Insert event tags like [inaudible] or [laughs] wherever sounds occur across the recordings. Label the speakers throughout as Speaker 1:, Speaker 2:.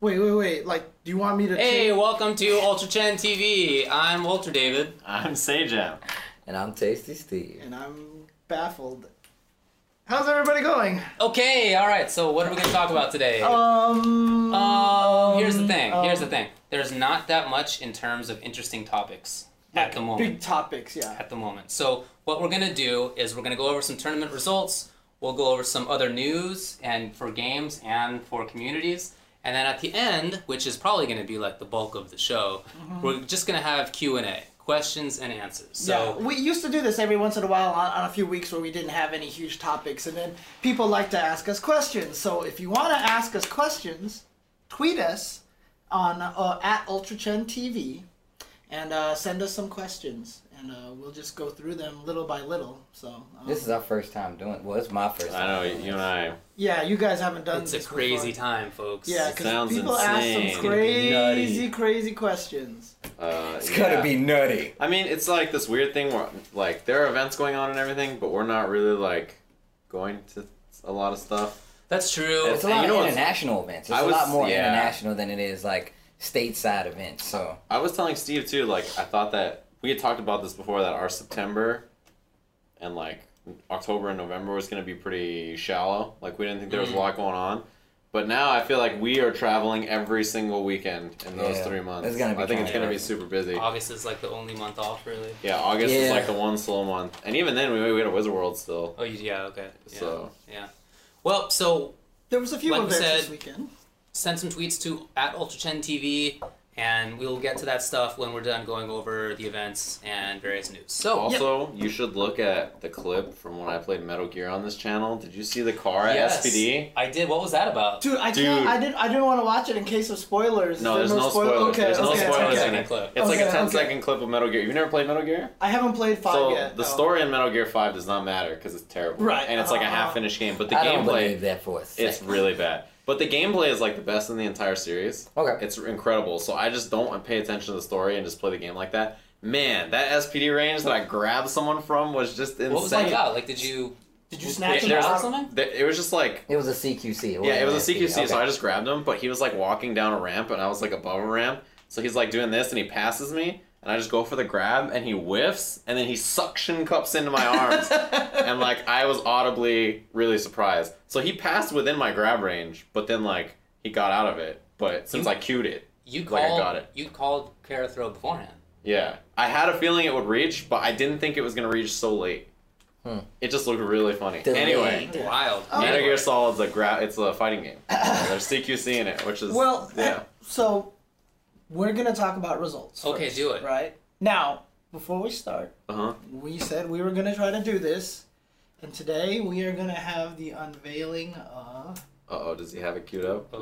Speaker 1: Wait, wait, wait. Like, do you want me to?
Speaker 2: Hey,
Speaker 1: change-
Speaker 2: welcome to Ultra Chen TV. I'm Ultra David.
Speaker 3: I'm Sejam.
Speaker 4: And I'm Tasty Steve.
Speaker 1: And I'm baffled. How's everybody going?
Speaker 2: Okay, all right. So, what are we gonna talk about today?
Speaker 1: Um.
Speaker 2: Um, here's the thing.
Speaker 1: um,
Speaker 2: here's the thing. There's not that much in terms of interesting topics at the moment.
Speaker 1: Big topics, yeah.
Speaker 2: At the moment. So, what we're gonna do is we're gonna go over some tournament results. We'll go over some other news and for games and for communities. And then at the end, which is probably going to be like the bulk of the show,
Speaker 1: Mm-hmm.
Speaker 2: we're just going to have Q and A, questions and answers. So
Speaker 1: yeah, we used to do this every once in a while on, on a few weeks where we didn't have any huge topics, and then people like to ask us questions. So if you want to ask us questions, tweet us on uh, at UltraChen TV and uh, send us some questions, and uh, we'll just go through them little by little. So um,
Speaker 4: This is our first time doing. Well, it's my first.
Speaker 3: I
Speaker 4: time
Speaker 3: know
Speaker 4: doing
Speaker 3: you and
Speaker 4: this.
Speaker 3: I.
Speaker 1: yeah, you guys haven't done
Speaker 2: it's a
Speaker 1: this
Speaker 2: crazy
Speaker 1: before.
Speaker 2: time, folks.
Speaker 1: Yeah,
Speaker 3: It
Speaker 1: because
Speaker 3: sounds
Speaker 1: people ask
Speaker 3: insane.
Speaker 1: some
Speaker 3: It's gonna
Speaker 1: crazy,
Speaker 3: be nutty.
Speaker 1: crazy questions.
Speaker 3: Uh,
Speaker 4: It's gonna be nutty.
Speaker 3: I mean, it's like this weird thing where like there are events going on and everything, but we're not really like going to a lot of stuff.
Speaker 2: That's true.
Speaker 4: It's a
Speaker 3: And
Speaker 4: lot
Speaker 3: you know
Speaker 4: of
Speaker 3: what's-
Speaker 4: international events. It's
Speaker 3: I
Speaker 4: a
Speaker 3: was-
Speaker 4: lot more
Speaker 3: yeah.
Speaker 4: international than it is like stateside events. So
Speaker 3: I was telling Steve too, like I thought that we had talked about this before that our September and like October and November was gonna be pretty shallow. Like we didn't think there was a lot going on. But now I feel like we are traveling every single weekend in those
Speaker 4: Yeah.
Speaker 3: three months.
Speaker 4: It's gonna be
Speaker 3: I think it's
Speaker 4: kinda
Speaker 3: gonna be
Speaker 4: crazy.
Speaker 3: super busy.
Speaker 2: August is like the only month off, really.
Speaker 3: Yeah, August is
Speaker 4: Yeah.
Speaker 3: like the one slow month, and even then we, we had a Wizard World still.
Speaker 2: Oh, you, yeah, okay. Yeah,
Speaker 3: So-
Speaker 2: yeah. Well, so
Speaker 1: There was a few
Speaker 2: Like we
Speaker 1: events this
Speaker 2: said-
Speaker 1: weekend.
Speaker 2: send some tweets to at UltraChen TV, and we'll get to that stuff when we're done going over the events and various news. So,
Speaker 3: Also, you should look at the clip from when I played Metal Gear on this channel. Did you see the car at
Speaker 2: yes,
Speaker 3: SPD?
Speaker 2: I did. What was that about?
Speaker 1: Dude, I can't.
Speaker 3: Dude.
Speaker 1: I didn't. I didn't want to watch it in case of spoilers.
Speaker 3: No,
Speaker 1: Is
Speaker 3: there's
Speaker 1: there
Speaker 3: no
Speaker 1: spoil-
Speaker 3: spoilers.
Speaker 1: Okay,
Speaker 3: there's no
Speaker 1: okay,
Speaker 3: spoilers
Speaker 1: okay.
Speaker 3: in it.
Speaker 2: Clip.
Speaker 3: It's like
Speaker 1: Oh, Okay,
Speaker 3: a 10-second
Speaker 1: okay.
Speaker 3: clip of Metal Gear. You've never played Metal Gear?
Speaker 1: I haven't played five
Speaker 3: so
Speaker 1: yet.
Speaker 3: the
Speaker 1: no.
Speaker 3: story in Metal Gear 5 does not matter because it's terrible.
Speaker 1: Right,
Speaker 3: And it's like a
Speaker 1: uh-huh.
Speaker 3: half-finished game, but the
Speaker 4: I don't
Speaker 3: gameplay
Speaker 4: believe that for a second.
Speaker 3: it's really bad. But the gameplay is like the best in the entire series.
Speaker 4: Okay.
Speaker 3: It's incredible. So I just don't pay attention to the story and just play the game like that. Man, that SPD range that I grabbed someone from was just insane.
Speaker 2: what was that about? Like, did you
Speaker 1: Did you snatch
Speaker 2: did
Speaker 1: him
Speaker 2: you
Speaker 3: there's-
Speaker 2: ask
Speaker 1: out?
Speaker 2: something?
Speaker 3: Th- It was just like
Speaker 4: It was a CQC.
Speaker 3: yeah, it was
Speaker 4: wasn't
Speaker 3: a
Speaker 4: an
Speaker 3: CQC,
Speaker 4: SD.
Speaker 3: so
Speaker 4: Okay.
Speaker 3: I just grabbed him, but he was like walking down a ramp, and I was like above a ramp, so he's like doing this, and he passes me, and I just go for the grab, and he whiffs, and then he suction cups into
Speaker 2: [laughs]
Speaker 3: my arms, and like I was audibly really surprised. So he passed within my grab range, but then like he got out of it, but since I cued it,
Speaker 2: You
Speaker 3: Like, I
Speaker 2: called.
Speaker 3: got it.
Speaker 2: You called Kara throw beforehand.
Speaker 3: yeah, I had a feeling it would reach, but I didn't think it was gonna reach so late.
Speaker 4: Hmm.
Speaker 3: It just looked really funny.
Speaker 4: Delayed.
Speaker 3: Anyway.
Speaker 1: Yeah.
Speaker 2: Wild.
Speaker 1: Oh.
Speaker 3: Metal
Speaker 2: Anyway.
Speaker 3: Gear Solid's a gra- it's a fighting game. There's CQC in it, which is
Speaker 1: Well,
Speaker 3: yeah.
Speaker 1: so we're gonna talk about results.
Speaker 2: Okay,
Speaker 1: first,
Speaker 2: do it.
Speaker 1: Right now, before we start,
Speaker 3: Uh huh.
Speaker 1: we said we were gonna try to do this, and today we are gonna have the unveiling of.
Speaker 3: Uh oh, does he have it queued up?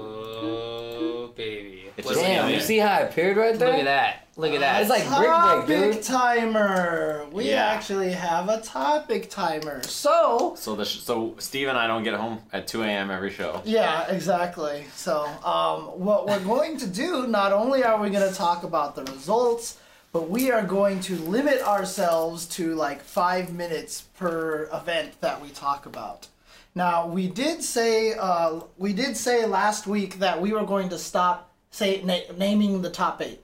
Speaker 2: Oh baby.
Speaker 3: It's
Speaker 2: Look
Speaker 3: just
Speaker 2: at
Speaker 4: Damn,
Speaker 3: Yeah.
Speaker 4: you
Speaker 2: that.
Speaker 4: see how it appeared right there?
Speaker 2: Look at that. Look at
Speaker 1: Uh,
Speaker 2: that.
Speaker 4: It's like brick break,
Speaker 1: topic
Speaker 4: dude.
Speaker 1: timer. We
Speaker 3: Yeah.
Speaker 1: actually have a topic timer. So
Speaker 3: So the sh- so Steve and I don't get home at 2 a.m. every show.
Speaker 1: yeah, exactly. So um, what we're going to do? Not only are we going to talk about the results, but we are going to limit ourselves to like five minutes per event that we talk about. Now we did say uh, we did say last week that we were going to stop say na- naming the top eight.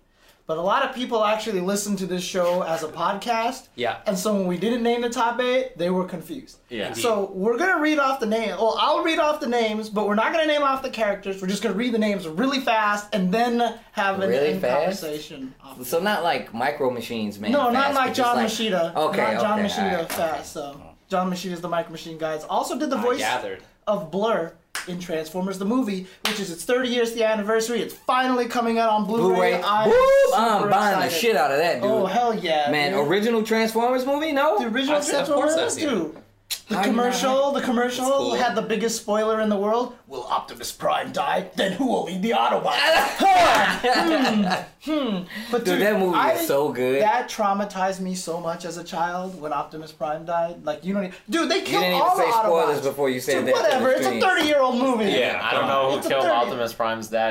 Speaker 1: But a lot of people actually listen to this show as a podcast.
Speaker 2: Yeah.
Speaker 1: And so when we didn't name the top eight, they were confused.
Speaker 3: Yeah. Indeed.
Speaker 1: So we're gonna read off the name. Well, I'll read off the names, but we're not gonna name off the characters. We're just gonna read the names really fast and then have an
Speaker 4: Really
Speaker 1: end
Speaker 4: fast?
Speaker 1: conversation. Off of
Speaker 4: So
Speaker 1: it.
Speaker 4: not like micro machines, man.
Speaker 1: no, not
Speaker 4: fast,
Speaker 1: like
Speaker 4: but
Speaker 1: John
Speaker 4: just
Speaker 1: Machida.
Speaker 4: Okay,
Speaker 1: not John
Speaker 4: okay,
Speaker 1: Machida
Speaker 4: alright,
Speaker 1: fast. So John Machida's the Micro Machine guys. Also did the
Speaker 2: I
Speaker 1: voice
Speaker 2: gathered.
Speaker 1: of Blur in Transformers the movie, which is its 30 years the anniversary. It's finally coming out on Blu-ray.
Speaker 4: Blu-ray.
Speaker 1: I'm
Speaker 4: Whoop! I'm
Speaker 1: super
Speaker 4: buying the
Speaker 1: excited.
Speaker 4: shit out of that, dude.
Speaker 1: Oh hell yeah,
Speaker 4: man,
Speaker 1: dude.
Speaker 4: original Transformers movie? No. [laughs]
Speaker 1: the original
Speaker 2: I've seen- of course I've
Speaker 1: Transformers,
Speaker 2: seen
Speaker 1: dude. The
Speaker 4: How you not
Speaker 1: commercial, the commercial
Speaker 2: It's cool.
Speaker 1: had the biggest spoiler in the world. Will Optimus Prime die? Then who will lead the
Speaker 2: [laughs]
Speaker 1: Autobots? Hmm, But
Speaker 4: Dude, that movie
Speaker 1: I-
Speaker 4: is so good.
Speaker 1: That traumatized me so much as a child when Optimus Prime died. Like you don't, even, dude. They
Speaker 4: you
Speaker 1: killed
Speaker 4: didn't even
Speaker 1: all
Speaker 4: say
Speaker 1: the
Speaker 4: spoilers
Speaker 1: Autobots.
Speaker 4: before you said
Speaker 1: Dude,
Speaker 4: that. to the
Speaker 1: whatever. It's a
Speaker 4: streams.
Speaker 1: thirty-year-old movie.
Speaker 3: Yeah, I don't know who killed Optimus Prime's dad.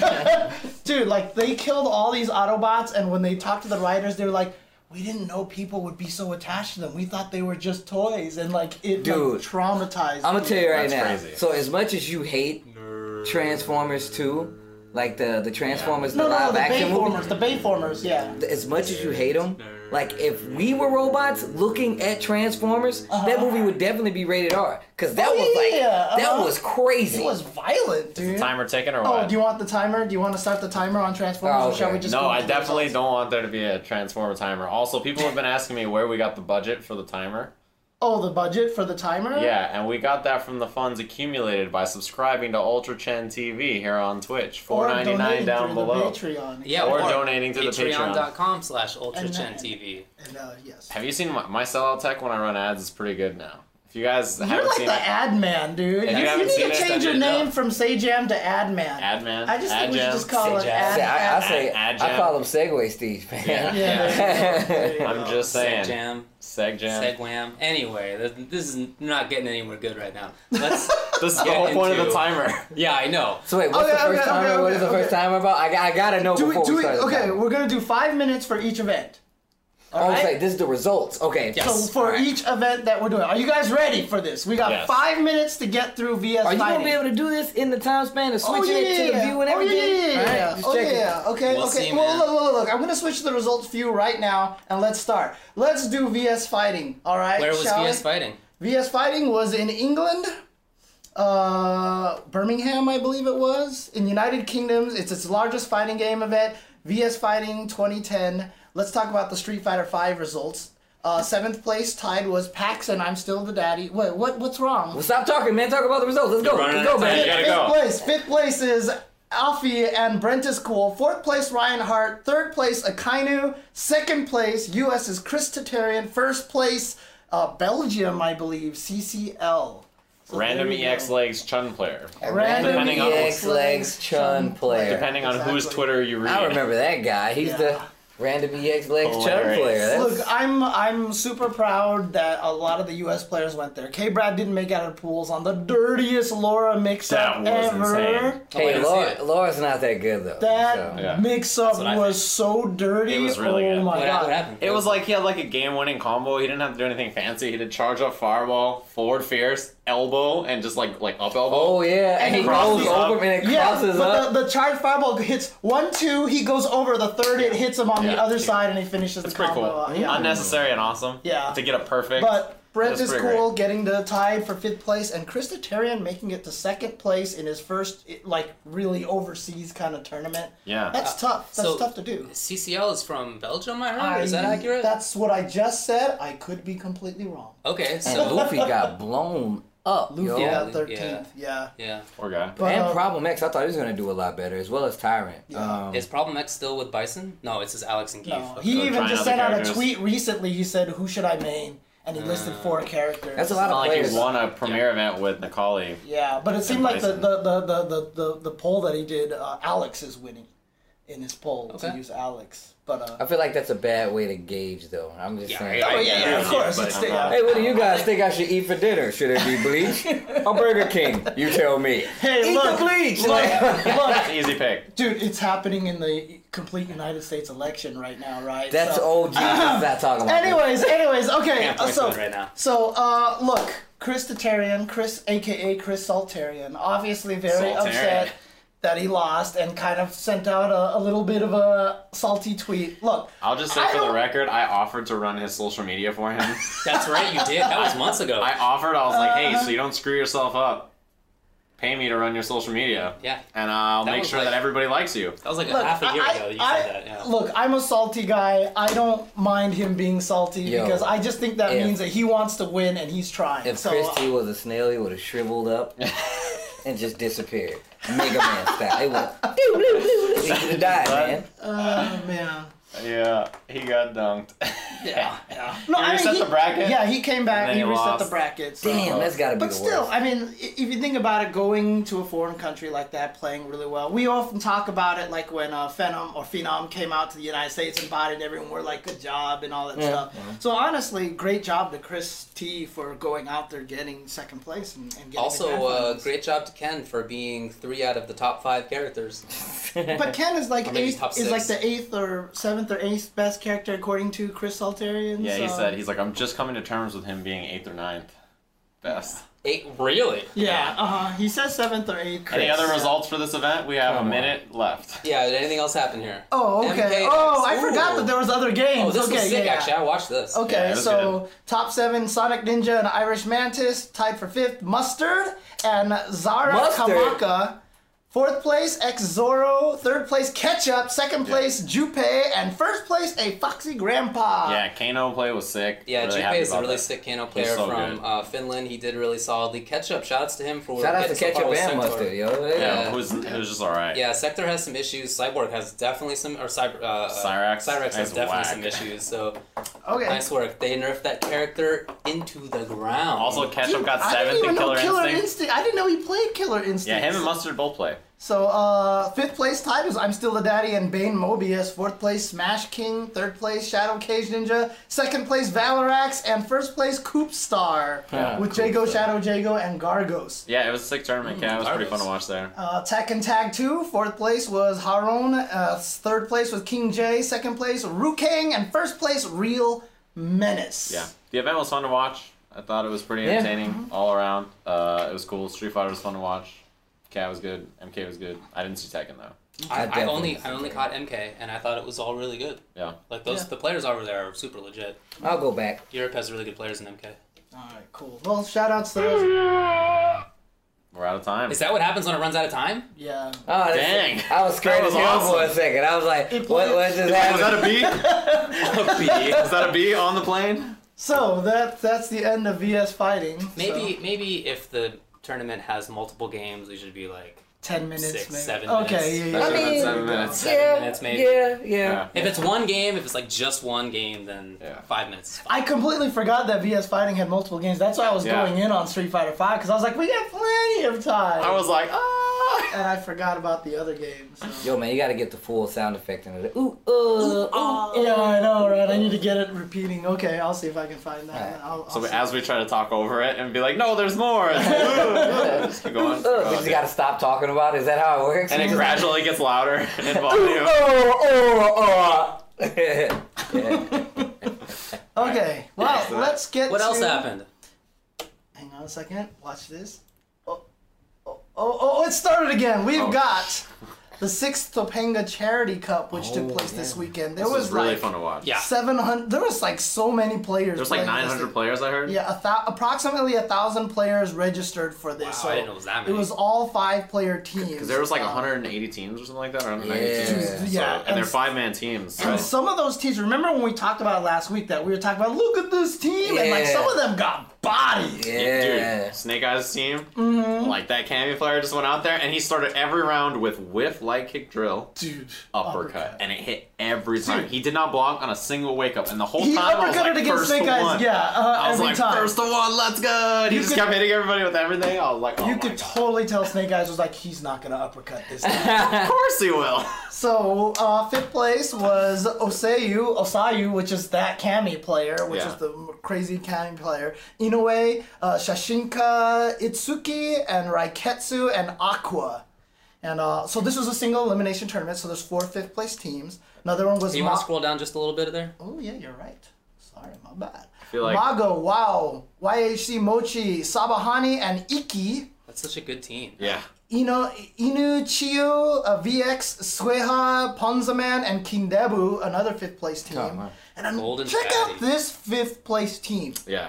Speaker 1: [laughs]
Speaker 3: man.
Speaker 1: Dude, like they killed all these Autobots, and when they talked to the writers, they were like, "We didn't know people would be so attached to them. We thought they were just toys." And like it,
Speaker 4: Dude,
Speaker 1: like, traumatized.
Speaker 4: I'm gonna
Speaker 1: me.
Speaker 4: tell you right
Speaker 3: That's
Speaker 4: now.
Speaker 3: crazy.
Speaker 4: So as much as you hate Transformers 2, Like the the Transformers,
Speaker 1: No,
Speaker 4: the
Speaker 1: no, no,
Speaker 4: live
Speaker 1: the
Speaker 4: action movie.
Speaker 1: Bayformers, the Bayformers, yeah.
Speaker 4: As much as you hate them, like if we were robots looking at Transformers, that movie would definitely be rated R. Cause that
Speaker 1: Uh-huh. Oh,
Speaker 4: was like
Speaker 1: yeah, uh-huh.
Speaker 4: that was crazy.
Speaker 1: It was violent, dude.
Speaker 3: Timer ticking or what?
Speaker 1: Oh, do you want the timer? Do you want to start the timer on Transformers,
Speaker 4: Oh,
Speaker 1: or shall
Speaker 4: okay.
Speaker 1: we just?
Speaker 3: no,
Speaker 1: go
Speaker 3: I
Speaker 1: into the
Speaker 3: definitely
Speaker 1: results?
Speaker 3: don't want there to be a transformer timer. Also, people have been asking me where we got the budget for the timer.
Speaker 1: Oh, the budget for the timer?
Speaker 3: Yeah, and we got that from the funds accumulated by subscribing to Ultra Chen TV here on Twitch.
Speaker 1: Or
Speaker 3: Four ninety nine
Speaker 1: donating
Speaker 3: down
Speaker 1: through the
Speaker 3: below.
Speaker 1: Patreon.
Speaker 2: Yeah,
Speaker 3: Or donating to the Patreon.
Speaker 2: Patreon.com slash
Speaker 1: And
Speaker 2: UltraChenTV.
Speaker 1: then-
Speaker 2: TV.
Speaker 1: And, uh, yes.
Speaker 3: Have you seen my, my sellout tech when I run ads is pretty good now. If you guys
Speaker 1: You're
Speaker 3: haven't
Speaker 1: like
Speaker 3: seen
Speaker 1: the
Speaker 3: it,
Speaker 1: ad man, dude.
Speaker 3: If
Speaker 1: You,
Speaker 3: you
Speaker 1: you
Speaker 3: haven't
Speaker 1: need
Speaker 3: seen
Speaker 1: to
Speaker 3: it,
Speaker 1: change
Speaker 3: send
Speaker 1: your
Speaker 3: it up.
Speaker 1: name from Say Jam to Ad Man.
Speaker 3: ad man,
Speaker 1: I just
Speaker 3: ad
Speaker 1: think we should
Speaker 3: jam.
Speaker 1: just call it
Speaker 2: Say Jam.
Speaker 1: Ad
Speaker 4: See, I, I say
Speaker 3: Ad
Speaker 4: I
Speaker 3: Jam.
Speaker 4: call them Segway Steve, man.
Speaker 3: Yeah.
Speaker 1: [laughs] Yeah, there you go.
Speaker 3: I'm just saying.
Speaker 2: Seg Jam,
Speaker 3: Seg jam.
Speaker 2: Seg Wham. Anyway, th- this is not getting anywhere good right now.
Speaker 1: [laughs]
Speaker 2: Let's.
Speaker 3: This is the
Speaker 2: Get
Speaker 3: whole point of the
Speaker 2: into-
Speaker 3: timer.
Speaker 2: yeah, I know.
Speaker 4: So wait, what's
Speaker 1: Okay,
Speaker 4: the first
Speaker 1: okay,
Speaker 4: time?
Speaker 1: okay,
Speaker 4: what is the
Speaker 1: okay,
Speaker 4: first time about? I, got- I gotta know
Speaker 1: Do we,
Speaker 4: before
Speaker 1: do
Speaker 4: we
Speaker 1: we,
Speaker 4: start. this
Speaker 1: okay,
Speaker 4: time.
Speaker 1: we're gonna do five minutes for each event.
Speaker 4: Oh,
Speaker 1: right.
Speaker 4: it's like this is the results. Okay.
Speaker 2: Yeah.
Speaker 1: So
Speaker 2: Yes,
Speaker 1: for
Speaker 2: alright.
Speaker 1: each event that we're doing, are you guys ready for this? We got
Speaker 3: Yes.
Speaker 1: five minutes to get through VS
Speaker 4: Are you gonna
Speaker 1: fighting.
Speaker 4: be able to do this in the time span of switching it to the view and
Speaker 1: oh, yeah,
Speaker 4: everything?
Speaker 1: yeah, yeah,
Speaker 4: All right,
Speaker 1: yeah.
Speaker 4: just
Speaker 1: Oh,
Speaker 4: checking.
Speaker 1: yeah, okay,
Speaker 2: We'll
Speaker 1: okay.
Speaker 2: see,
Speaker 1: well,
Speaker 2: man.
Speaker 1: look, look, look, I'm gonna switch to the results view right now, and let's start. Let's do VS fighting. All right.
Speaker 2: Where was
Speaker 1: shall
Speaker 2: VS
Speaker 1: we?
Speaker 2: fighting?
Speaker 1: VS Fighting was in England, uh, Birmingham, I believe it was. In United Kingdoms, it's its largest fighting game event. VS Fighting 2010. Let's talk about the Street Fighter V results. Uh, seventh place tied was Pax and I'm Still the Daddy. Wait, what? What's wrong?
Speaker 4: Well, stop talking, man. Talk about the results. Let's go.
Speaker 2: You're running
Speaker 4: Let's go,
Speaker 2: out of time.
Speaker 4: man.
Speaker 3: You
Speaker 1: Fifth
Speaker 3: gotta go.
Speaker 1: place. Fifth place is Alfie and Brent is cool. Fourth place Ryan Hart. Third place Akainu. Second place U.S. is Chris Tatarian. First place uh, Belgium, I believe CCL. So
Speaker 3: Random E
Speaker 1: there you
Speaker 3: EX
Speaker 1: go.
Speaker 3: legs chun player.
Speaker 1: Random
Speaker 3: Depending on-
Speaker 4: EX E legs chun player.
Speaker 3: Depending on whose
Speaker 1: Exactly.
Speaker 3: Twitter you read.
Speaker 4: I remember that guy. He's the random EX legs chun
Speaker 3: Hilarious.
Speaker 4: player. That's,
Speaker 1: Look, I'm I'm super proud that a lot of the U.S. players went there. K. Brad didn't make out of the pools on the dirtiest Laura mix-up
Speaker 3: That was
Speaker 1: ever.
Speaker 3: insane.
Speaker 2: wait,
Speaker 4: hey,
Speaker 2: I see
Speaker 4: Laura,
Speaker 2: it.
Speaker 4: Laura's not that good though.
Speaker 1: That
Speaker 4: so.
Speaker 3: Yeah.
Speaker 1: mix-up
Speaker 2: what I
Speaker 1: was so dirty.
Speaker 3: It was really
Speaker 1: oh
Speaker 3: good.
Speaker 1: my
Speaker 2: What,
Speaker 1: god!
Speaker 2: what happened?
Speaker 3: It was like he had like a game-winning combo. He didn't have to do anything fancy. He did charge up fireball, forward fierce, elbow, and just like like up elbow.
Speaker 4: Oh yeah, and,
Speaker 1: it
Speaker 4: he rolls
Speaker 3: crosses up.
Speaker 4: over and it
Speaker 1: Yeah,
Speaker 4: crosses
Speaker 1: but
Speaker 4: up.
Speaker 1: the, the charge fireball hits one, two. He goes over the third. It hits him on the
Speaker 3: Yeah.
Speaker 1: other side, and he finishes
Speaker 3: It's
Speaker 1: the
Speaker 3: pretty
Speaker 1: combo.
Speaker 3: cool.
Speaker 1: out. Yeah.
Speaker 3: Unnecessary and awesome.
Speaker 1: Yeah.
Speaker 3: To get a perfect.
Speaker 1: But Brent
Speaker 3: That's
Speaker 1: is
Speaker 3: pretty
Speaker 1: cool, getting the tie for fifth place, and Chris Tatarian making it to second place in his first it- like really overseas kind of tournament.
Speaker 3: Yeah.
Speaker 1: that's
Speaker 4: Uh,
Speaker 1: tough. That's
Speaker 2: so-
Speaker 1: tough to do.
Speaker 2: CCL is from Belgium, I heard. is that
Speaker 1: I-
Speaker 2: accurate?
Speaker 1: That's what I just said. I could be completely wrong.
Speaker 2: okay,
Speaker 4: [laughs]
Speaker 1: [laughs]
Speaker 4: and
Speaker 2: so.
Speaker 4: Luffy got blown up, yo.
Speaker 1: Luffy
Speaker 2: Yeah,
Speaker 1: got thirteenth. Yeah.
Speaker 2: yeah.
Speaker 3: Poor guy.
Speaker 1: But,
Speaker 4: And
Speaker 1: uh,
Speaker 4: Problem X, I thought he was gonna do a lot better, as well as Tyrant. Um,
Speaker 2: Is Problem X still with Bison? No, it's just Alex and Keith.
Speaker 1: no,
Speaker 2: Okay.
Speaker 1: he even
Speaker 3: trying
Speaker 1: just
Speaker 3: other
Speaker 1: sent out a
Speaker 3: characters.
Speaker 1: tweet recently. He said, "Who should I main?" And he listed four characters.
Speaker 4: Mm. that's a
Speaker 3: It's
Speaker 4: lot
Speaker 3: not
Speaker 4: of
Speaker 3: like
Speaker 4: players.
Speaker 3: he won a premiere event with Nikali.
Speaker 1: Yeah, but it seemed like the
Speaker 3: Bison.
Speaker 1: the, the, the, the, the, the poll that he did, uh, Alex is winning in his poll to
Speaker 2: Okay.
Speaker 1: use Alex. But uh,
Speaker 4: I feel like that's a bad way to gauge, though. I'm just
Speaker 2: Yeah,
Speaker 4: saying.
Speaker 2: I-
Speaker 1: oh yeah, yeah, of
Speaker 3: yeah,
Speaker 1: course.
Speaker 3: but-
Speaker 1: it's the-
Speaker 4: Hey, what do you guys think I should eat for dinner? Should it be bleach or Burger King? You tell me.
Speaker 1: Hey,
Speaker 4: eat
Speaker 1: look,
Speaker 4: the bleach.
Speaker 1: look,
Speaker 3: That's
Speaker 1: [laughs]
Speaker 3: an
Speaker 1: look,
Speaker 3: easy pick.
Speaker 1: dude, it's happening in the complete United States election right now, right?
Speaker 4: that's
Speaker 1: So-
Speaker 4: old Jesus. Not talking about.
Speaker 1: Anyways, anyways, okay.
Speaker 2: Can't
Speaker 1: uh,
Speaker 2: point
Speaker 1: so,
Speaker 2: to it right now.
Speaker 1: so uh, look, Chris Tatarian, Chris aka Chris Saltarian, obviously very
Speaker 3: Saltarian.
Speaker 1: upset that he lost and kind of sent out a, a little bit of a salty tweet. Look,
Speaker 3: I'll just say
Speaker 1: I
Speaker 3: for the
Speaker 1: don't-
Speaker 3: record, I offered to run his social media for him.
Speaker 1: [laughs]
Speaker 2: That's right, you did. That was months ago.
Speaker 3: I offered. I was like, hey,
Speaker 2: Uh.
Speaker 3: so you don't screw yourself up, pay me to run your social media.
Speaker 2: Yeah.
Speaker 3: And I'll
Speaker 2: That
Speaker 3: make
Speaker 2: was
Speaker 3: sure
Speaker 2: like-
Speaker 3: that everybody likes you.
Speaker 2: that was like
Speaker 1: Look,
Speaker 2: a half a year
Speaker 1: I-
Speaker 2: ago you
Speaker 1: I-
Speaker 2: said that. Yeah.
Speaker 1: Look, I'm a salty guy. I don't mind him being salty
Speaker 4: Yo,
Speaker 1: because I just think that
Speaker 4: if-
Speaker 1: means that he wants to win and he's trying.
Speaker 4: If
Speaker 1: so
Speaker 4: Christie was a snail, he would have shriveled up and just disappeared. Mega Man style. It would. He would have died, man.
Speaker 1: uh, man.
Speaker 3: Yeah, he
Speaker 2: [laughs]
Speaker 3: got dunked.
Speaker 1: Yeah, yeah. No,
Speaker 3: He reset the bracket?
Speaker 1: Yeah, he came back.
Speaker 3: And then
Speaker 1: He,
Speaker 3: he
Speaker 1: reset
Speaker 3: lost.
Speaker 1: the bracket. So.
Speaker 4: Damn, that's gotta be
Speaker 1: But
Speaker 4: the
Speaker 1: still,
Speaker 4: worst.
Speaker 1: I mean, i- if you think about it, going to a foreign country like that, playing really well, we often talk about it, like when uh, Phenom or Phenom came out to the United States and bodied everyone. We're like, good job and all that stuff. So honestly, great job to Chris T for going out there, getting second place, and, and getting the grand
Speaker 2: Also, uh,
Speaker 1: finals.
Speaker 2: great job to Ken for being three out of the top five characters.
Speaker 4: [laughs]
Speaker 1: But Ken is like
Speaker 2: maybe
Speaker 1: eighth,
Speaker 2: top
Speaker 1: is like
Speaker 2: six.
Speaker 1: the eighth or seventh or eighth best character according to Chris Saltarian.
Speaker 3: Yeah, he
Speaker 1: so-
Speaker 3: said he's like, I'm just coming to terms with him being eighth or ninth. best.
Speaker 2: Eight, really?
Speaker 1: Yeah, uh huh. He says seventh or eighth.
Speaker 3: Any
Speaker 1: Chris.
Speaker 3: other results for this event? We have
Speaker 4: Come
Speaker 3: a
Speaker 4: on.
Speaker 3: minute left.
Speaker 2: Yeah, did anything else happen here?
Speaker 1: Oh, okay.
Speaker 2: MKX.
Speaker 1: Oh, I forgot
Speaker 2: Ooh.
Speaker 1: that there was other games.
Speaker 2: Oh, this
Speaker 1: okay,
Speaker 2: was sick,
Speaker 1: yeah, yeah.
Speaker 2: actually. I watched this.
Speaker 1: Okay,
Speaker 3: Yeah, it was
Speaker 1: so top seven: Sonic Ninja and Irish Mantis, tied for fifth. Mustard and Zara
Speaker 4: Mustard?
Speaker 1: Kamaka. Fourth place, X Zorro. Third place, Ketchup. Second place, Jupe. And first place, a Foxy Grandpa.
Speaker 3: Yeah, Kano play was sick.
Speaker 2: Uh, Yeah,
Speaker 3: really
Speaker 2: Jupe
Speaker 3: happy
Speaker 2: is a
Speaker 3: about
Speaker 2: really
Speaker 3: that.
Speaker 2: sick piano player
Speaker 3: so
Speaker 2: from
Speaker 3: good.
Speaker 2: uh, Finland. He did really solidly. Ketchup, shouts to him for
Speaker 4: Shout out to
Speaker 2: getting so far
Speaker 4: Ketchup
Speaker 2: with
Speaker 4: and
Speaker 2: Sector.
Speaker 4: Mustard, yo.
Speaker 3: Yeah,
Speaker 2: Yeah.
Speaker 3: who's who's just alright.
Speaker 2: Yeah, Sector has some issues. Cyborg has definitely some, or Cyber, uh,
Speaker 3: Cyrax
Speaker 2: Cyrax has
Speaker 3: is
Speaker 2: definitely
Speaker 3: whack.
Speaker 2: some issues. So
Speaker 1: [laughs] Okay.
Speaker 2: nice work. They nerfed that character into the ground.
Speaker 3: Also, Ketchup
Speaker 1: I
Speaker 3: got
Speaker 1: didn't
Speaker 3: seventh
Speaker 1: even
Speaker 3: in Killer,
Speaker 1: know Killer
Speaker 3: Instinct.
Speaker 1: Instinct. I didn't know he played Killer Instinct.
Speaker 3: Yeah, him and Mustard both play.
Speaker 1: So, uh, fifth place tied is I'm Still the Daddy and Bane Mobius. Fourth place, Smash King. Third place, Shadow Cage Ninja. Second place, Valorax. And first place, Coop Star.
Speaker 3: Yeah,
Speaker 1: with Jago, Shadow Jago, and Gargos.
Speaker 3: Yeah, it was a sick tournament. Yeah, it was pretty fun to watch there.
Speaker 1: Uh, Tech and Tag 2. Fourth place was Haron. Uh, third place was King J. Second place, Ru Kang. And first place, Real Menace.
Speaker 3: Yeah, the event was fun to watch. I thought it was pretty entertaining all around. Uh, it was cool. Street Fighter was fun to watch. Cat was good. MK was good. I didn't see Tekken though.
Speaker 2: I,
Speaker 4: I
Speaker 2: I only I
Speaker 4: definitely
Speaker 2: only caught MK, and I thought it was all really good.
Speaker 3: Yeah.
Speaker 2: Like those,
Speaker 1: Yeah.
Speaker 2: the players over there are super legit.
Speaker 4: I'll go back.
Speaker 2: Europe has really good players in MK.
Speaker 1: Alright, cool. Well, shout outs to those.
Speaker 3: We're out of time.
Speaker 2: Is that what happens when it runs out of time?
Speaker 1: Yeah.
Speaker 4: Oh, that's-
Speaker 3: Dang.
Speaker 4: I was scared
Speaker 3: That
Speaker 4: as
Speaker 3: was
Speaker 4: hell for a
Speaker 3: awesome.
Speaker 4: second. I was like,
Speaker 1: It
Speaker 4: what,
Speaker 1: played-
Speaker 4: what just
Speaker 3: Was
Speaker 4: happened?
Speaker 3: that a
Speaker 1: [laughs]
Speaker 3: B? Is [laughs] that a B on the plane?
Speaker 1: [laughs] So, that that's the end of VS Fighting.
Speaker 2: Maybe
Speaker 1: So,
Speaker 2: maybe if the tournament has multiple games, we should be like
Speaker 1: 10 minutes,
Speaker 2: six,
Speaker 1: maybe.
Speaker 2: seven
Speaker 1: okay,
Speaker 2: minutes.
Speaker 1: yeah, yeah.
Speaker 4: I
Speaker 1: yeah.
Speaker 4: mean-
Speaker 3: seven minutes.
Speaker 2: seven minutes maybe.
Speaker 4: Yeah, yeah.
Speaker 3: Yeah.
Speaker 2: If it's one game, if it's like just one game, then
Speaker 3: Yeah.
Speaker 2: five minutes.
Speaker 1: I completely forgot that VS Fighting had multiple games. That's why I was
Speaker 3: Yeah.
Speaker 1: going in on Street Fighter Five because I was like, we got plenty of time.
Speaker 3: I was like, ah.
Speaker 1: and I forgot about the other games. so-
Speaker 4: Yo, man, you gotta get the full sound effect in it. Ooh, uh, ooh,
Speaker 2: Oh.
Speaker 4: ah.
Speaker 1: Oh, Yeah, I know, right? I need to get it repeating. Okay, I'll see if I can find that.
Speaker 4: Alright.
Speaker 1: I'll, I'll
Speaker 3: So
Speaker 1: see.
Speaker 3: as we try to talk over it and be like, no, there's more. Just keep going.
Speaker 4: Uh, we just gotta stop talking about it. Is that how it works?
Speaker 3: and it gradually gets louder [laughs] in
Speaker 4: Ooh,
Speaker 3: volume.
Speaker 4: uh, [laughs] uh, uh. Yeah.
Speaker 3: [laughs]
Speaker 1: okay, well,
Speaker 3: so that-
Speaker 1: let's get.
Speaker 2: What else
Speaker 1: to-
Speaker 2: happened?
Speaker 1: Hang on a second. Watch this. Oh, oh, oh, oh it started again. We've
Speaker 3: Oh.
Speaker 1: got the sixth Topanga Charity Cup, which took
Speaker 4: Oh,
Speaker 1: place this
Speaker 4: yeah.
Speaker 1: weekend. There
Speaker 3: This
Speaker 1: was,
Speaker 3: was really
Speaker 1: like
Speaker 3: fun to watch.
Speaker 2: Yeah.
Speaker 1: seven hundred. There was like so many players.
Speaker 3: There's like
Speaker 1: playing this
Speaker 3: 900
Speaker 1: thing.
Speaker 3: players I heard.
Speaker 1: Yeah, a thou- approximately a thousand players registered for this.
Speaker 2: Wow,
Speaker 1: so
Speaker 2: Oh, I didn't know it was that many.
Speaker 1: was all five-player teams.
Speaker 3: Because there was like
Speaker 1: Um,
Speaker 3: 180 teams or something like that, or 190
Speaker 4: Yeah.
Speaker 3: teams.
Speaker 4: Yeah.
Speaker 3: So-
Speaker 1: Yeah,
Speaker 3: and they're
Speaker 1: and-
Speaker 3: five man teams.
Speaker 1: And
Speaker 3: right?
Speaker 1: some of those teams. Remember when we talked about it last week that we were talking about? Look at this team, and like
Speaker 4: Yeah.
Speaker 1: some of them got bodied.
Speaker 4: yeah.
Speaker 3: Dude, Snake Eyes team,
Speaker 1: Mm-hmm.
Speaker 3: like that Cammy player just went out there and he started every round with whiff, light kick, drill,
Speaker 1: Dude,
Speaker 3: uppercut,
Speaker 1: uppercut.
Speaker 3: and it hit every time. He did not block on a single wake up, and the whole
Speaker 1: He
Speaker 3: time I was
Speaker 1: uppercutted
Speaker 3: like,
Speaker 1: against
Speaker 3: first
Speaker 1: Snake
Speaker 3: to
Speaker 1: Eyes.
Speaker 3: one.
Speaker 1: Yeah, uh,
Speaker 3: I was
Speaker 1: every
Speaker 3: like,
Speaker 1: time.
Speaker 3: first to one, let's go. And He
Speaker 1: You
Speaker 3: just
Speaker 1: could-
Speaker 3: kept hitting everybody with everything. I was like, oh
Speaker 1: you
Speaker 3: my
Speaker 1: could
Speaker 3: God.
Speaker 1: totally tell Snake Eyes was like, he's not gonna uppercut this time.
Speaker 3: of course he will. [laughs]
Speaker 1: so uh, fifth place was Osayu, Osayu, which is that Kami player, which
Speaker 3: Yeah.
Speaker 1: is the crazy Kami player. Inoue, uh, Shashinka, Itsuki, and Raiketsu, and Aqua. And uh, so this was a single elimination tournament. So there's four fifth place teams. Another one was
Speaker 2: Do you
Speaker 1: Ma-
Speaker 2: want to scroll down just a little bit there?
Speaker 1: Oh yeah, you're right. Sorry, my bad.
Speaker 3: feel like-
Speaker 1: Mago, Wow, YHC Mochi, Sabahani, and Iki.
Speaker 2: That's such a good team.
Speaker 3: Yeah.
Speaker 1: Ino, Inu Chiyo, uh, VX, Sueha, Ponzaman, and Kindebu, another fifth place team.
Speaker 4: man.
Speaker 1: and an-
Speaker 2: Golden
Speaker 1: check out
Speaker 2: Fatty.
Speaker 1: this fifth place team
Speaker 3: Yeah.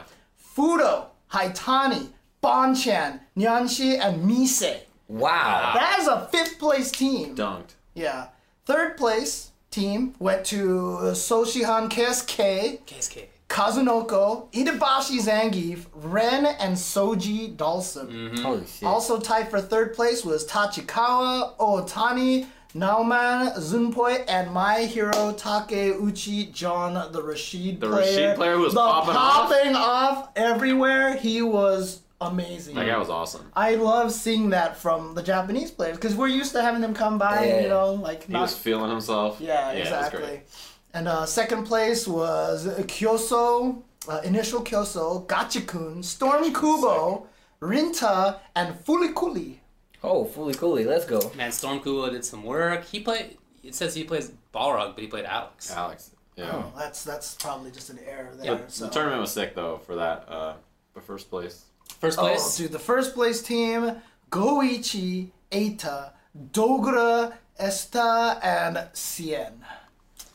Speaker 1: Fudo, Haitani, Bonchan, Nyanshi, and Mise.
Speaker 3: Ah.
Speaker 4: Wow.
Speaker 1: That is a fifth place team.
Speaker 3: Dunked.
Speaker 1: Yeah. Third place team went to uh, Soshihan KSK,
Speaker 2: KSK.
Speaker 1: Kazunoko, Itabashi Zangief, Ren, and Soji Dalsum.
Speaker 2: Mm.
Speaker 4: Holy shit.
Speaker 1: Also tied for third place was Tachikawa, Ohtani, Nauman, Zunpoi, and my hero Takeuchi John, the Rashid
Speaker 3: The
Speaker 1: player.
Speaker 3: Rashid player who was
Speaker 1: The
Speaker 3: popping off.
Speaker 1: popping off everywhere. He was amazing.
Speaker 3: That guy was awesome.
Speaker 1: I love seeing that from the Japanese players because we're used to having them come by and you
Speaker 4: Yeah.
Speaker 1: know like
Speaker 3: He was feeling himself.
Speaker 1: yeah,
Speaker 3: it was
Speaker 1: exactly.
Speaker 3: great.
Speaker 1: And uh, second place was Kyoso, uh, initial Kyoso, Gachikun, Storm Kubo, Rinta, and Fulikuli.
Speaker 4: Oh, fully coolie. Let's go.
Speaker 2: Man, Storm Kubo did some work. He played. It says he plays Balrog, but he played Alex.
Speaker 3: Alex. Yeah.
Speaker 1: That's that's probably just an error there.
Speaker 2: Yeah,
Speaker 1: so.
Speaker 3: The tournament was sick though for that. Uh, the first place
Speaker 2: First
Speaker 1: Oh,
Speaker 2: place.
Speaker 1: dude, the first place team Goichi, Eita, Dogra, Esta, and Cien.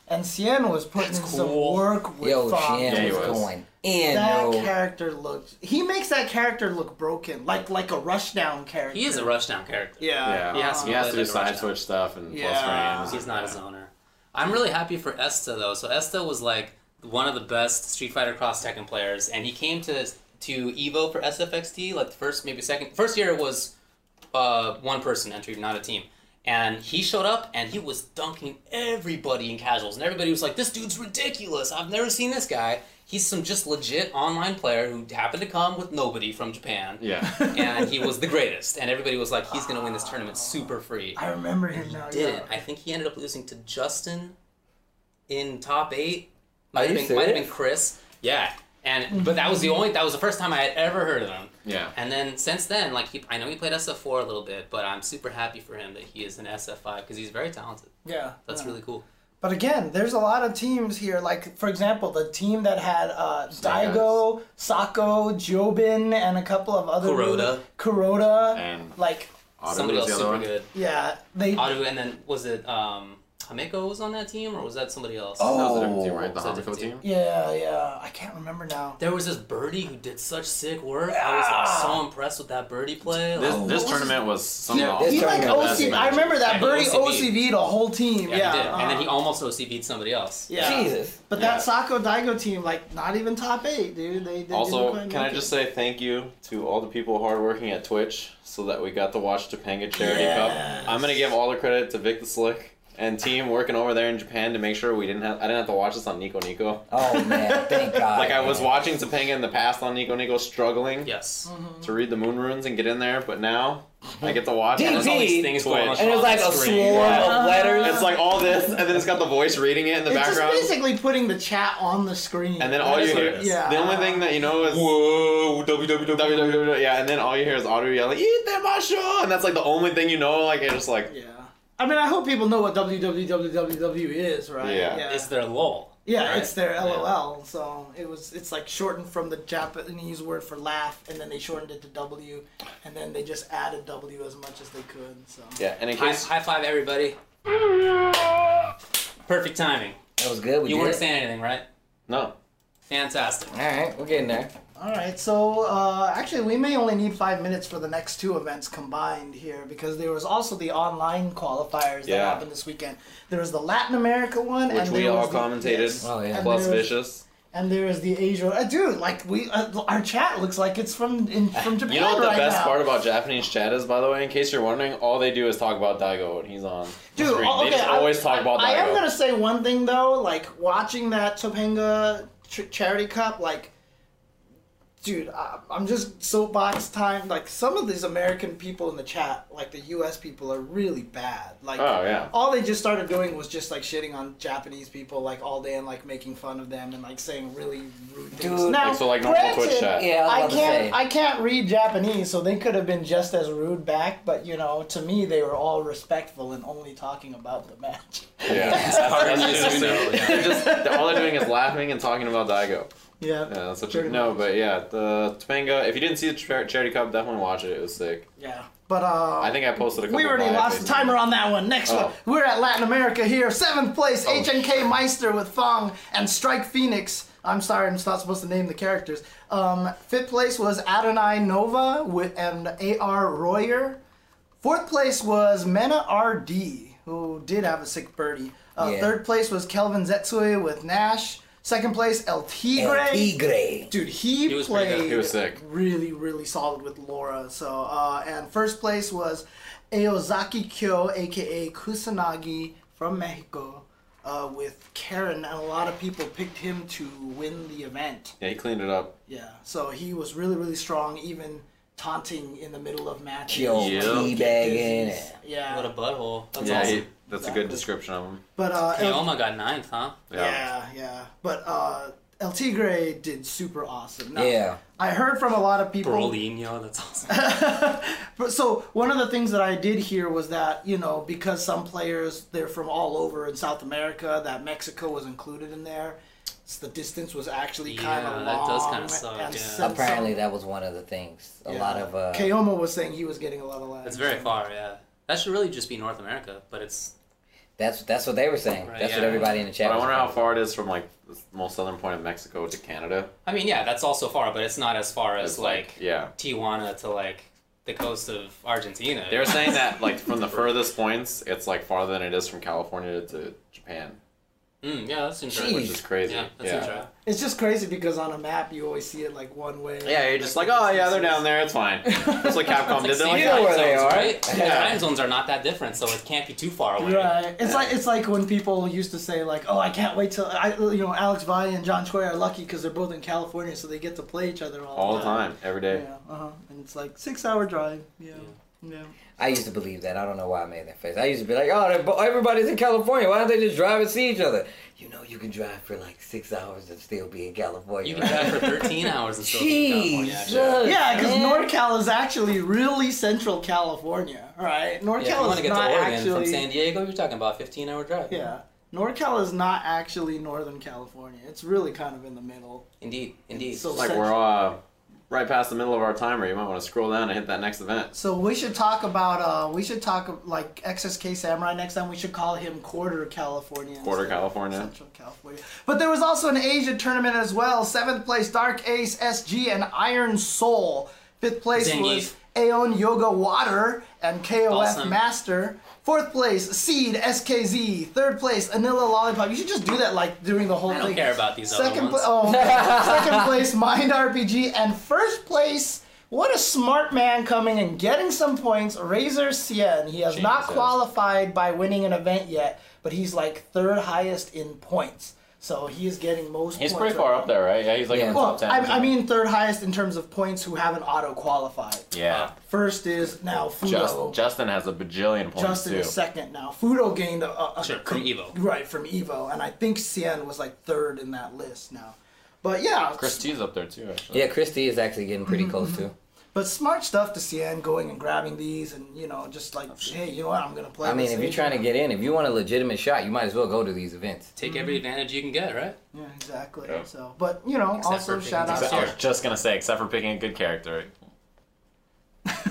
Speaker 1: And Cien was putting in some
Speaker 2: cool.
Speaker 1: work with
Speaker 4: Yo,
Speaker 1: thought.
Speaker 4: Shan
Speaker 3: he
Speaker 4: was
Speaker 3: was.
Speaker 4: going in.
Speaker 1: That
Speaker 4: yo.
Speaker 1: character looked. He makes that character look broken, like like a rushdown character.
Speaker 2: he is a rushdown character.
Speaker 1: Yeah.
Speaker 3: Yeah, he has to,
Speaker 2: Uh, He has to
Speaker 3: do
Speaker 2: do
Speaker 3: side
Speaker 2: Rushdown.
Speaker 3: switch stuff and
Speaker 1: Yeah.
Speaker 3: plus frames.
Speaker 2: He's not his owner. I'm really happy for Esta though. So Esta was like one of the best Street Fighter Cross Tekken players, and he came to to Evo for SFXT like the first maybe second first year it was uh, one person entry, not a team. And he showed up and he was dunking everybody in casuals, and everybody was like, "This dude's ridiculous! I've never seen this guy." He's some just legit online player who happened to come with nobody from Japan,
Speaker 3: [laughs] Yeah.
Speaker 2: and he was the greatest. And everybody was like, "He's gonna win this tournament super free."
Speaker 1: [laughs] I remember him now.
Speaker 2: didn't.
Speaker 1: Yeah.
Speaker 2: I think he ended up losing to Justin in top eight. Might
Speaker 4: Are
Speaker 2: have
Speaker 4: you
Speaker 2: been might have been
Speaker 4: serious?
Speaker 2: Chris. Yeah. And but that was the only that was the first time I had ever heard of him.
Speaker 3: Yeah.
Speaker 2: And then since then, like he, I know he played SF4 a little bit, but I'm super happy for him that he is an SF5 because he's very talented.
Speaker 1: yeah.
Speaker 2: That's
Speaker 1: yeah.
Speaker 2: really cool.
Speaker 1: But again, there's a lot of teams here. Like for example, the team that had uh,
Speaker 3: Eyes.
Speaker 1: Daigo, Sako, Jobin, and a couple of other
Speaker 2: Kuroda.
Speaker 1: Kuroda,
Speaker 3: And-
Speaker 1: like
Speaker 3: Otter
Speaker 2: Somebody
Speaker 3: was
Speaker 2: else
Speaker 3: the other
Speaker 2: super
Speaker 3: one.
Speaker 2: good.
Speaker 1: yeah, they
Speaker 2: Adu, and then was it um, Hameko was on that team or was that somebody else?
Speaker 3: That was a
Speaker 4: Oh.
Speaker 3: different team, right? The
Speaker 2: Was that a
Speaker 3: Hanako
Speaker 2: different
Speaker 3: team.
Speaker 2: team?
Speaker 1: yeah yeah. I can't remember now.
Speaker 2: There was this birdie who did such sick work. I was like so impressed with that birdie play.
Speaker 3: This,
Speaker 2: Like,
Speaker 3: this
Speaker 1: was
Speaker 3: tournament was some
Speaker 1: He,
Speaker 3: of
Speaker 4: this
Speaker 3: the
Speaker 1: he like
Speaker 4: tournament was
Speaker 1: OC.
Speaker 3: best
Speaker 1: I remember
Speaker 2: Yeah,
Speaker 1: that
Speaker 2: he
Speaker 1: birdie
Speaker 2: OCV'd.
Speaker 1: OCV'd a whole team. Yeah,
Speaker 2: Yeah, he did. and then he
Speaker 1: uh,
Speaker 2: almost OC beat somebody else.
Speaker 1: yeah.
Speaker 4: Jesus.
Speaker 1: But
Speaker 3: Yeah.
Speaker 1: that Sako Daigo team, like not even top eight, dude. They, they didn't
Speaker 3: Also,
Speaker 1: quite
Speaker 3: can I
Speaker 1: make it.
Speaker 3: just say thank you to all the people hardworking at Twitch so that we got to watch Topanga Charity
Speaker 1: Yes.
Speaker 3: Cup. I'm gonna give all the credit to Vic the Slick and team working over there in Japan to make sure we didn't have I didn't have to watch this on Nico Nico.
Speaker 4: Oh man,
Speaker 3: [laughs]
Speaker 4: thank God.
Speaker 3: Like I was
Speaker 4: man.
Speaker 3: watching Topanga in the past on Nico Nico, struggling
Speaker 2: Yes.
Speaker 3: to read the moon runes and get in there, but now I get to watch.
Speaker 4: DP.
Speaker 3: it.
Speaker 2: There's all these things going on.
Speaker 4: And it was like a swarm
Speaker 2: screen.
Speaker 4: of letters.
Speaker 3: It's like all this, and then it's got the voice reading it in the
Speaker 1: It's just
Speaker 3: background.
Speaker 1: basically putting the chat on the screen.
Speaker 3: And then all you
Speaker 2: That's
Speaker 3: hear,
Speaker 2: what it is.
Speaker 1: Yeah.
Speaker 3: the only thing that you know is
Speaker 2: Whoa, www.
Speaker 3: www. Yeah, and then all you hear is Otto yelling, "Eat that mushroom," and that's like the only thing you know. Like it's just like
Speaker 1: Yeah. I mean, I hope people know what www is, right?
Speaker 3: Yeah.
Speaker 1: Yeah,
Speaker 2: Is there lol?
Speaker 1: Yeah,
Speaker 2: right?
Speaker 1: it's their LOL. So it was. It's like shortened from the Japanese word for laugh, and then they shortened it to W, and then they just added W as much as they could. So.
Speaker 3: yeah. And in
Speaker 2: High,
Speaker 3: case
Speaker 2: high five, everybody. Perfect timing.
Speaker 4: That was good. We
Speaker 2: You
Speaker 4: did
Speaker 2: weren't
Speaker 4: it.
Speaker 2: saying anything, right?
Speaker 3: no,
Speaker 2: Fantastic.
Speaker 4: All right, we're getting there.
Speaker 1: All right. So uh, actually, we may only need five minutes for the next two events combined here, because there was also the online qualifiers that
Speaker 3: Yeah.
Speaker 1: happened this weekend. There was the Latin America one,
Speaker 3: which
Speaker 1: and
Speaker 3: we
Speaker 1: there
Speaker 3: all
Speaker 1: was the-
Speaker 3: commentated.
Speaker 1: yes.
Speaker 4: Oh, yeah.
Speaker 1: And
Speaker 3: Plus
Speaker 1: there was-
Speaker 3: vicious.
Speaker 1: And there is the Asia. Uh, dude, like we, uh, our chat looks like it's from in, from Japan
Speaker 3: You know what the
Speaker 1: right
Speaker 3: best
Speaker 1: now.
Speaker 3: part about Japanese chat is, by the way. In case you're wondering, all they do is talk about Daigo when he's on.
Speaker 1: Dude,
Speaker 3: screen.
Speaker 1: oh,
Speaker 3: they
Speaker 1: okay,
Speaker 3: just
Speaker 1: I-
Speaker 3: always talk about Daigo.
Speaker 1: I am gonna say one thing though, like watching that Topanga ch- Charity Cup, like, dude, I, I'm just soapbox time. Like some of these American people in the chat, like the U.S. people, are really bad. Like,
Speaker 3: Oh yeah.
Speaker 1: all they just started doing was just like shitting on Japanese people like all day and like making fun of them and like saying really rude things.
Speaker 4: Dude.
Speaker 1: now,
Speaker 3: Like, so, like, normal
Speaker 1: granted,
Speaker 3: Twitch chat.
Speaker 4: Yeah, I
Speaker 1: I,
Speaker 4: was about to say.
Speaker 1: can't I can't read Japanese, so they could have been just as rude back. But you know, to me, they were all respectful and only talking about the match. [laughs]
Speaker 3: Yeah.
Speaker 2: It's part of you,
Speaker 3: That's
Speaker 2: you know,
Speaker 3: true.
Speaker 2: [laughs]
Speaker 3: They're just they're- all they're doing is laughing and talking about Daigo.
Speaker 1: Yeah,
Speaker 3: Yeah, that's what
Speaker 1: Pretty
Speaker 3: you no, but yeah, the Topanga. If you didn't see the char- charity cup, definitely watch it. It was sick.
Speaker 1: yeah. But uh,
Speaker 3: I think I posted a couple.
Speaker 1: we already
Speaker 3: live
Speaker 1: lost the
Speaker 3: videos.
Speaker 1: timer on that one. Next
Speaker 3: Oh.
Speaker 1: one, we're at Latin America here, seventh place. HNK Meister with Fong and Strike Phoenix. I'm sorry, I'm not supposed to name the characters. Um, fifth place was Adonai Nova with and AR Royer. Fourth place was Mena RD, who did have a sick birdie. Uh,
Speaker 4: Yeah.
Speaker 1: Third place was Kelvin Zetsui with Nash. Second place, El Tigre.
Speaker 4: El Tigre.
Speaker 1: Dude, he,
Speaker 2: He was pretty good.
Speaker 1: played
Speaker 3: He was sick.
Speaker 1: really, really solid with Laura. So, uh, and first place was Aozaki Kyo, aka Kusanagi from Mexico, uh, with Karen, and a lot of people picked him to win the event.
Speaker 3: Yeah, he cleaned it up.
Speaker 1: Yeah, so he was really, really strong, even taunting in the middle of matches.
Speaker 4: Yo,
Speaker 3: Yeah.
Speaker 4: teabagging.
Speaker 1: Yeah,
Speaker 2: What a butthole. That's
Speaker 3: yeah,
Speaker 2: awesome.
Speaker 3: he, that's a
Speaker 1: Exactly.
Speaker 3: good description of him.
Speaker 1: but uh, El-
Speaker 2: Kioma got ninth, huh?
Speaker 3: Yeah.
Speaker 1: yeah, yeah, but uh, El Tigre did super awesome. Now,
Speaker 4: Yeah.
Speaker 1: I heard from a lot of people.
Speaker 2: Brolinho, that's awesome.
Speaker 1: [laughs] But so one of the things that I did hear was that you know because some players they're from all over in South America that Mexico was included in there, s- the distance was actually
Speaker 2: Yeah,
Speaker 1: kind of long.
Speaker 2: that does kinda suck,
Speaker 1: and
Speaker 2: yeah.
Speaker 1: so-
Speaker 4: Apparently, that was one of the things. A
Speaker 1: Yeah.
Speaker 4: lot of uh,
Speaker 1: Kaoma was saying he was getting a lot of laughs.
Speaker 2: It's very far, yeah. That should really just be North America, but it's
Speaker 4: that's that's what they were saying.
Speaker 2: Right,
Speaker 4: That's what
Speaker 2: yeah.
Speaker 4: everybody in the
Speaker 3: But
Speaker 4: chat.
Speaker 3: I
Speaker 4: was
Speaker 3: wonder how
Speaker 4: saying.
Speaker 3: far it is from like the most southern point of Mexico to Canada.
Speaker 2: I mean, yeah, that's also far, but it's not as far as like,
Speaker 3: yeah.
Speaker 2: Tijuana to like the coast of Argentina.
Speaker 3: They were saying that like from the furthest points, it's like farther than it is from California to Japan,
Speaker 2: [laughs] Mm, yeah, that's interesting.
Speaker 3: which is crazy.
Speaker 2: Yeah, that's interesting.
Speaker 1: It's just crazy because on a map you always see it like one way.
Speaker 3: Yeah, you're just like, oh yeah, they're down there. It's fine. That's what Capcom did. They're
Speaker 2: See,
Speaker 1: [laughs]
Speaker 3: like,
Speaker 4: you know
Speaker 3: "Yeah,
Speaker 4: where
Speaker 3: so
Speaker 4: they
Speaker 3: it's
Speaker 4: are."
Speaker 2: Right?
Speaker 3: Yeah.
Speaker 2: The time zones are not that different, so it can't be too far away.
Speaker 1: Right. It's like it's like when people used to say like, "Oh, I can't wait till I, you know Alex Vai and John Choi are lucky because they're both in California, so they get to play each other all,
Speaker 3: all the time, every day.
Speaker 1: Yeah. Uh huh. And it's like six hour drive. Yeah. Yeah.
Speaker 4: I used to believe that. I don't know why I made that face. I used to be like, oh, they're bo- everybody's in California. Why don't they just drive and see each other? You know, you can drive for like six hours and still be in California.
Speaker 2: You can
Speaker 4: right?
Speaker 2: drive for 13 hours and still be in California.
Speaker 4: Jesus.
Speaker 2: actually.
Speaker 1: Yeah, because
Speaker 4: man.
Speaker 1: NorCal is actually really central California, right? NorCal
Speaker 2: Yeah, you
Speaker 1: is
Speaker 2: want to get
Speaker 1: not
Speaker 2: to Oregon
Speaker 1: actually.
Speaker 2: from San Diego, you're talking about a 15 hour drive.
Speaker 1: yeah, NorCal is not actually Northern California. It's really kind of in the middle.
Speaker 2: Indeed, indeed.
Speaker 1: So-
Speaker 3: Like we're uh, right past the middle of our timer. You might want to scroll down and hit that next event.
Speaker 1: So we should talk about uh, we should talk like XSK Samurai next time. We should call him Quarter California.
Speaker 3: Quarter
Speaker 1: instead of
Speaker 3: California.
Speaker 1: Central California. But there was also an Asia tournament as well. Seventh place Dark Ace SG and Iron Soul. Fifth place was
Speaker 2: Zangief.
Speaker 1: Aeon Yoga Water and KOF
Speaker 2: Awesome.
Speaker 1: Master. Fourth place Seed SKZ. Third place Anila Lollipop. You should just do that like during the whole
Speaker 2: I
Speaker 1: thing.
Speaker 2: don't care about these
Speaker 1: Second,
Speaker 2: other ones.
Speaker 1: pla- oh, okay. second place, Mind RPG, and first place. What a smart man coming and getting some points, Razor Cien. He has not
Speaker 3: Jesus.
Speaker 1: qualified by winning an event yet, but he's like third highest in points. So he is getting most
Speaker 3: He's
Speaker 1: points.
Speaker 3: pretty
Speaker 1: right
Speaker 3: far
Speaker 1: now.
Speaker 3: up there, right? Yeah, he's like in
Speaker 4: Yeah.
Speaker 3: the
Speaker 1: Well,
Speaker 3: top ten.
Speaker 1: I, I mean, third highest in terms of points who haven't auto qualified.
Speaker 3: yeah.
Speaker 1: First is now Fudo.
Speaker 3: Just, Justin has a bajillion points
Speaker 1: Justin
Speaker 3: too.
Speaker 1: is second now. Fudo gained a, a, a
Speaker 2: Sure, from Evo.
Speaker 1: Right, from Evo. And I think Cien was like third in that list now. But yeah,
Speaker 3: Christie's up there too, actually.
Speaker 4: Yeah, Christy is actually getting pretty close too.
Speaker 1: But smart stuff to Cien going and grabbing these and you know just like hey you know what I'm gonna play.
Speaker 4: I mean,
Speaker 1: this
Speaker 4: if you're
Speaker 1: Asian.
Speaker 4: trying to get in, if you want a legitimate shot, you might as well go to these events.
Speaker 2: Take every advantage you can get, right?
Speaker 1: yeah exactly.
Speaker 3: Yeah.
Speaker 1: So but you know
Speaker 2: Except
Speaker 1: also
Speaker 2: for picking
Speaker 1: shout out
Speaker 3: Except-
Speaker 1: to
Speaker 3: I was just gonna say, except for picking a good character.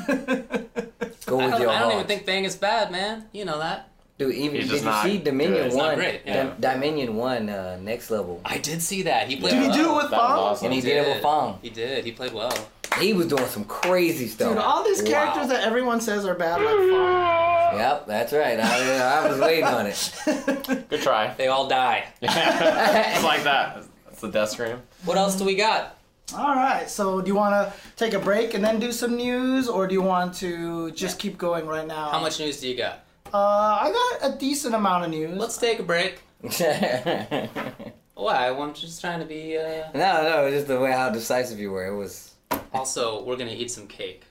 Speaker 4: Go
Speaker 2: I
Speaker 4: with
Speaker 2: don't,
Speaker 4: your
Speaker 2: I don't
Speaker 4: heart.
Speaker 2: even think Bang is bad, man. You know that.
Speaker 4: Dude, even
Speaker 3: He's
Speaker 4: did
Speaker 3: just
Speaker 4: you
Speaker 3: not
Speaker 4: see Dominion
Speaker 3: good. He's
Speaker 2: not
Speaker 4: One?
Speaker 2: great,
Speaker 4: Dim-
Speaker 2: yeah.
Speaker 4: Dominion One, uh, next level.
Speaker 2: I did see that. He played
Speaker 1: Did he
Speaker 2: well.
Speaker 1: do it with
Speaker 3: That was
Speaker 1: Fong?
Speaker 3: awesome.
Speaker 4: And he did it with Fong.
Speaker 2: He did. He played well.
Speaker 4: He was doing some crazy stuff.
Speaker 1: Dude, all these characters that everyone says are bad like [laughs] Fong.
Speaker 4: Yep, that's right. I, I was waiting on it. [laughs]
Speaker 3: Good try.
Speaker 2: They all die.
Speaker 3: it's like that. It's the death scream.
Speaker 2: What else do we got?
Speaker 1: All right, so do you want to take a break and then do some news, or do you want to just keep going right now?
Speaker 2: How much news do you got?
Speaker 1: Uh, I got a decent amount of news.
Speaker 2: Let's take a break.
Speaker 4: no,
Speaker 2: Why? I'm just trying to be. Uh...
Speaker 4: no, just the way how decisive you were. It was.
Speaker 2: Also, we're gonna eat some cake.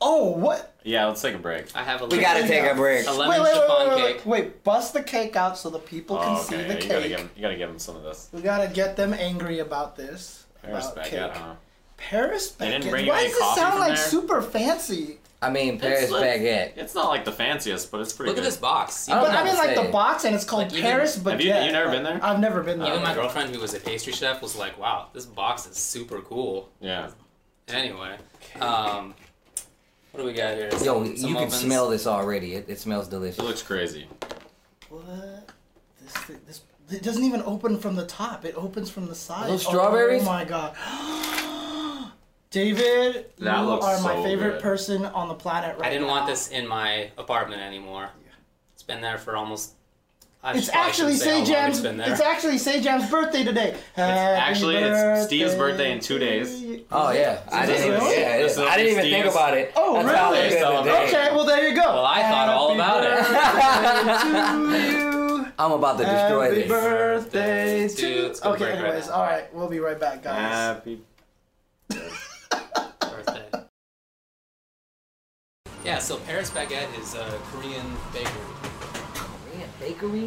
Speaker 1: oh what?
Speaker 3: Yeah, let's take a break.
Speaker 2: I have a.
Speaker 4: We
Speaker 2: Lemon,
Speaker 4: gotta take a break.
Speaker 2: a
Speaker 1: Wait
Speaker 2: lemon
Speaker 1: wait wait wait,
Speaker 2: chiffon
Speaker 1: wait
Speaker 2: cake.
Speaker 1: wait wait! Bust the cake out so the people can
Speaker 3: Oh,
Speaker 1: see
Speaker 3: okay.
Speaker 1: the
Speaker 3: yeah, you gotta
Speaker 1: cake.
Speaker 3: give him. You gotta give him some of this.
Speaker 1: we gotta get them angry about this.
Speaker 3: Paris
Speaker 1: about
Speaker 3: baguette,
Speaker 1: cake.
Speaker 3: huh?
Speaker 1: Paris baguette.
Speaker 3: They didn't bring you
Speaker 1: Why
Speaker 3: any
Speaker 1: does it
Speaker 3: coffee
Speaker 1: sound
Speaker 3: from
Speaker 1: like
Speaker 3: there?
Speaker 1: super fancy?
Speaker 4: I mean, Paris
Speaker 3: like-
Speaker 4: baguette.
Speaker 3: It's not like the fanciest, but it's pretty.
Speaker 2: Look at
Speaker 3: good.
Speaker 2: this box.
Speaker 4: I
Speaker 1: But
Speaker 4: don't
Speaker 1: I
Speaker 4: know
Speaker 1: mean,
Speaker 4: what to
Speaker 1: like the
Speaker 4: say.
Speaker 1: box, and it's called
Speaker 2: Like, even-
Speaker 1: Paris baguette.
Speaker 3: Have you- you've never been there?
Speaker 1: I've never been there.
Speaker 2: Even my girlfriend, who was a pastry chef, was like, "Wow, this box is super cool."
Speaker 3: Yeah.
Speaker 2: Anyway, um, what do we got here?
Speaker 4: Yo,
Speaker 2: Some-
Speaker 4: you
Speaker 2: some
Speaker 4: can
Speaker 2: ovens.
Speaker 4: smell this already. It, it smells
Speaker 3: It
Speaker 4: delicious.
Speaker 3: looks crazy.
Speaker 1: What? This thing, this it doesn't even open from the top. It opens from the side.
Speaker 4: those strawberries?
Speaker 1: Oh my god. [gasps] David,
Speaker 3: That
Speaker 1: you
Speaker 3: looks
Speaker 1: are my
Speaker 3: so
Speaker 1: favorite
Speaker 3: good.
Speaker 1: person on the planet right now.
Speaker 2: I didn't want this in my apartment anymore. It's been there for almost. I
Speaker 1: It's
Speaker 2: probably
Speaker 1: actually
Speaker 2: shouldn't say how long
Speaker 1: Sejam's.
Speaker 2: It's been there.
Speaker 1: It's actually Sejam's birthday today. Happy
Speaker 3: actually- it's Steve's birthday in two days.
Speaker 1: to you.
Speaker 4: Oh yeah, I
Speaker 1: this
Speaker 4: didn't. Even,
Speaker 1: really?
Speaker 4: yeah, it
Speaker 3: This
Speaker 4: is.
Speaker 3: is
Speaker 4: I didn't even
Speaker 3: Steve's-
Speaker 4: think about it.
Speaker 1: Oh,
Speaker 4: That's how
Speaker 1: really?
Speaker 4: it is
Speaker 3: So,
Speaker 4: today.
Speaker 1: Okay, well there you go.
Speaker 2: Well, I thought all about it.
Speaker 1: it. To you.
Speaker 4: I'm about to destroy
Speaker 1: Happy
Speaker 4: this.
Speaker 1: birthday
Speaker 2: Let's do-
Speaker 1: to.
Speaker 2: let's go
Speaker 1: Okay,
Speaker 2: break right
Speaker 1: anyways,
Speaker 2: now.
Speaker 1: all right, we'll be right back, guys.
Speaker 3: Happy.
Speaker 2: birthday. Yeah, so Paris Baguette is a Korean bakery.
Speaker 4: Man, Bakery.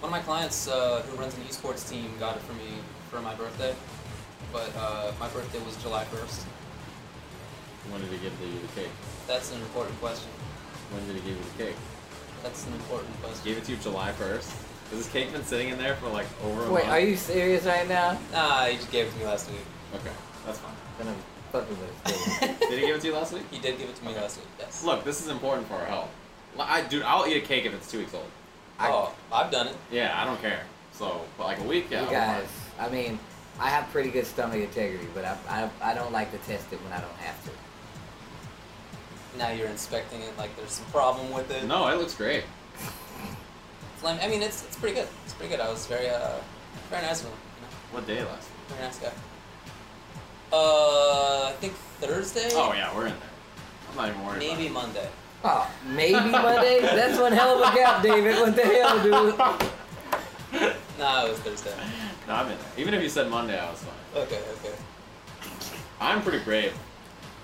Speaker 2: One of my clients uh, who runs an esports team got it for me for my birthday, but uh, my birthday was July 1st.
Speaker 3: When did he give you the cake?
Speaker 2: That's an important question.
Speaker 3: When did he give you the cake?
Speaker 2: That's an important question.
Speaker 3: Gave it to you July first. Has this cake been sitting in there for like over a
Speaker 4: Wait,
Speaker 3: month?
Speaker 4: are you serious right now?
Speaker 2: Ah, he just gave it to me last week.
Speaker 3: Okay, that's fine.
Speaker 4: Then I'm fucking with it.
Speaker 3: Did he give it to you last week? [laughs]
Speaker 2: He did give it to me last week. Yes.
Speaker 3: Look, this is important for our health. Li- I, dude, I'll eat a cake if it's two weeks old.
Speaker 4: I-
Speaker 2: oh, I've done it.
Speaker 3: Yeah, I don't care. So, but like a week, yeah.
Speaker 4: you
Speaker 3: I'll
Speaker 4: guys, I
Speaker 3: work.
Speaker 4: mean, I have pretty good stomach integrity, but I, I, I don't like to test it when I don't have to.
Speaker 2: Now you're inspecting it like there's some problem with it.
Speaker 3: No, it looks great.
Speaker 2: Flam- I mean, it's, it's pretty good. It's pretty good. I was very uh, very nice with him. You know?
Speaker 3: What day last week?
Speaker 2: Very nice guy. Uh, I think Thursday.
Speaker 3: Oh yeah, we're in there. I'm not even worried.
Speaker 2: Maybe Monday.
Speaker 4: Oh, [laughs] maybe Monday? That's one hell of a gap, David. What the hell, dude?
Speaker 3: About it.
Speaker 2: No, it was Thursday.
Speaker 3: no, I'm in there. Even if you said Monday, I was fine.
Speaker 2: Okay, okay.
Speaker 3: I'm pretty brave.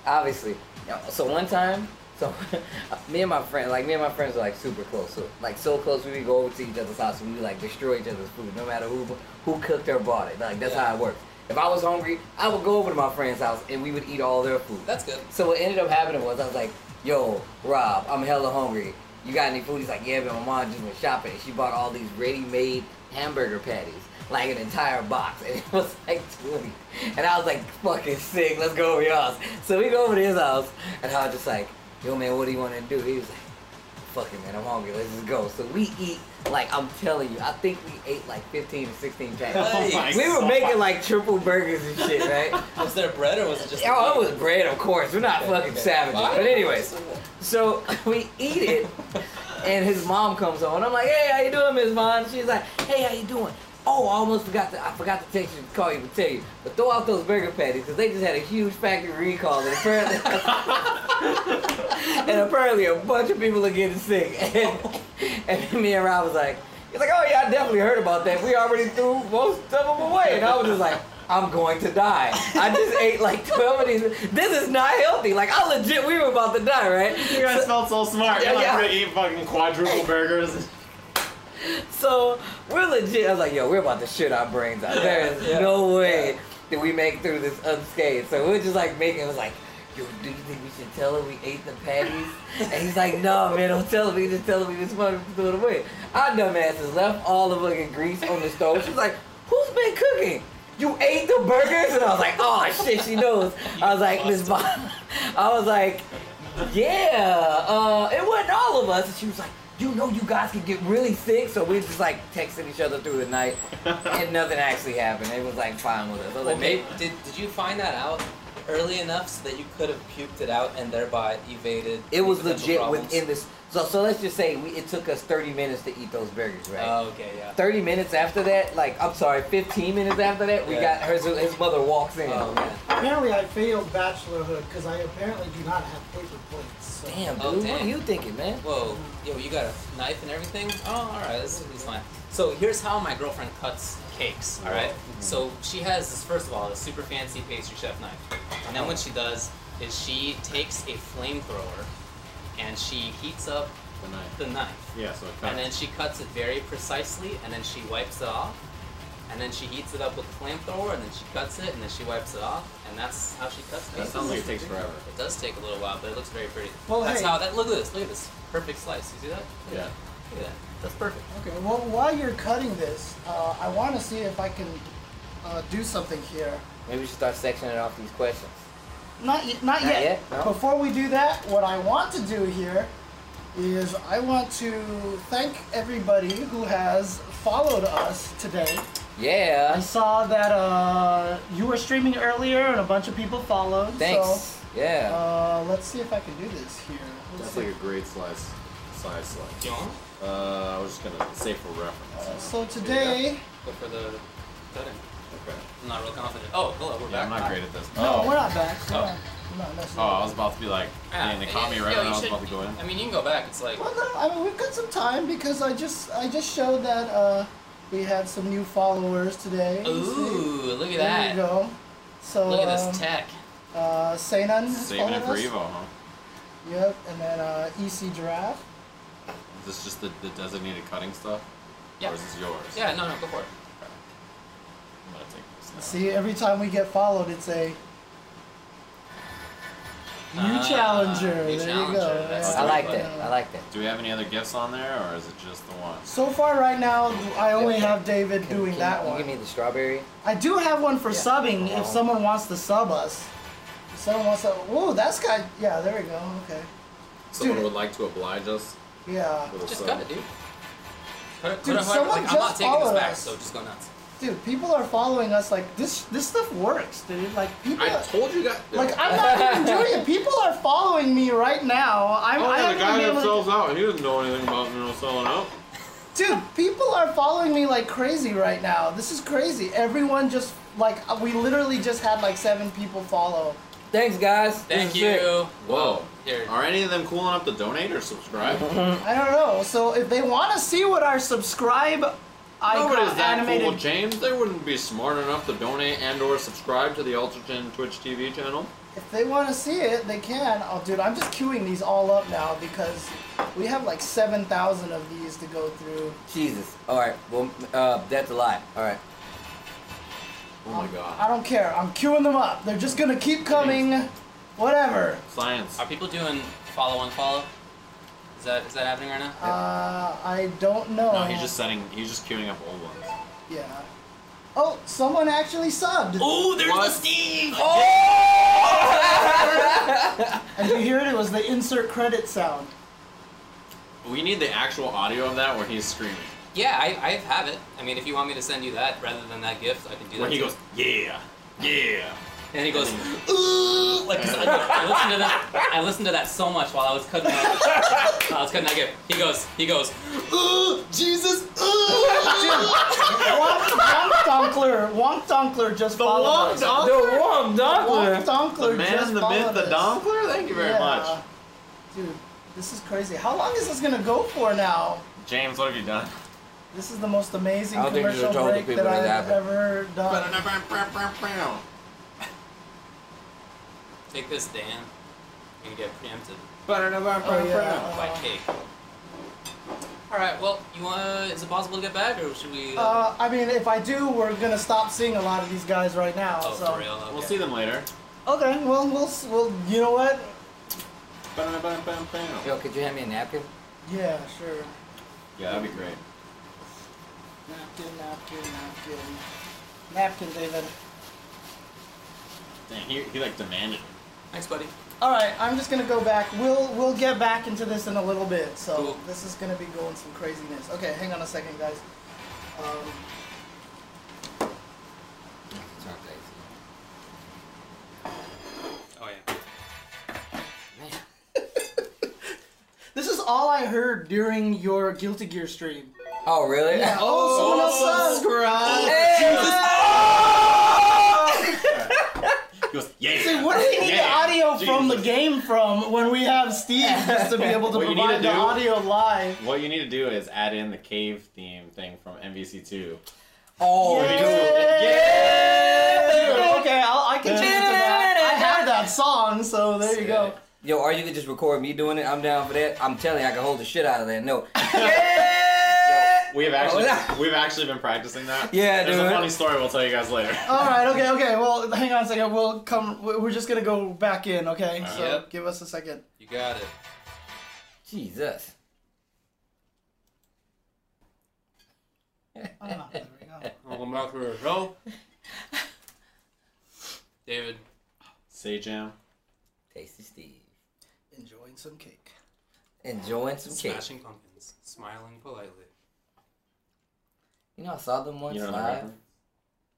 Speaker 4: obviously. Yo, So one time, so [laughs] me and my friend, like me and my friends are like super close, so like so close we would go over to each other's house and we like destroy each other's food, no matter who who cooked or bought it. Like that's
Speaker 2: Yeah.
Speaker 4: how it works. If I was hungry, I would go over to my friend's house and we would eat all their food.
Speaker 2: That's good.
Speaker 4: So what ended up happening was I was like, "Yo, Rob, I'm hella hungry. You got any food?" He's like, "Yeah, but my mom just went shopping and she bought all these ready-made hamburger patties, like an entire box, [laughs] and it was like 20." And I was like, "Fucking sick. Let's go over your house." So we go over to his house, and I was just like, "Yo, man, what do you want to do?" He was like. Fuck it, man. I'm hungry. Let's just go. So we eat like I'm telling you. I think we ate like 15 or 16 patties.
Speaker 2: Hey,
Speaker 4: we were
Speaker 3: Oh God.
Speaker 4: making like triple burgers and shit, right?
Speaker 2: Was there bread or was it just? the
Speaker 4: Oh,
Speaker 2: meat?
Speaker 4: it was bread, of course. We're not
Speaker 2: Okay,
Speaker 4: fucking
Speaker 2: okay.
Speaker 4: savages.
Speaker 2: Well, I
Speaker 4: But
Speaker 2: don't know.
Speaker 4: anyways, so [laughs] we eat it, and his mom comes on. I'm like, hey, how you doing, Miss Vaughn? She's like, hey, how you doing? Oh, I almost forgot to I forgot to text you to call you to tell you. But throw out those burger patties because they just had a huge factory recall and apparently [laughs] and apparently a bunch of people are getting sick. [laughs] And, and me and Rob was like, he's like, oh yeah, I definitely heard about that. We already threw most of them away. And I was just like, I'm going to die. I just ate like [laughs] 12 of these. This is not healthy. Like I legit, we were about to die, right?
Speaker 3: You guys felt so smart.
Speaker 4: Yeah,
Speaker 3: You're like,
Speaker 4: yeah.
Speaker 3: we're gonna eat fucking quadruple burgers.
Speaker 4: [laughs] So we're legit. I was like, yo, we're about to shit our brains out. There is
Speaker 2: Yeah.
Speaker 4: no way that we make through this unscathed. So we're just like making. It was like, yo, do you think we should tell her we ate the
Speaker 2: [laughs]
Speaker 4: patties? and he's like, no, man, don't tell her. We just tell her we just wanted to throw it away. Our dumbasses left all the fucking grease on the stove. She's like, who's been cooking? You ate the burgers? And I was like, oh shit, she knows. I was like, Miss Bob. [laughs] I was like, yeah, uh, it wasn't all of us. And she was like, you know, you guys can get really sick. So we just like texting each other through
Speaker 2: [laughs]
Speaker 4: the night, and nothing actually happened. It was like fine with us. I was like,
Speaker 2: Okay,
Speaker 4: maybe.
Speaker 2: did, did you find that out early enough so that you could have puked it out and thereby evaded?
Speaker 4: It was
Speaker 2: any potential
Speaker 4: legit
Speaker 2: problems?
Speaker 4: within this. So, so let's just say we, it took us 30 minutes to eat those burgers, right?
Speaker 2: Oh, okay, yeah.
Speaker 4: 30 minutes after that, like, I'm sorry, 15 minutes after that, we
Speaker 2: Yeah.
Speaker 4: got her, his mother walks in.
Speaker 2: Oh man.
Speaker 1: Apparently, I failed bachelorhood because I apparently do not have paper plates. So.
Speaker 4: Damn, dude,
Speaker 2: Oh,
Speaker 4: what are
Speaker 2: damn.
Speaker 4: you thinking, man?
Speaker 2: Whoa, yo, you got a knife and everything? Oh, all right, this is fine. So here's how my girlfriend cuts cakes. All right?
Speaker 4: Mm-hmm.
Speaker 2: so she has this first of all, this super fancy pastry chef knife, and then what she does is she takes a flamethrower, and she heats up
Speaker 3: The knife.
Speaker 2: the knife,
Speaker 3: Yeah, so it
Speaker 2: and then she cuts it very precisely, and then she wipes it off, and then she heats it up with the flamethrower, and then she cuts it, and then she wipes it off, and that's how she cuts
Speaker 3: That
Speaker 2: things.
Speaker 3: sounds like it takes forever.
Speaker 2: It does take a little while, but it looks very pretty.
Speaker 1: Well,
Speaker 2: that's
Speaker 1: hey.
Speaker 2: how that. Look at this. Look at this perfect slice. You see that? Look
Speaker 3: Yeah.
Speaker 2: at that. Look at that. That's perfect.
Speaker 1: Okay, well, while you're cutting this, uh, I want to see if I can uh, do something here.
Speaker 4: Maybe we should start sectioning off these questions.
Speaker 1: Not, y- not,
Speaker 4: Not
Speaker 1: yet.
Speaker 4: yet, no.
Speaker 1: Before we do that, what I want to do here is I want to thank everybody who has followed us today. I
Speaker 4: Yeah.
Speaker 1: saw that uh, you were streaming earlier and a bunch of people followed.
Speaker 4: Thanks.
Speaker 1: So,
Speaker 4: Yeah.
Speaker 1: uh, let's see if I can do this here. Let's
Speaker 3: That's
Speaker 1: see.
Speaker 3: like a great slice, side slice.
Speaker 2: Do you want? one?
Speaker 3: Uh, I was just gonna say for reference.
Speaker 1: Uh, so today,
Speaker 2: Go for the cutting.
Speaker 3: Okay.
Speaker 2: I'm not real confident. Oh, hello. We're
Speaker 3: Yeah,
Speaker 2: back.
Speaker 3: I'm not great at this.
Speaker 1: no,
Speaker 3: Oh.
Speaker 1: we're not back. We're
Speaker 2: Oh.
Speaker 1: not- no, that's
Speaker 3: Oh,
Speaker 1: not-
Speaker 3: I was about to be like,
Speaker 2: Ah,
Speaker 3: man, they
Speaker 2: yeah,
Speaker 3: caught me
Speaker 2: yeah,
Speaker 3: right
Speaker 2: yo,
Speaker 3: when I
Speaker 2: you
Speaker 3: was
Speaker 2: should-
Speaker 3: about to go in.
Speaker 2: I mean, you can go back. It's like.
Speaker 1: Well, no, I mean we've got some time because I just I just showed that uh, we had some new followers today. You see?
Speaker 2: Ooh, look at
Speaker 1: there you
Speaker 2: that.
Speaker 1: go. So
Speaker 2: Look at
Speaker 1: um,
Speaker 2: this tech.
Speaker 1: uh, Sainan has
Speaker 3: Saving it
Speaker 1: followed
Speaker 3: for
Speaker 1: us.
Speaker 3: Evo, huh?
Speaker 1: Yep, and then uh, EC Giraffe.
Speaker 3: Is this just the, the designated cutting stuff?
Speaker 2: Yeah.
Speaker 3: Or is this yours?
Speaker 2: Yeah. No. No. Go for it.
Speaker 3: I'm gonna take this now.
Speaker 1: See, every time we get followed, it's a New
Speaker 2: Ah,
Speaker 1: challenger.
Speaker 2: new
Speaker 1: there you
Speaker 2: challenger.
Speaker 1: go.
Speaker 2: That's
Speaker 4: I
Speaker 1: Yeah.
Speaker 4: like that. I like that.
Speaker 3: Do we have any other gifts on there, or is it just the one?
Speaker 1: So far, right now, I only have David
Speaker 4: Can-
Speaker 1: doing
Speaker 4: can
Speaker 1: that
Speaker 4: you
Speaker 1: one.
Speaker 4: Give me the strawberry.
Speaker 1: I do have one for
Speaker 4: Yeah.
Speaker 1: subbing
Speaker 4: Oh.
Speaker 1: if someone wants to sub us. If someone wants to. Ooh, that's got. Yeah, there we go. Okay.
Speaker 3: Someone
Speaker 1: Dude.
Speaker 3: would like to oblige us
Speaker 1: Yeah.
Speaker 3: with a
Speaker 2: Just
Speaker 3: sub.
Speaker 2: cut it, dude. Cut it, cut
Speaker 1: Dude,
Speaker 2: it hard.
Speaker 1: someone
Speaker 2: Like, I'm
Speaker 1: just
Speaker 2: not taking this
Speaker 1: followed
Speaker 2: back,
Speaker 1: us.
Speaker 2: so just go nuts.
Speaker 1: Dude, people are following us. Like, this This stuff works, dude. Like, people.
Speaker 3: I told you guys.
Speaker 1: like, I'm not
Speaker 3: [laughs]
Speaker 1: even doing it. People are following me right now. I'm,
Speaker 3: Oh,
Speaker 1: I
Speaker 3: yeah,
Speaker 1: haven't
Speaker 3: the guy
Speaker 1: been
Speaker 3: that
Speaker 1: able to-
Speaker 3: sells out, he doesn't know anything about you know selling out.
Speaker 1: Dude, people are following me like crazy right now. This is crazy. Everyone just like uh, we literally just had like seven people follow.
Speaker 4: Thanks, guys.
Speaker 2: Thank
Speaker 4: this is
Speaker 2: you.
Speaker 4: it.
Speaker 3: Whoa.
Speaker 2: Here.
Speaker 3: Are any of them cool enough to donate
Speaker 1: [laughs]
Speaker 3: or subscribe?
Speaker 1: I don't know. So if they want to see what our subscribe icon
Speaker 3: Nobody's that
Speaker 1: animated,
Speaker 3: cool, James. They wouldn't be smart enough to donate and/or subscribe to the Ultragen Twitch TV channel.
Speaker 1: if they want to see it, they can. Oh, dude, I'm just queuing these all up now because we have like seven thousand of these to go through.
Speaker 4: Jesus. All right. Well, uh, that's a lot. All right.
Speaker 3: Oh my
Speaker 1: I
Speaker 3: God.
Speaker 1: don't care. I'm queuing them up. They're just gonna keep coming. Whatever.
Speaker 3: Science.
Speaker 2: Are people doing follow unfollow? Is that is that happening right now?
Speaker 1: Uh, I don't know.
Speaker 3: No, he's just setting. He's just queuing up old ones.
Speaker 1: yeah. Oh, someone actually subbed.
Speaker 2: Oh, there's
Speaker 3: What?
Speaker 2: the Steve.
Speaker 1: Oh. And you hear it, it was the insert credit
Speaker 3: [laughs]
Speaker 1: sound.
Speaker 3: We need the actual audio of that where he's screaming.
Speaker 2: Yeah, I, I have it. I mean, if you want me to send you that rather than that gift, I can do that.
Speaker 3: When he
Speaker 2: too.
Speaker 3: goes, yeah, yeah.
Speaker 2: and he goes, ooh, like 'cause I, I listened to that. I listened to that so much while I was cutting. Out, I was cutting that gift. He goes, he goes, ooh, Jesus, ooh.
Speaker 1: Wonk, Wonk Dunkler, Wonk Dunkler just
Speaker 3: The
Speaker 1: followed
Speaker 3: Wonk
Speaker 1: us.
Speaker 3: Dunkler?
Speaker 4: The warm
Speaker 1: Wonk Dunkler
Speaker 3: The
Speaker 1: just
Speaker 3: man, the
Speaker 1: followed
Speaker 3: myth, the
Speaker 1: us.
Speaker 3: donkler. Thank you very
Speaker 1: Yeah.
Speaker 3: much.
Speaker 1: Dude, this is crazy. How long is this gonna go for now?
Speaker 3: James, what have you done?
Speaker 1: This is the most amazing
Speaker 4: I don't think you
Speaker 1: commercial
Speaker 4: should tell the
Speaker 1: break
Speaker 4: people
Speaker 1: that I've
Speaker 4: that happened.
Speaker 1: ever done.
Speaker 2: Take this, Dan. You're gonna get preempted
Speaker 1: Oh, yeah.
Speaker 2: by cake. All right. Well, you want? Is it possible to get back, or should we?
Speaker 1: Uh, I mean, if I do, we're gonna stop seeing a lot of these guys right now.
Speaker 2: oh,
Speaker 1: so.
Speaker 2: for real. Okay.
Speaker 3: We'll see them later.
Speaker 1: Okay, well, we'll, s- well, you know what?
Speaker 4: Yo, could you hand me a napkin?
Speaker 1: Yeah, sure.
Speaker 3: Yeah, that'd be great.
Speaker 1: Napkin, napkin, napkin. Napkin, David.
Speaker 3: Dang, he, he like demanded. it.
Speaker 2: Thanks, buddy.
Speaker 1: All right, I'm just gonna go back. We'll we'll get back into this in a little bit. So
Speaker 2: Cool.
Speaker 1: this is gonna be going some craziness. Okay, hang on a second, guys. Um,
Speaker 4: It's not that
Speaker 2: Oh yeah.
Speaker 4: easy. Man.
Speaker 1: this is all I heard during your Guilty Gear stream.
Speaker 4: Oh, really?
Speaker 1: Yeah. [laughs] Oh, someone else Oh, subbed.
Speaker 4: Hey!
Speaker 3: He goes, yeah.
Speaker 1: See, what do we need
Speaker 3: yeah,
Speaker 1: the audio from the
Speaker 3: Jesus."
Speaker 1: game from when we have Steve just to be able to
Speaker 3: What you need
Speaker 1: provide
Speaker 3: to
Speaker 1: the
Speaker 3: do-
Speaker 1: audio live?
Speaker 3: What you need to do is add in the cave theme thing from MVC2.
Speaker 4: [laughs] Oh,
Speaker 1: Yeah.
Speaker 4: dude.
Speaker 1: Dude, [laughs] Okay, I'll, I can change it to that. I have that song, so there you go.
Speaker 4: Yo, or you could just record me doing it. I'm down for that. I'm telling you, I can hold the shit out of that. No. yeah.
Speaker 3: We have actually
Speaker 4: Oh,
Speaker 3: we've actually been practicing that.
Speaker 4: Yeah,
Speaker 3: There's
Speaker 4: dude.
Speaker 3: a funny story we'll tell you guys later.
Speaker 1: All right, okay, okay. Well, hang on a second. We'll come. we- We're just gonna go back in, okay? so
Speaker 2: Yep.
Speaker 1: give us a second.
Speaker 2: You got [laughs] it.
Speaker 4: [laughs] Jesus.
Speaker 1: Ah, there we [laughs] go.
Speaker 2: Welcome back to the show. [laughs] David.
Speaker 3: Say jam.
Speaker 4: Tasty Steve.
Speaker 1: Enjoying some cake.
Speaker 4: Enjoying some cake.
Speaker 2: Smashing pumpkins. Smiling politely.
Speaker 4: You know, I saw them once
Speaker 3: You know that
Speaker 4: live
Speaker 3: reference?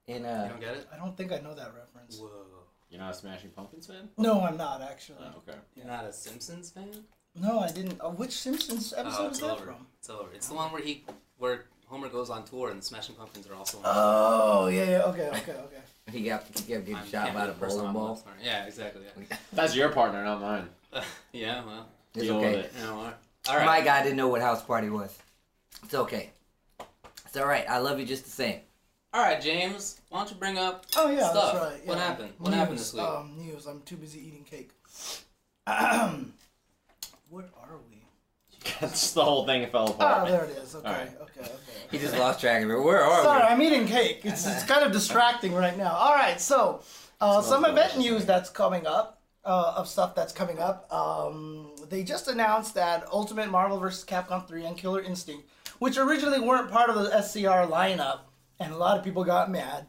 Speaker 4: in
Speaker 2: You
Speaker 4: uh,
Speaker 2: don't get it?
Speaker 1: I don't think I know that reference.
Speaker 2: Whoa.
Speaker 3: You're not a Smashing Pumpkins fan?
Speaker 1: No, I'm not actually.
Speaker 3: Oh, okay.
Speaker 2: You're not a Simpsons fan?
Speaker 1: No, I didn't. Oh, which Simpsons episode
Speaker 2: Oh,
Speaker 1: is
Speaker 2: it's
Speaker 1: that
Speaker 2: over.
Speaker 1: from?
Speaker 2: It's over. It's the one where he where Homer goes on tour and the Smashing Pumpkins are also on
Speaker 4: Uh,
Speaker 1: Oh yeah, yeah. Okay, okay,
Speaker 2: [laughs]
Speaker 1: okay.
Speaker 4: he got he got
Speaker 2: tour.
Speaker 4: getting
Speaker 2: I
Speaker 4: shot
Speaker 2: can't
Speaker 4: by
Speaker 2: be
Speaker 4: the
Speaker 2: the person
Speaker 4: bowling
Speaker 2: on
Speaker 4: ball.
Speaker 2: Lost Star. Yeah, exactly. [laughs]
Speaker 3: That's your partner, not mine.
Speaker 2: Yeah, yeah well.
Speaker 4: It's
Speaker 3: Deal
Speaker 4: okay.
Speaker 3: with it.
Speaker 2: You know, all right. all
Speaker 4: My
Speaker 2: right.
Speaker 4: guy didn't know what house party was. It's okay. It's all right. I love you just the same.
Speaker 2: All right, James. Why don't you bring up
Speaker 1: Oh yeah,
Speaker 2: stuff?
Speaker 1: that's right.
Speaker 2: What
Speaker 1: yeah.
Speaker 2: happened? What happened
Speaker 1: News,
Speaker 2: this week?
Speaker 1: Um, news. I'm too busy eating cake. [clears throat] what are we?
Speaker 3: [laughs] That's the whole thing fell
Speaker 1: Ah,
Speaker 3: apart.
Speaker 1: there it is. Okay,
Speaker 3: right.
Speaker 1: okay, okay.
Speaker 4: He just lost track of it. Where are
Speaker 1: Sorry,
Speaker 4: we?
Speaker 1: I'm eating cake. It's, it's kind of distracting right now. All right, so uh, some event
Speaker 3: delicious,
Speaker 1: news that's coming up. uh, of stuff that's coming up. Um, they just announced that Ultimate Marvel vs. Capcom 3 and Killer Instinct, which originally weren't part of the SCR lineup, and a lot of people got mad.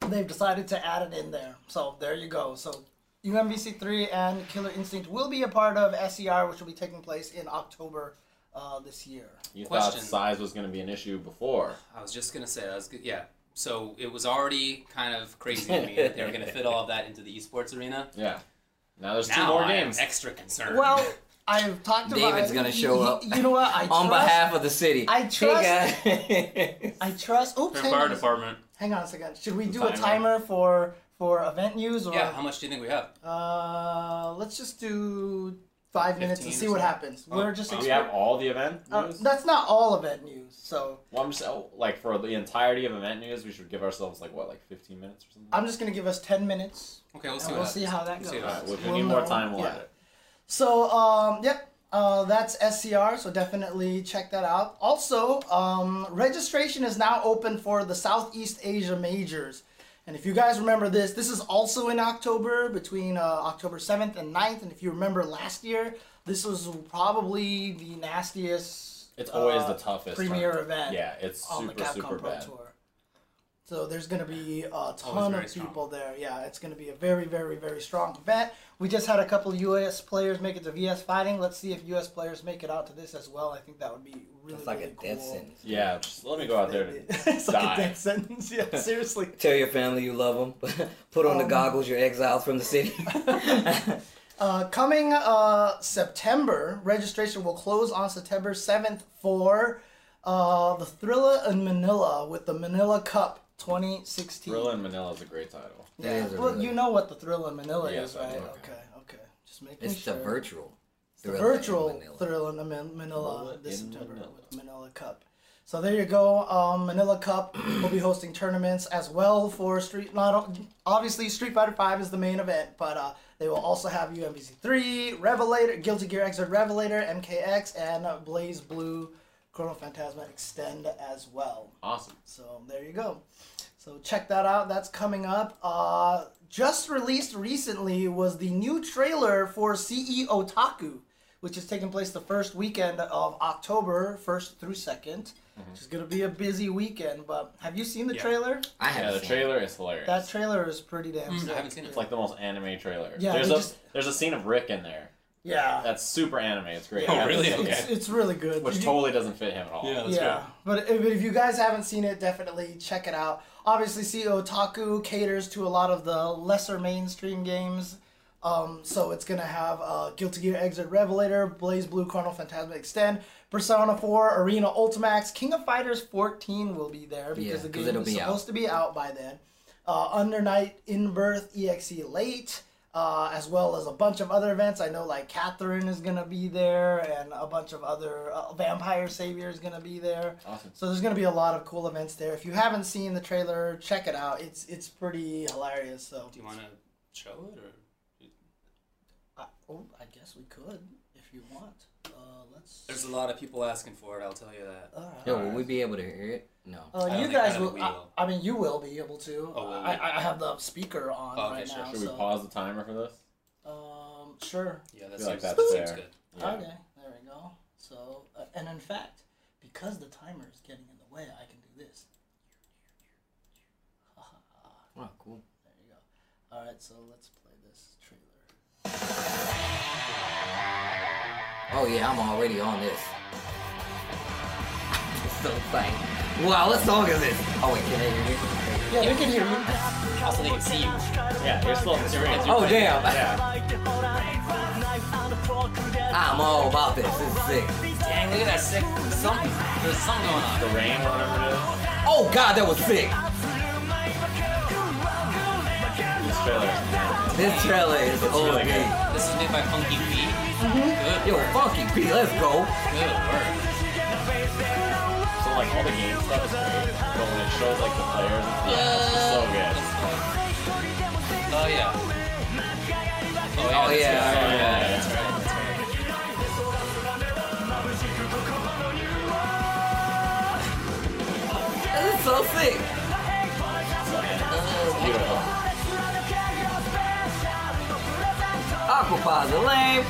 Speaker 1: They've decided to add it in there. So there you go. So UMVC 3 and Killer Instinct will be a part of SCR, which will be taking place in October uh, this year.
Speaker 3: You
Speaker 2: Ah, Question.
Speaker 3: thought size was going to be an issue before.
Speaker 2: I was just gonna say that was good. Yeah. So it was already kind of crazy to me that they were gonna fit all of that into the esports arena.
Speaker 3: Yeah. Now there's two
Speaker 2: Now
Speaker 3: more
Speaker 2: I am
Speaker 3: games.
Speaker 2: extra concerned.
Speaker 1: Well, I've talked about
Speaker 4: David's gonna show
Speaker 1: You-
Speaker 4: up.
Speaker 1: You know what? I
Speaker 4: on
Speaker 1: trust,
Speaker 4: behalf of the city.
Speaker 1: I trust- [laughs]
Speaker 4: Hey guys.
Speaker 1: I trust. Oops,
Speaker 2: Our
Speaker 1: hang
Speaker 2: fire
Speaker 1: on,
Speaker 2: department.
Speaker 1: hang on a second. Should we do a
Speaker 3: timer.
Speaker 1: timer for for event news or?
Speaker 2: Yeah. How much do you think we have?
Speaker 1: Uh, let's just do five minutes and
Speaker 2: 15
Speaker 1: see
Speaker 2: or
Speaker 1: what
Speaker 2: something.
Speaker 1: happens.
Speaker 2: Oh,
Speaker 1: We're just
Speaker 3: Do
Speaker 2: wow.
Speaker 3: we
Speaker 1: exper-
Speaker 3: have all the event
Speaker 1: uh,
Speaker 3: news?
Speaker 1: that's not all event news. So
Speaker 3: well, I'm just, oh, like for the entirety of event news, we should give ourselves like what, like 15 minutes or something.
Speaker 1: I'm just gonna give us ten minutes.
Speaker 2: Okay, we'll see.
Speaker 1: And
Speaker 2: what
Speaker 1: we'll see how that
Speaker 2: We'll
Speaker 1: goes.
Speaker 2: see
Speaker 3: All right, well, if we
Speaker 1: We'll
Speaker 3: need more
Speaker 1: know.
Speaker 3: time, we'll
Speaker 1: Yeah.
Speaker 3: add it.
Speaker 1: So um, yep. Uh, that's SCR, so definitely check that out. Also, um, registration is now open for the Southeast Asia majors. And if you guys remember this, this is also in October, between uh, October 7th and 9th. And if you remember last year, this was probably the nastiest
Speaker 3: It's always
Speaker 1: uh,
Speaker 3: the toughest.
Speaker 1: premier
Speaker 3: tournament.
Speaker 1: event
Speaker 3: Yeah, it's
Speaker 1: on
Speaker 3: super,
Speaker 1: the Capcom
Speaker 3: super
Speaker 1: Pro
Speaker 3: bad.
Speaker 1: Tour. So there's going to be a ton
Speaker 2: very
Speaker 1: of
Speaker 2: strong.
Speaker 1: people there. Yeah, it's going to be a very, very, very strong event. We just had a couple U.S. players make it to VS Fighting. Let's see if U.S. players make it out to this as well. I think that would be really,
Speaker 4: It's like
Speaker 1: really
Speaker 4: a death
Speaker 1: cool.
Speaker 4: sentence.
Speaker 3: Yeah, just let me go out there to
Speaker 1: [laughs] it's like
Speaker 3: die.
Speaker 1: a death sentence.
Speaker 3: [laughs]
Speaker 1: Yeah, seriously.
Speaker 4: Tell your family you love them. [laughs] Put on the
Speaker 1: Um,
Speaker 4: goggles. You're exiled from
Speaker 1: [laughs]
Speaker 4: the city. [laughs]
Speaker 1: Uh, coming uh, September, registration will close on September 7th for uh, the Thrilla in Manila with the Manila Cup 2016.
Speaker 3: Thrilla in Manila is a great title.
Speaker 4: That
Speaker 1: Yeah.
Speaker 4: is a
Speaker 1: Well,
Speaker 4: really-
Speaker 1: you know what the Thrill in Manila
Speaker 3: Yes,
Speaker 1: is,
Speaker 3: I
Speaker 1: right?
Speaker 3: do.
Speaker 1: Okay, okay. Just making
Speaker 4: It's
Speaker 1: sure.
Speaker 4: the virtual.
Speaker 1: It's the
Speaker 4: Thriller in
Speaker 1: virtual
Speaker 4: Manila.
Speaker 1: Thrill in Manila, Manila
Speaker 3: Manila
Speaker 1: this
Speaker 3: in
Speaker 1: September
Speaker 3: Manila.
Speaker 1: with Manila Cup. So there you go. Um, Manila Cup will be hosting tournaments as well for Street. Not obviously Street Fighter Five is the main event, but uh, they will also have UMVC Three, Revelator, Guilty Gear Xrd Revelator, MKX, and uh, Blaze Blue, Chrono Phantasma Extend as well.
Speaker 3: Awesome.
Speaker 1: So there you go. So check that out. That's coming up. Uh, just released recently was the new trailer for CE Otaku, which is taking place the first weekend of October, first through 2nd which is gonna be a busy weekend. But have you seen the
Speaker 2: Mm-hmm. Yeah.
Speaker 1: trailer?
Speaker 4: I
Speaker 3: Yeah,
Speaker 4: have
Speaker 3: the trailer is hilarious.
Speaker 1: That trailer is pretty damn.
Speaker 2: Mm, I
Speaker 1: sick.
Speaker 2: haven't seen it.
Speaker 3: it's like the most anime trailer.
Speaker 1: Yeah,
Speaker 3: there's a
Speaker 1: they just-
Speaker 3: there's a scene of Rick in there.
Speaker 1: yeah.
Speaker 3: That's super anime. It's great.
Speaker 2: [laughs] Oh, really?
Speaker 1: It's,
Speaker 2: Okay.
Speaker 1: it's, it's really good.
Speaker 3: Which
Speaker 1: You-
Speaker 3: totally doesn't fit him at all.
Speaker 2: Yeah. That's
Speaker 1: yeah, but if, if you guys haven't seen it, definitely check it out. Obviously, see Otaku caters to a lot of the lesser mainstream games, um, so it's gonna have uh, Guilty Gear Exit Revelator, Blaze Blue, Chrono Phantasma Extend, Persona 4, Arena Ultimax, King of Fighters 14 will be there because
Speaker 4: Yeah,
Speaker 1: the
Speaker 4: 'cause
Speaker 1: game
Speaker 4: it'll
Speaker 1: is
Speaker 4: be out.
Speaker 1: supposed to be out by then. Uh, Under Night, In Birth, EXE E Late. Uh, as well as a bunch of other events. I know like Catherine is gonna be there, and a bunch of other uh, Vampire Savior is gonna be there.
Speaker 3: Awesome.
Speaker 1: So there's gonna be a lot of cool events there. If you haven't seen the trailer, check it out. It's it's pretty hilarious. So
Speaker 2: Do you want to show it or?
Speaker 1: I, oh, I guess we could if you want. Uh, let's.
Speaker 2: There's a lot of people asking for it. I'll tell you that.
Speaker 1: All right.
Speaker 4: Yo, will we be able to hear it? No.
Speaker 1: Uh,
Speaker 2: don't
Speaker 1: you
Speaker 2: think- I
Speaker 1: guys
Speaker 2: don't
Speaker 1: will.
Speaker 2: think we
Speaker 1: I,
Speaker 2: will.
Speaker 1: I mean, you will be able to.
Speaker 2: Oh, will we?
Speaker 1: I, I I have the speaker on
Speaker 2: Oh, okay,
Speaker 1: right
Speaker 2: sure.
Speaker 1: now.
Speaker 3: Should we
Speaker 1: so,
Speaker 3: pause the timer for this?
Speaker 1: Um, sure.
Speaker 2: Yeah, that
Speaker 3: feel like
Speaker 2: seems,
Speaker 3: that's
Speaker 2: that seems
Speaker 3: fair.
Speaker 2: good.
Speaker 3: Yeah.
Speaker 1: Okay, there we go. So, uh, and in fact, because the timer is getting in the way, I can do this.
Speaker 4: Oh, cool.
Speaker 1: There you go. All right, so let's play this trailer.
Speaker 4: Oh yeah, I'm already on this. [laughs] so excited. Wow, what song is this? Oh wait, can they hear me?
Speaker 1: Yeah, we can hear you.
Speaker 2: Also, they can see you.
Speaker 3: Yeah, you're still you're right, you're
Speaker 4: Oh
Speaker 3: right.
Speaker 4: damn! [laughs]
Speaker 3: Yeah.
Speaker 4: I'm all about this. This is sick.
Speaker 2: Dang, look at that sick. Something. There's something going
Speaker 3: The
Speaker 2: on.
Speaker 3: rain or whatever
Speaker 4: Oh god, that was sick.
Speaker 3: it is. This trailer is mad.
Speaker 4: This trailer is
Speaker 3: really
Speaker 4: OD.
Speaker 3: good.
Speaker 2: This is made by Funky B.
Speaker 1: Mm-hmm.
Speaker 2: Good.
Speaker 4: Yo,
Speaker 2: work,
Speaker 4: funky P, let's go.
Speaker 2: Good work.
Speaker 3: So like all the game stuff is great, but when it shows like the players at the end, it's just so good.
Speaker 2: Oh yeah. Oh yeah.
Speaker 4: Oh,
Speaker 2: that's right,
Speaker 4: yeah, yeah,
Speaker 2: yeah,
Speaker 3: yeah,
Speaker 2: that's right, that's right.
Speaker 4: This is so sick.
Speaker 3: It's beautiful.
Speaker 4: Oh pause the lame.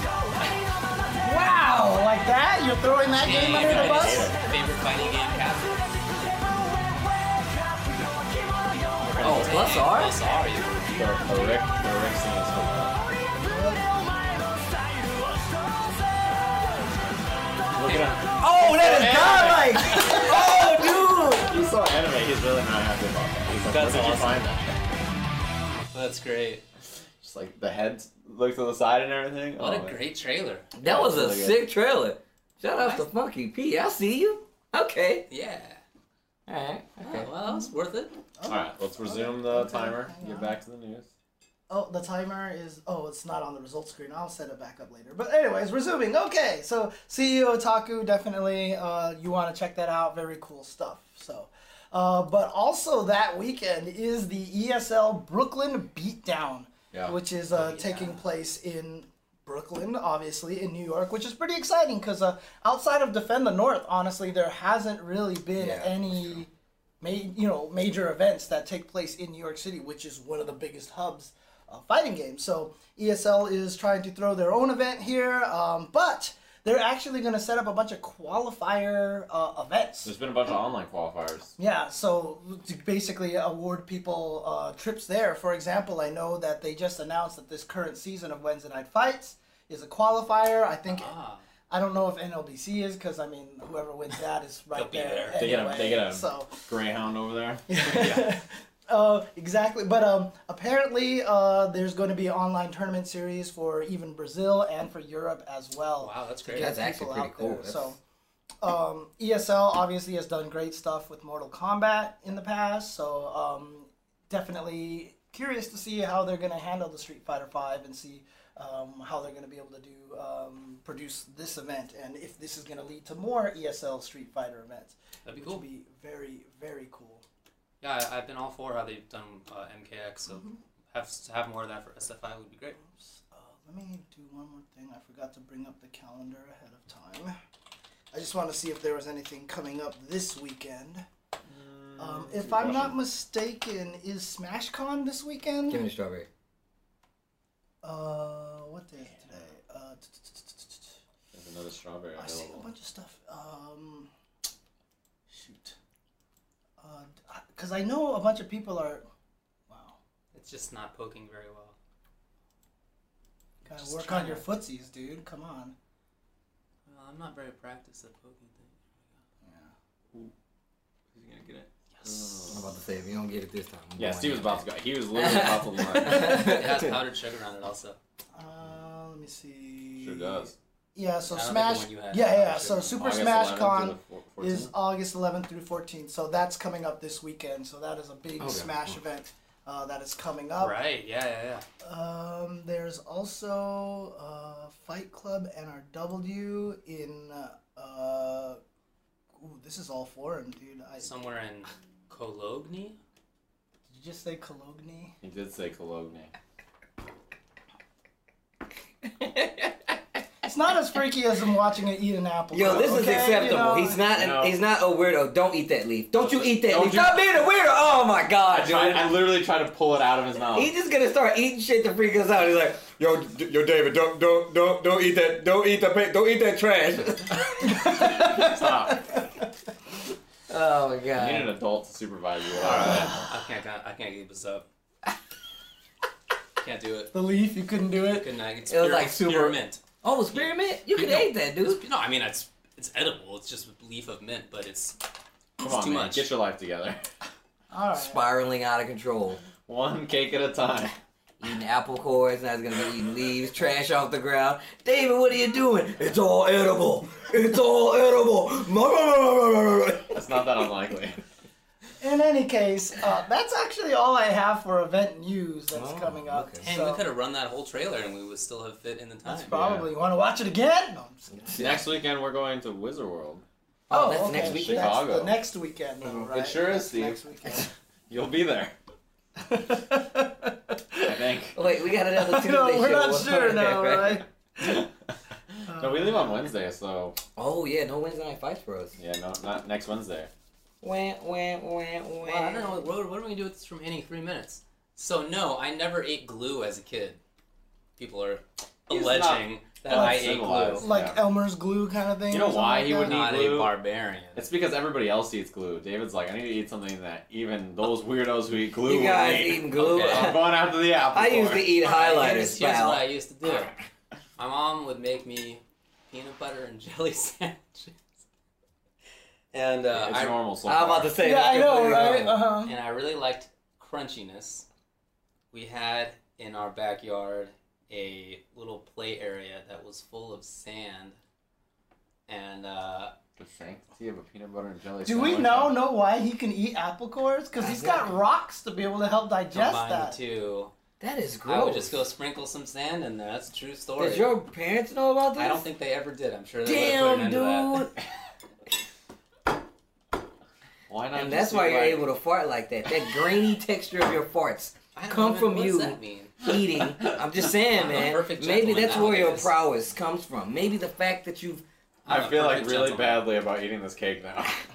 Speaker 4: Wow!
Speaker 1: Oh, like that? You're throwing that game under the
Speaker 2: Everybody's
Speaker 1: bus?
Speaker 2: Favorite fighting game captain.
Speaker 4: Oh, plus R?
Speaker 2: Plus R, yeah.
Speaker 3: The, the Rick, the Rick scene is so cool. Look at
Speaker 4: Oh, that is godlike!
Speaker 3: [laughs]
Speaker 4: oh, dude!
Speaker 3: him. He's so anime. He's really not happy about that. He's like,
Speaker 2: That's
Speaker 3: where did you
Speaker 2: awesome.
Speaker 3: find that?
Speaker 2: That's great.
Speaker 3: Just like the head looks to the side and everything.
Speaker 2: What
Speaker 3: oh,
Speaker 2: a
Speaker 3: man.
Speaker 2: great trailer.
Speaker 4: That was a
Speaker 3: Really good.
Speaker 4: sick trailer. Shout out to Funky P. I see you. Okay.
Speaker 2: Yeah.
Speaker 4: Alright.
Speaker 2: Oh, well, that was worth it.
Speaker 3: All right, let's resume the timer. Get back to the news.
Speaker 1: Oh, the timer is. Oh, it's not on the results screen. I'll set it back up later. But, anyways, resuming. Okay, so CEO Otaku, definitely uh, you want to check that out. Very cool stuff. So. Uh, but also that weekend is the ESL Brooklyn Beatdown,
Speaker 3: Yeah.
Speaker 1: which is uh, taking place in Brooklyn, obviously in New York, which is pretty exciting because uh, outside of Defend the North, honestly, there hasn't really been
Speaker 4: Yeah,
Speaker 1: any ma- you know major events that take place in New York City, which is one of the biggest hubs of fighting games. So ESL is trying to throw their own event here, um, but they're actually going to set up a bunch of qualifier uh, events.
Speaker 3: There's been a bunch of online qualifiers.
Speaker 1: Yeah, so to basically award people uh, trips there. For example, I know that they just announced that this current season of Wednesday Night Fights is a qualifier. I think
Speaker 2: Ah.
Speaker 1: I don't know if NLBC is because I mean whoever wins that is right
Speaker 2: be
Speaker 1: there.
Speaker 2: there.
Speaker 3: They get a-
Speaker 1: anyway,
Speaker 3: they get a-
Speaker 1: so
Speaker 3: Greyhound over there.
Speaker 1: [laughs] uh, exactly. But um, apparently uh, there's going to be an online tournament series for even Brazil and for Europe as well.
Speaker 2: Wow, that's great.
Speaker 4: That's
Speaker 1: get
Speaker 4: actually
Speaker 1: people
Speaker 4: pretty
Speaker 1: out
Speaker 4: cool.
Speaker 1: there.
Speaker 4: That's-
Speaker 1: So, um, ESL obviously has done great stuff with Mortal Kombat in the past. So, um, definitely curious to see how they're going to handle the Street Fighter Five and see um, how they're going to be able to do um, produce this event and if this is going to lead to more ESL Street Fighter events.
Speaker 2: That'd be
Speaker 1: which
Speaker 2: cool.
Speaker 1: Would be very very cool.
Speaker 2: Yeah, I- I've been all for how they've done uh, MKX, so have have more of that for SFI would be great.
Speaker 1: Uh, let me do one more thing. I forgot to bring up the calendar ahead of time. I just want to see if there was anything coming up this weekend.
Speaker 2: Mm,
Speaker 1: Um, if
Speaker 3: good
Speaker 1: I'm not
Speaker 3: question.
Speaker 1: mistaken, is SmashCon this
Speaker 4: Give me
Speaker 1: weekend?
Speaker 4: the strawberry.
Speaker 1: Uh, what day is it today? Uh, t- t- t- t- t- t-
Speaker 3: There's another strawberry
Speaker 1: I see a
Speaker 3: available.
Speaker 1: bunch of stuff. Um, shoot. Uh, because I know a bunch of people are. Wow.
Speaker 2: It's just not poking very well.
Speaker 1: Gotta
Speaker 2: Just
Speaker 1: work
Speaker 2: trying
Speaker 1: on your
Speaker 2: to-
Speaker 1: footsies, dude. Come on.
Speaker 2: Well, I'm not very practiced at poking things. Is he gonna get it?
Speaker 4: I'm about to say, if you don't get it this time. I'm
Speaker 3: Yeah,
Speaker 4: going
Speaker 3: Steve was
Speaker 4: in.
Speaker 3: about to go. He
Speaker 1: [laughs]
Speaker 3: was literally about to line.
Speaker 2: It has powdered sugar on it also.
Speaker 1: Uh, let me see.
Speaker 3: Sure does.
Speaker 1: Yeah, so
Speaker 2: I don't think the
Speaker 1: Smash.
Speaker 2: one you
Speaker 1: Yeah,
Speaker 2: had
Speaker 1: yeah, yeah.
Speaker 2: actually
Speaker 1: So
Speaker 2: was
Speaker 1: Super
Speaker 3: August
Speaker 1: Smash
Speaker 3: 11th
Speaker 1: Con
Speaker 3: to the four-
Speaker 1: is
Speaker 3: 14th.
Speaker 1: August 11th through 14th. So that's coming up this weekend. So that is a big
Speaker 4: Okay.
Speaker 1: Smash event uh, that is coming
Speaker 4: Oh.
Speaker 1: up.
Speaker 2: Right? Yeah, yeah, yeah.
Speaker 1: Um, there's also uh, Fight Club NRW in. Uh, ooh, this is all foreign, dude. I,
Speaker 2: Somewhere in Cologne.
Speaker 1: did you just say Cologne?
Speaker 3: He did say Cologne.
Speaker 1: It's not as freaky as I'm watching it eat an apple.
Speaker 4: Yo,
Speaker 1: though,
Speaker 4: this is
Speaker 1: okay? You
Speaker 4: acceptable.
Speaker 1: know,
Speaker 4: he's not.
Speaker 3: you know-
Speaker 4: he's not a weirdo. Don't eat that leaf. Don't you eat that
Speaker 3: Don't
Speaker 4: leaf.
Speaker 3: you-
Speaker 4: Stop being a weirdo. Oh my
Speaker 3: I
Speaker 4: god, dude.
Speaker 3: tried. I literally tried to pull it out of his
Speaker 4: He's
Speaker 3: mouth.
Speaker 4: just gonna start eating shit to freak us out. He's like, yo, d- yo, David, don't, don't, don't, don't eat that, don't eat that, pa- don't eat that
Speaker 3: [laughs]
Speaker 4: trash.
Speaker 3: Stop.
Speaker 4: oh my
Speaker 3: You need
Speaker 4: god.
Speaker 3: an adult to supervise you. All right.
Speaker 2: I can't. I can't keep this up. can't do it.
Speaker 1: The leaf, you couldn't do it.
Speaker 2: Good night. It's
Speaker 4: It was like super-
Speaker 2: spearmint.
Speaker 4: Oh, spearmint? You could
Speaker 2: No.
Speaker 4: eat that, dude.
Speaker 2: No, I mean it's it's edible. It's just a leaf of mint, but it's
Speaker 3: Come
Speaker 2: It's
Speaker 3: on,
Speaker 2: too
Speaker 3: man.
Speaker 2: much.
Speaker 3: Get your life together. [laughs]
Speaker 1: All right.
Speaker 4: Spiraling out of control.
Speaker 3: One cake at a time.
Speaker 4: Eating apple cores. Now he's gonna be eating leaves, trash off the ground. David, what are you doing? It's all edible. It's all [laughs]
Speaker 3: [laughs]
Speaker 4: edible.
Speaker 3: It's not that unlikely.
Speaker 1: In any case, uh, that's actually all I have for event news that's
Speaker 4: Oh,
Speaker 1: coming up.
Speaker 4: okay.
Speaker 2: Hey,
Speaker 1: so
Speaker 2: we could have run that whole trailer and we would still have fit in the time.
Speaker 1: that's probably. You want to watch it again? No, I'm just kidding.
Speaker 3: [laughs] Next weekend we're going to Wizard World.
Speaker 4: Oh, that's next
Speaker 1: okay.
Speaker 4: weekend.
Speaker 1: That's
Speaker 3: Chicago.
Speaker 1: the next weekend, though, right?
Speaker 3: [laughs] It sure is,
Speaker 1: That's Next
Speaker 3: Steve.
Speaker 1: weekend.
Speaker 3: You'll be there. I [laughs]
Speaker 1: [laughs]
Speaker 3: think.
Speaker 4: [laughs] Wait, we got another Tuesday
Speaker 1: no, we're
Speaker 4: show.
Speaker 1: not
Speaker 4: What's [laughs]
Speaker 1: sure
Speaker 4: on
Speaker 3: [laughs]
Speaker 1: now,
Speaker 4: there?
Speaker 1: right?
Speaker 3: no, we leave on Wednesday, so
Speaker 4: Oh yeah, no Wednesday night fights for us.
Speaker 3: yeah, no, not next Wednesday.
Speaker 4: Wah, wah, wah, wah.
Speaker 2: Well, I don't know. What, what are we gonna do with this from any three minutes? So no, I never ate glue as a kid. People are alleging
Speaker 3: He's not-
Speaker 2: that
Speaker 1: not
Speaker 2: I ate glue.
Speaker 3: civilized.
Speaker 1: Like
Speaker 3: Yeah.
Speaker 1: Elmer's glue kind of thing.
Speaker 3: You
Speaker 1: or
Speaker 3: know
Speaker 1: something
Speaker 3: why
Speaker 1: like
Speaker 3: he
Speaker 1: that?
Speaker 3: would
Speaker 1: not?
Speaker 2: Not a
Speaker 3: glue.
Speaker 2: barbarian.
Speaker 3: It's because everybody else eats glue. David's like, I need to eat something that even those weirdos who eat glue
Speaker 4: You
Speaker 3: will
Speaker 4: guys
Speaker 3: eat.
Speaker 4: eating glue?
Speaker 2: Okay.
Speaker 3: [laughs] I'm going after the apple.
Speaker 4: [laughs] I used to
Speaker 3: core.
Speaker 4: eat highlighters,
Speaker 2: Here's, here's what I
Speaker 4: pal.
Speaker 2: used to do. My mom would make me peanut butter and [laughs] jelly sandwiches, and uh,
Speaker 3: [laughs] It's
Speaker 2: I
Speaker 3: normal. So
Speaker 4: I'm about
Speaker 3: far.
Speaker 4: to say.
Speaker 1: Yeah,
Speaker 4: that's
Speaker 1: I know,
Speaker 4: completely
Speaker 1: right?
Speaker 4: normal.
Speaker 1: Uh huh.
Speaker 2: and I really liked crunchiness. We had in our backyard a little play area that was full of sand, and uh,
Speaker 3: The sanctity of a peanut butter and jelly
Speaker 1: Do we
Speaker 3: sandwich.
Speaker 1: now know why he can eat apple cores? Because he's got rocks to be able to help digest
Speaker 2: combined
Speaker 1: that.
Speaker 2: the two,
Speaker 4: That is
Speaker 2: I
Speaker 4: gross.
Speaker 2: would just go sprinkle some sand in there. That's a true story.
Speaker 4: Did your parents know about this?
Speaker 2: I don't think they ever did. I'm sure they would
Speaker 4: Damn,
Speaker 2: have put an end to
Speaker 4: dude.
Speaker 2: that.
Speaker 3: Why
Speaker 4: [laughs]
Speaker 3: not?
Speaker 4: And
Speaker 3: just
Speaker 4: that's why
Speaker 3: eat,
Speaker 4: you're
Speaker 3: like-
Speaker 4: able to fart like that. That grainy texture of your farts
Speaker 2: I don't
Speaker 4: come
Speaker 2: even-
Speaker 4: from
Speaker 2: what
Speaker 4: you
Speaker 2: Does that mean?
Speaker 4: eating. I'm just saying,
Speaker 2: I'm a
Speaker 4: man.
Speaker 2: perfect
Speaker 4: Maybe
Speaker 2: gentleman
Speaker 4: that's where your
Speaker 2: nowadays.
Speaker 4: prowess comes from. Maybe the fact that you've
Speaker 2: I'm
Speaker 3: I
Speaker 2: a
Speaker 3: feel like
Speaker 2: perfect
Speaker 3: really
Speaker 2: gentleman.
Speaker 3: badly about eating this
Speaker 4: [laughs]
Speaker 3: cake now.
Speaker 1: [laughs]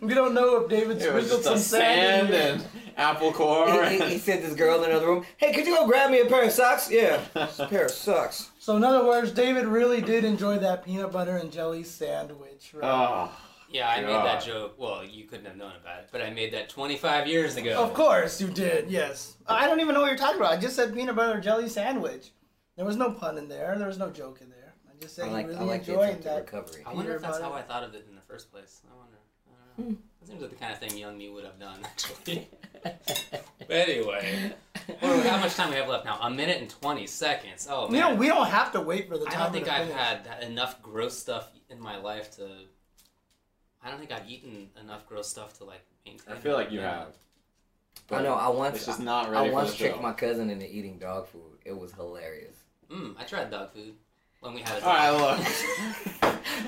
Speaker 1: we don't know if David
Speaker 3: it was
Speaker 1: sprinkled
Speaker 3: [laughs] just
Speaker 1: some
Speaker 3: a
Speaker 1: sand.
Speaker 3: sand
Speaker 1: in
Speaker 3: and
Speaker 4: [laughs]
Speaker 3: apple core.
Speaker 4: he, he- he
Speaker 3: and-
Speaker 4: sent this girl in another room. Hey, could you go grab me a pair of socks? Yeah, a pair of socks.
Speaker 1: So in other words, David really did enjoy that peanut butter and jelly sandwich. Right?
Speaker 3: [laughs] oh,
Speaker 2: Yeah, I made
Speaker 3: God.
Speaker 2: that joke. Well, you couldn't have known about it, but I made that 25 years ago.
Speaker 1: of course you did. Yes. I don't even know what you're talking about. I just said peanut butter and jelly sandwich. There was no pun in there. There was no joke in there. I just said
Speaker 4: I
Speaker 1: he
Speaker 4: like,
Speaker 1: really
Speaker 4: I like the
Speaker 1: enjoyed
Speaker 4: attempt at
Speaker 1: that.
Speaker 4: recovery.
Speaker 2: I wonder if that's how
Speaker 1: Peanut
Speaker 2: I thought of it in the first place. I wonder.
Speaker 1: Hmm.
Speaker 2: I don't know. That seems like the kind of thing young me would have done,
Speaker 1: [laughs]
Speaker 2: actually. but anyway, well, how much time we have left now? A minute and 20 seconds. Oh,
Speaker 1: You
Speaker 2: man.
Speaker 1: know, we don't have to wait for the
Speaker 2: I
Speaker 1: time.
Speaker 2: don't think
Speaker 1: to
Speaker 2: I've
Speaker 1: finish.
Speaker 2: had that- enough gross stuff in my life to. I don't think I've eaten enough gross stuff to like maintain.
Speaker 3: I feel like you
Speaker 2: Yeah.
Speaker 3: have.
Speaker 4: I know. I
Speaker 3: It's
Speaker 4: once,
Speaker 3: just not
Speaker 4: I
Speaker 3: ready for
Speaker 4: once
Speaker 3: the
Speaker 4: tricked
Speaker 3: show.
Speaker 4: my cousin into eating dog food. It was hilarious.
Speaker 2: Mm, I tried dog food when we had a
Speaker 3: All right, uh,
Speaker 2: dog.
Speaker 3: look.
Speaker 1: [laughs]
Speaker 2: [laughs]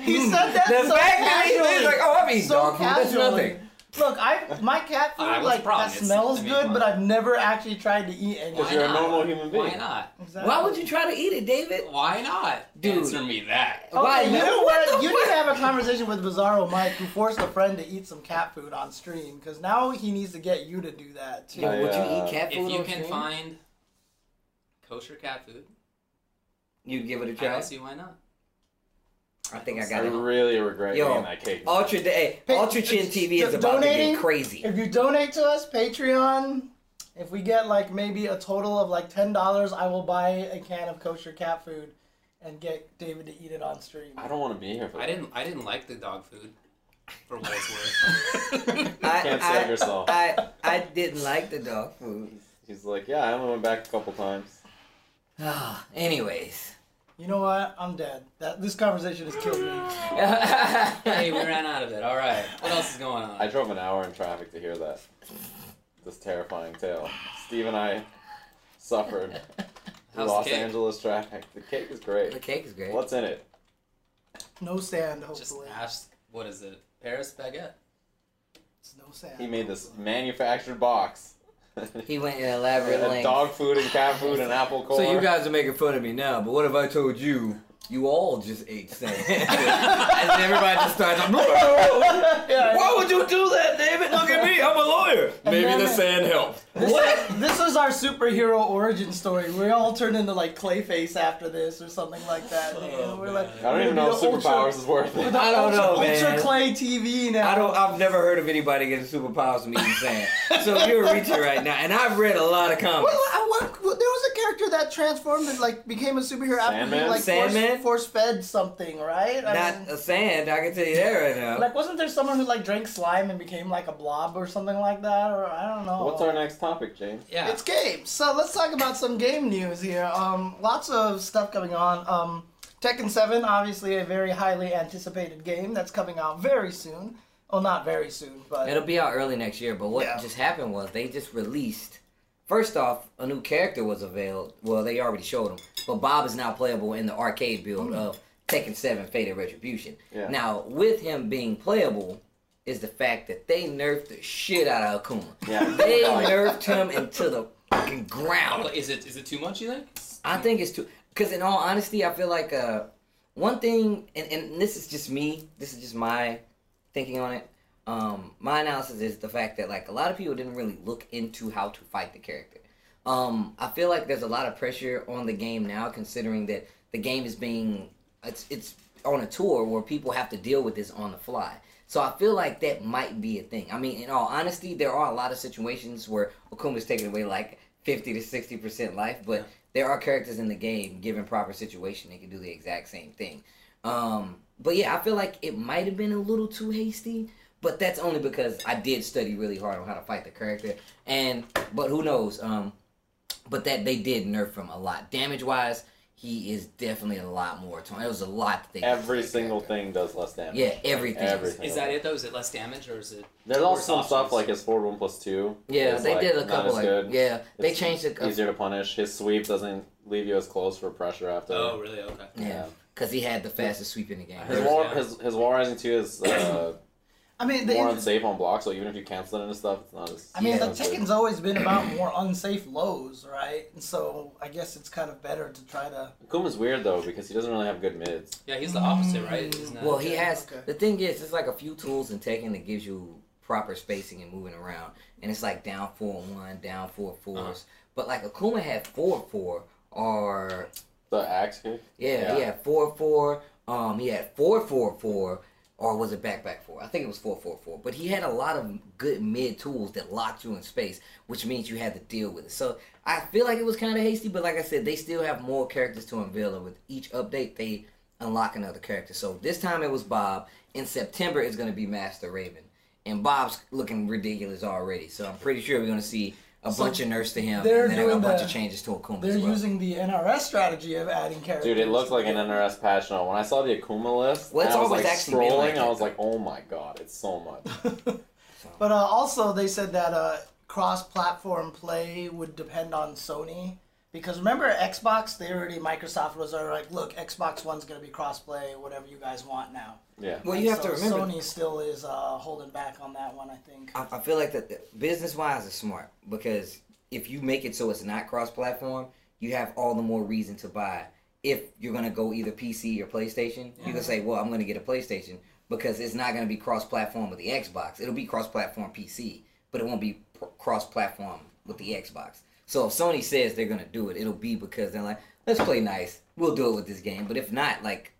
Speaker 1: He said that
Speaker 4: The
Speaker 1: so
Speaker 4: fact that he-
Speaker 1: casually.
Speaker 4: he's like, oh, I'm eating
Speaker 1: so
Speaker 4: dog food. That's
Speaker 1: casually.
Speaker 4: nothing.
Speaker 1: Look, I my cat food
Speaker 2: Alright, what's
Speaker 1: like
Speaker 2: the problem?
Speaker 1: that
Speaker 2: It's-
Speaker 1: smells
Speaker 2: I mean,
Speaker 1: good,
Speaker 2: why-
Speaker 1: but I've never actually tried to eat any.
Speaker 2: Why
Speaker 3: Because you're a
Speaker 2: not?
Speaker 3: normal human being.
Speaker 2: Why not?
Speaker 1: Exactly.
Speaker 4: Why would you try to eat it, David?
Speaker 2: Why not?
Speaker 4: Dude.
Speaker 2: Answer me that.
Speaker 1: Okay,
Speaker 4: Why?
Speaker 1: you
Speaker 4: man?
Speaker 1: know
Speaker 4: What
Speaker 1: what?
Speaker 4: the
Speaker 1: You
Speaker 4: fuck?
Speaker 1: need to have a conversation with Bizarro Mike, who forced a friend to eat some cat food on stream, because now he needs to get you to do that too.
Speaker 4: Yo,
Speaker 3: I,
Speaker 4: would you
Speaker 3: uh,
Speaker 4: eat cat food?
Speaker 2: If you
Speaker 4: on
Speaker 2: can
Speaker 4: stream?
Speaker 2: find kosher cat food,
Speaker 4: you give it a
Speaker 2: I
Speaker 4: try.
Speaker 2: don't see why not.
Speaker 4: I think I
Speaker 3: I
Speaker 4: got it.
Speaker 3: really regret
Speaker 4: Yo, Oh.
Speaker 3: eating that cake.
Speaker 4: Ultra Day,
Speaker 1: Hey,
Speaker 4: Ultra Chin
Speaker 1: it's-
Speaker 4: TV is
Speaker 1: do-
Speaker 4: about to
Speaker 1: donating?
Speaker 4: get crazy.
Speaker 1: If you donate to us, Patreon, if we get like maybe a total of like ten dollars, I will buy a can of kosher cat food and get David to eat it on stream.
Speaker 3: I don't want to be here for that.
Speaker 2: I didn't. I didn't like the dog food, for what it's worth.
Speaker 3: [laughs]
Speaker 4: I,
Speaker 3: Can't
Speaker 4: I,
Speaker 3: save yourself.
Speaker 4: I, I didn't like the dog food. [sighs]
Speaker 3: He's like, yeah, I only went back a couple times.
Speaker 4: Ah, anyways.
Speaker 1: You know what? I'm dead. That this conversation has killed me.
Speaker 2: [laughs] hey, we ran out of it. All right. What else is going on?
Speaker 3: I drove an hour in traffic to hear that. This terrifying tale. Steve and I
Speaker 4: [laughs]
Speaker 3: suffered
Speaker 2: How's
Speaker 3: Los
Speaker 2: the cake?
Speaker 3: Angeles traffic. The cake is great.
Speaker 4: the cake is great.
Speaker 3: What's in it?
Speaker 1: No sand,
Speaker 2: Just
Speaker 1: hopefully.
Speaker 2: ask. What is it? Paris baguette.
Speaker 1: It's no sand.
Speaker 3: He made this manufactured box.
Speaker 4: He went in elaborate
Speaker 3: Had
Speaker 4: lengths.
Speaker 3: dog food and cat food and apple
Speaker 4: [laughs]
Speaker 3: core.
Speaker 4: so you guys are making fun of me now, but what if I told you you all just ate sand?
Speaker 3: [laughs]
Speaker 4: and then everybody just starts.
Speaker 1: [laughs] Yeah.
Speaker 4: Why would you do that, David? Look at me, I'm a lawyer. Maybe
Speaker 1: then-
Speaker 4: the sand helped.
Speaker 1: This Is, this is our superhero origin story. We all turned into like Clayface after this or something like that. dude.
Speaker 2: Oh,
Speaker 1: We're
Speaker 2: man.
Speaker 1: like,
Speaker 3: I don't even know if superpowers is worth it.
Speaker 4: I don't know,
Speaker 1: ultra
Speaker 4: man.
Speaker 1: Clay TV now.
Speaker 4: I don't. I've never heard of anybody getting superpowers from eating sand. So you're reaching right now, and I've read a lot of
Speaker 1: Well,
Speaker 4: comments.
Speaker 1: I want- well, there was a character that transformed and like became a superhero after
Speaker 3: Sandman?
Speaker 1: he like
Speaker 4: Sandman?
Speaker 1: force fed something, right? I
Speaker 4: Not
Speaker 1: mean,
Speaker 4: a sand. I can tell you that right now.
Speaker 1: like wasn't there someone who like drank slime and became like a blob or something like that? Or I don't know.
Speaker 3: What's our next topic, James?
Speaker 2: Yeah.
Speaker 1: It's games. So let's talk about some game news here. Um, lots of stuff coming on. Um, Tekken 7, obviously a very highly anticipated game that's coming out very soon. Well, not very soon, but
Speaker 4: It'll be out early next year, but what
Speaker 1: Yeah.
Speaker 4: just happened was they just released. First off, a new character was availed. Well, they already showed him, but Bob is now playable in the arcade build of Tekken 7 Fated Retribution.
Speaker 3: Yeah.
Speaker 4: Now, with him being playable, is the fact that they nerfed the shit out of Akuma. [laughs]
Speaker 3: Yeah.
Speaker 4: They nerfed him into the fucking ground.
Speaker 2: Well, Oh, is it is it too much? You think?
Speaker 4: I think it's too. Because in all honesty, I feel like uh, one thing, and, and this is just me. This is just my thinking on it. Um, my analysis is the fact that like a lot of people didn't really look into how to fight the character. Um, I feel like there's a lot of pressure on the game now, considering that the game is being it's it's on a tour where people have to deal with this on the fly. So I feel like that might be a thing. I mean, in all honesty, there are a lot of situations where Okuma's taking away like fifty to sixty percent life, but there are characters in the game, given proper situation, they can do the exact same thing. Um, but yeah, I feel like it might have been a little too hasty, but that's only because I did study really hard on how to fight the character. And but who knows? Um, but that they did nerf him a lot. Damage wise, he is definitely a lot more. Torn. It was a lot that they
Speaker 3: Every single thing does less damage.
Speaker 4: Yeah, everything.
Speaker 3: Everything.
Speaker 2: Is that it though? Is it less damage or is it?
Speaker 3: There's also
Speaker 2: worse
Speaker 3: some stuff
Speaker 2: options?
Speaker 3: like his forward one plus two.
Speaker 4: Yeah,
Speaker 3: is,
Speaker 4: they
Speaker 3: like,
Speaker 4: did a
Speaker 3: not
Speaker 4: couple
Speaker 3: as
Speaker 4: like
Speaker 3: good.
Speaker 4: yeah, they
Speaker 3: It's
Speaker 4: changed a,
Speaker 3: Easier to punish. His sweep doesn't leave you as close for pressure after.
Speaker 2: Oh, really? Okay.
Speaker 4: yeah, because he had the fastest sweep in the game.
Speaker 3: His
Speaker 2: Yeah.
Speaker 3: war, his, his war rising two is
Speaker 4: [coughs]
Speaker 3: uh,
Speaker 1: I mean, the,
Speaker 3: more unsafe on block, so even if you cancel it into stuff, it's not as.
Speaker 1: I mean, the
Speaker 3: as good.
Speaker 1: Tekken's always been about more unsafe lows, right? And so I guess it's kind of better to try to.
Speaker 3: Kuma's weird though because he doesn't really have good mids.
Speaker 2: Yeah, he's the opposite, right? Isn't that-
Speaker 4: Well, he
Speaker 1: Okay,
Speaker 4: has.
Speaker 1: okay.
Speaker 4: The thing is, it's like a few tools in Tekken that gives you proper spacing and moving around, and it's like down four and one, down four fours.
Speaker 3: Uh-huh.
Speaker 4: But like Akuma had four four, or
Speaker 3: The axe kick.
Speaker 4: yeah,
Speaker 3: Yeah.
Speaker 4: he had four four. Um, he had four four four, or was it back back four? I think it was four four four. But he had a lot of good mid tools that locked you in space, which means you had to deal with it. So I feel like it was kind of hasty, but like I said, they still have more characters to unveil, and with each update, they unlock another character. So this time it was Bob. In September, it's gonna be Master Raven, and Bob's looking ridiculous already. So I'm pretty sure we're gonna see. A
Speaker 1: So
Speaker 4: bunch of nerfs to him, and
Speaker 1: they're
Speaker 4: then a
Speaker 1: doing
Speaker 4: bunch
Speaker 1: the-
Speaker 4: of changes to Akuma.
Speaker 1: They're
Speaker 4: as well.
Speaker 1: using the NRS strategy of adding characters.
Speaker 3: Dude, it looks like an NRS patch note. When I saw the Akuma list,
Speaker 4: Well, it's
Speaker 3: and I was
Speaker 4: always
Speaker 3: like
Speaker 4: actually been
Speaker 3: scrolling,
Speaker 4: like
Speaker 3: I
Speaker 4: that.
Speaker 3: was like, oh my god, it's so much.
Speaker 1: But uh, also, they said that uh, cross-platform play would depend on Sony because remember Xbox? They already Microsoft was already like, look, Xbox One's gonna be cross-play, whatever you guys want now.
Speaker 3: Yeah.
Speaker 4: Well, you have to
Speaker 1: So
Speaker 4: remember
Speaker 1: Sony still is uh, holding back on that one, I think.
Speaker 4: I, I feel like that business wise is smart because if you make it so it's not cross platform, you have all the more reason to buy. If you're gonna go either PC or PlayStation,
Speaker 1: Mm-hmm.
Speaker 4: you can say, "Well, I'm gonna get a PlayStation because it's not gonna be cross platform with the Xbox. It'll be cross platform PC, but it won't be pr- cross platform with the Xbox." So if Sony says they're gonna do it, it'll be because they're like, "Let's play nice. We'll do it with this game." But if not, like,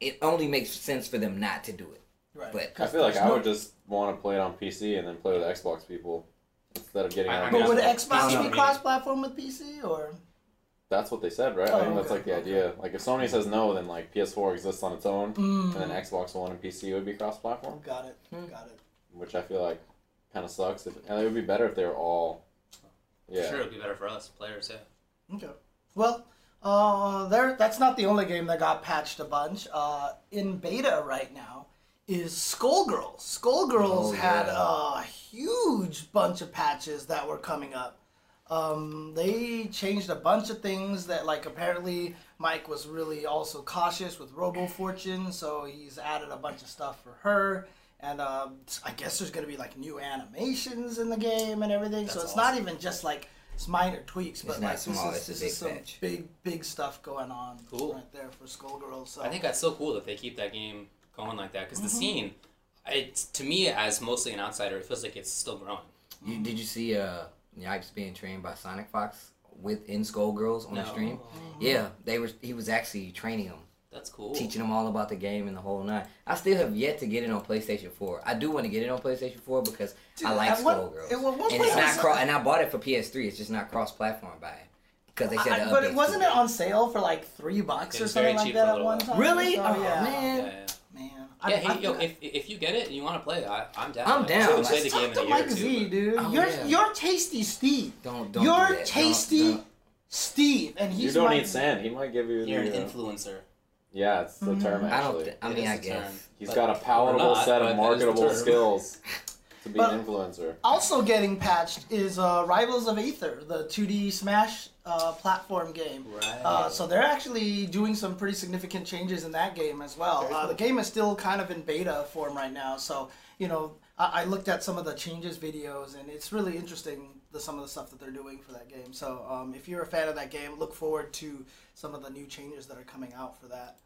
Speaker 4: it only makes sense for them not to do it.
Speaker 1: Right.
Speaker 4: But
Speaker 3: I feel like
Speaker 1: there's
Speaker 3: I
Speaker 1: no-
Speaker 3: would just want to play it on PC and then play with Xbox people instead of getting it
Speaker 2: I-
Speaker 3: on
Speaker 2: I mean,
Speaker 1: But
Speaker 3: console.
Speaker 1: would
Speaker 2: Yeah.
Speaker 1: Xbox
Speaker 4: No, no.
Speaker 1: be cross-platform with PC or?
Speaker 3: That's what they said, right?
Speaker 1: Oh,
Speaker 3: I think that's
Speaker 1: okay.
Speaker 3: like the idea. Like if Sony says no, then like PS4 exists on its own, and then
Speaker 1: Mm.
Speaker 3: Xbox One and PC would be cross-platform,
Speaker 1: Got it.
Speaker 4: Hmm.
Speaker 1: Got it.
Speaker 3: which I feel like kind of sucks. If, and it would be better if they were all. Yeah.
Speaker 2: Sure, it'd be better for us players. Yeah.
Speaker 1: Okay. Well, uh, there. That's not the only game that got patched a bunch. Uh, in beta right now is Skullgirls. Skullgirls
Speaker 4: Oh,
Speaker 1: had
Speaker 4: yeah.
Speaker 1: a huge bunch of patches that were coming up. Um, they changed a bunch of things that, like, apparently Mike was really also cautious with Robo Fortune, so he's added a bunch of stuff for her. And uh, I guess there's gonna be like new animations in the game and everything. so it's not even just like it's minor tweaks, but
Speaker 4: It's not
Speaker 1: like
Speaker 4: small,
Speaker 1: this
Speaker 4: it's a
Speaker 1: is, this is
Speaker 4: big
Speaker 1: some
Speaker 4: patch.
Speaker 1: big big stuff going on
Speaker 2: Cool.
Speaker 1: right there for Skullgirls. So
Speaker 2: I think that's so cool that they keep that game going like that because the
Speaker 1: Mm-hmm.
Speaker 2: scene, it's to me as mostly an outsider, it feels like it's still growing.
Speaker 4: You, did you see uh Yipes being trained by Sonic Fox within Skullgirls on the
Speaker 2: No.
Speaker 4: stream?
Speaker 1: Oh.
Speaker 4: Yeah, they were. He was actually training them,
Speaker 2: That's cool.
Speaker 4: teaching them all about the game and the whole nine. I still have yet to get it on PlayStation Four. I do want to get it on PlayStation Four because I
Speaker 1: Dude,
Speaker 4: like
Speaker 1: at one-
Speaker 4: Skullgirls,
Speaker 1: at one- one
Speaker 4: and it's
Speaker 1: point I
Speaker 4: not
Speaker 1: saw-
Speaker 4: cross. And I bought it for PS3. It's just not cross-platform by it because they said.
Speaker 1: I-
Speaker 4: the
Speaker 1: but it
Speaker 4: updates
Speaker 1: wasn't
Speaker 4: too
Speaker 1: it on sale for like three bucks
Speaker 2: It
Speaker 1: or
Speaker 2: was
Speaker 1: something
Speaker 2: very
Speaker 1: like
Speaker 2: cheap for a
Speaker 1: that at
Speaker 2: little
Speaker 1: one
Speaker 2: while.
Speaker 1: time?
Speaker 4: Really?
Speaker 1: So, yeah.
Speaker 4: oh
Speaker 2: Yeah,
Speaker 4: man.
Speaker 2: yeah.
Speaker 1: man.
Speaker 2: yeah
Speaker 1: I,
Speaker 2: hey, yo, if, if you get it and you want to play it, I, I'm down.
Speaker 4: I'm
Speaker 2: I
Speaker 4: down.
Speaker 2: haven't
Speaker 4: Just
Speaker 2: played
Speaker 1: just
Speaker 2: the
Speaker 1: talk
Speaker 2: game
Speaker 1: to
Speaker 2: in a year
Speaker 1: Mike
Speaker 2: or
Speaker 1: Z,
Speaker 2: two.
Speaker 1: dude.
Speaker 4: Oh,
Speaker 1: you're
Speaker 4: yeah.
Speaker 1: you're tasty Steve.
Speaker 4: Don't- don't
Speaker 1: You're
Speaker 4: do that. Don't-
Speaker 1: tasty
Speaker 4: don't.
Speaker 1: Steve, and he's
Speaker 3: You don't
Speaker 1: my,
Speaker 3: need sand. He might give you.
Speaker 2: but
Speaker 3: the,
Speaker 2: You're an
Speaker 3: uh,
Speaker 2: influencer.
Speaker 3: Yeah, it's the term
Speaker 1: Mm.
Speaker 4: I don't.
Speaker 3: actually.
Speaker 4: thi- I
Speaker 2: It
Speaker 4: mean,
Speaker 2: is
Speaker 4: I
Speaker 2: the
Speaker 4: guess.
Speaker 2: term.
Speaker 3: He's
Speaker 2: But-
Speaker 3: got a palatable
Speaker 2: Or not, but
Speaker 3: set
Speaker 2: that
Speaker 3: of
Speaker 2: is
Speaker 3: marketable
Speaker 2: the term. [laughs]
Speaker 3: skills to be
Speaker 1: But-
Speaker 3: an influencer.
Speaker 1: Also getting patched is uh, Rivals of Aether, the 2D Smash uh, platform game.
Speaker 2: Right.
Speaker 1: Uh, so they're actually doing some pretty significant changes in that game as well. Uh, the game is still kind of in beta form right now, so you know I, I looked at some of the changes videos, and it's really interesting the some of the stuff that they're doing for that game. So um, if you're a fan of that game, look forward to some of the new changes that are coming out for that.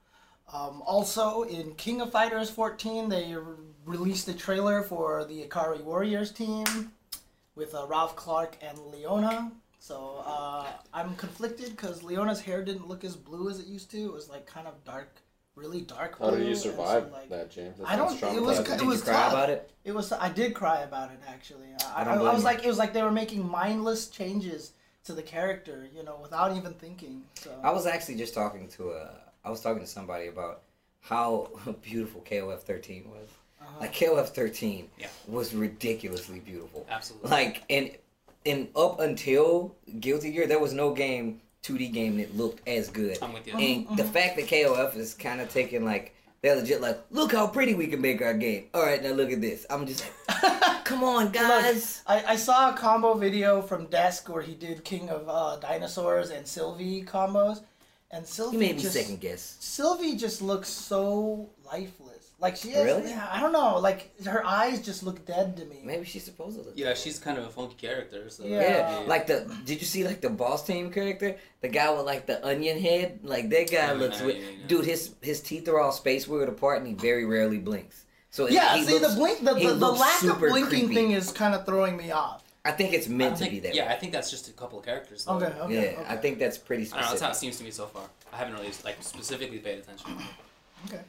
Speaker 1: Um, also, in King of Fighters 14, they re- released a trailer for the Akari Warriors team with uh, Ralph Clark and Leona. So uh, I'm conflicted because Leona's hair didn't look as blue as it used to. It was like kind of dark, really dark blue.
Speaker 3: How did you
Speaker 1: and so,
Speaker 3: survive
Speaker 1: like,
Speaker 3: that, James? That
Speaker 1: I don't.
Speaker 3: sounds
Speaker 1: It was.
Speaker 3: traumatizing.
Speaker 1: It
Speaker 4: you
Speaker 1: was
Speaker 4: cry
Speaker 1: tough.
Speaker 4: about it?
Speaker 1: It was. I did cry about it actually. I,
Speaker 4: I
Speaker 1: I,
Speaker 4: don't
Speaker 1: I,
Speaker 4: blame
Speaker 1: was
Speaker 4: you.
Speaker 1: like, it was like they were making mindless changes to the character, you know, without even thinking. So
Speaker 4: I was actually just talking to a. I was talking to somebody about how [laughs] beautiful KOF 13 was. Like KOF 13
Speaker 2: Uh-huh. Yeah.
Speaker 4: was ridiculously beautiful.
Speaker 2: Absolutely.
Speaker 4: Like and and up until Guilty Gear, there was no game 2D game that looked as good.
Speaker 2: I'm with you.
Speaker 4: And the fact that KOF is kind of taking like they're legit like, look how pretty we can make our game. All right, now look at this. I'm just [laughs] like, come on, guys.
Speaker 1: I, I saw a combo video from Desk where he did King of uh, Dinosaurs and Sylvie combos, and Sylvie
Speaker 4: You made me
Speaker 1: just
Speaker 4: second guess.
Speaker 1: Sylvie just looks so lifeless. Like she is.
Speaker 4: Really?
Speaker 1: Yeah, I don't know. Like her eyes just look dead to me.
Speaker 4: Maybe she's supposed to. look
Speaker 2: Yeah,
Speaker 4: that
Speaker 2: she's kind of a funky character. So
Speaker 1: Yeah.
Speaker 4: Yeah, like the did you see like the boss team character, the guy with like the onion head, like that guy
Speaker 2: Yeah,
Speaker 4: looks
Speaker 2: yeah,
Speaker 4: weird.
Speaker 2: yeah, yeah.
Speaker 4: dude. His his teeth are all space weird apart, and he very rarely blinks. So it's-
Speaker 1: Yeah,
Speaker 4: he
Speaker 1: see
Speaker 4: looks-
Speaker 1: the blink, the,
Speaker 4: he
Speaker 1: the, the
Speaker 4: looks
Speaker 1: lack of
Speaker 4: super
Speaker 1: blinking
Speaker 4: creepy.
Speaker 1: thing is kind of throwing me off.
Speaker 4: I think it's
Speaker 2: I
Speaker 4: meant to
Speaker 2: think,
Speaker 4: be that.
Speaker 2: yeah,
Speaker 4: way.
Speaker 2: I think that's just a couple of characters. though.
Speaker 1: Okay,
Speaker 2: I
Speaker 1: okay,
Speaker 4: yeah.
Speaker 1: okay.
Speaker 4: I think that's pretty
Speaker 2: don't know. That's
Speaker 4: specific.
Speaker 2: how it seems to me so far. I haven't really like specifically paid attention.
Speaker 1: Okay.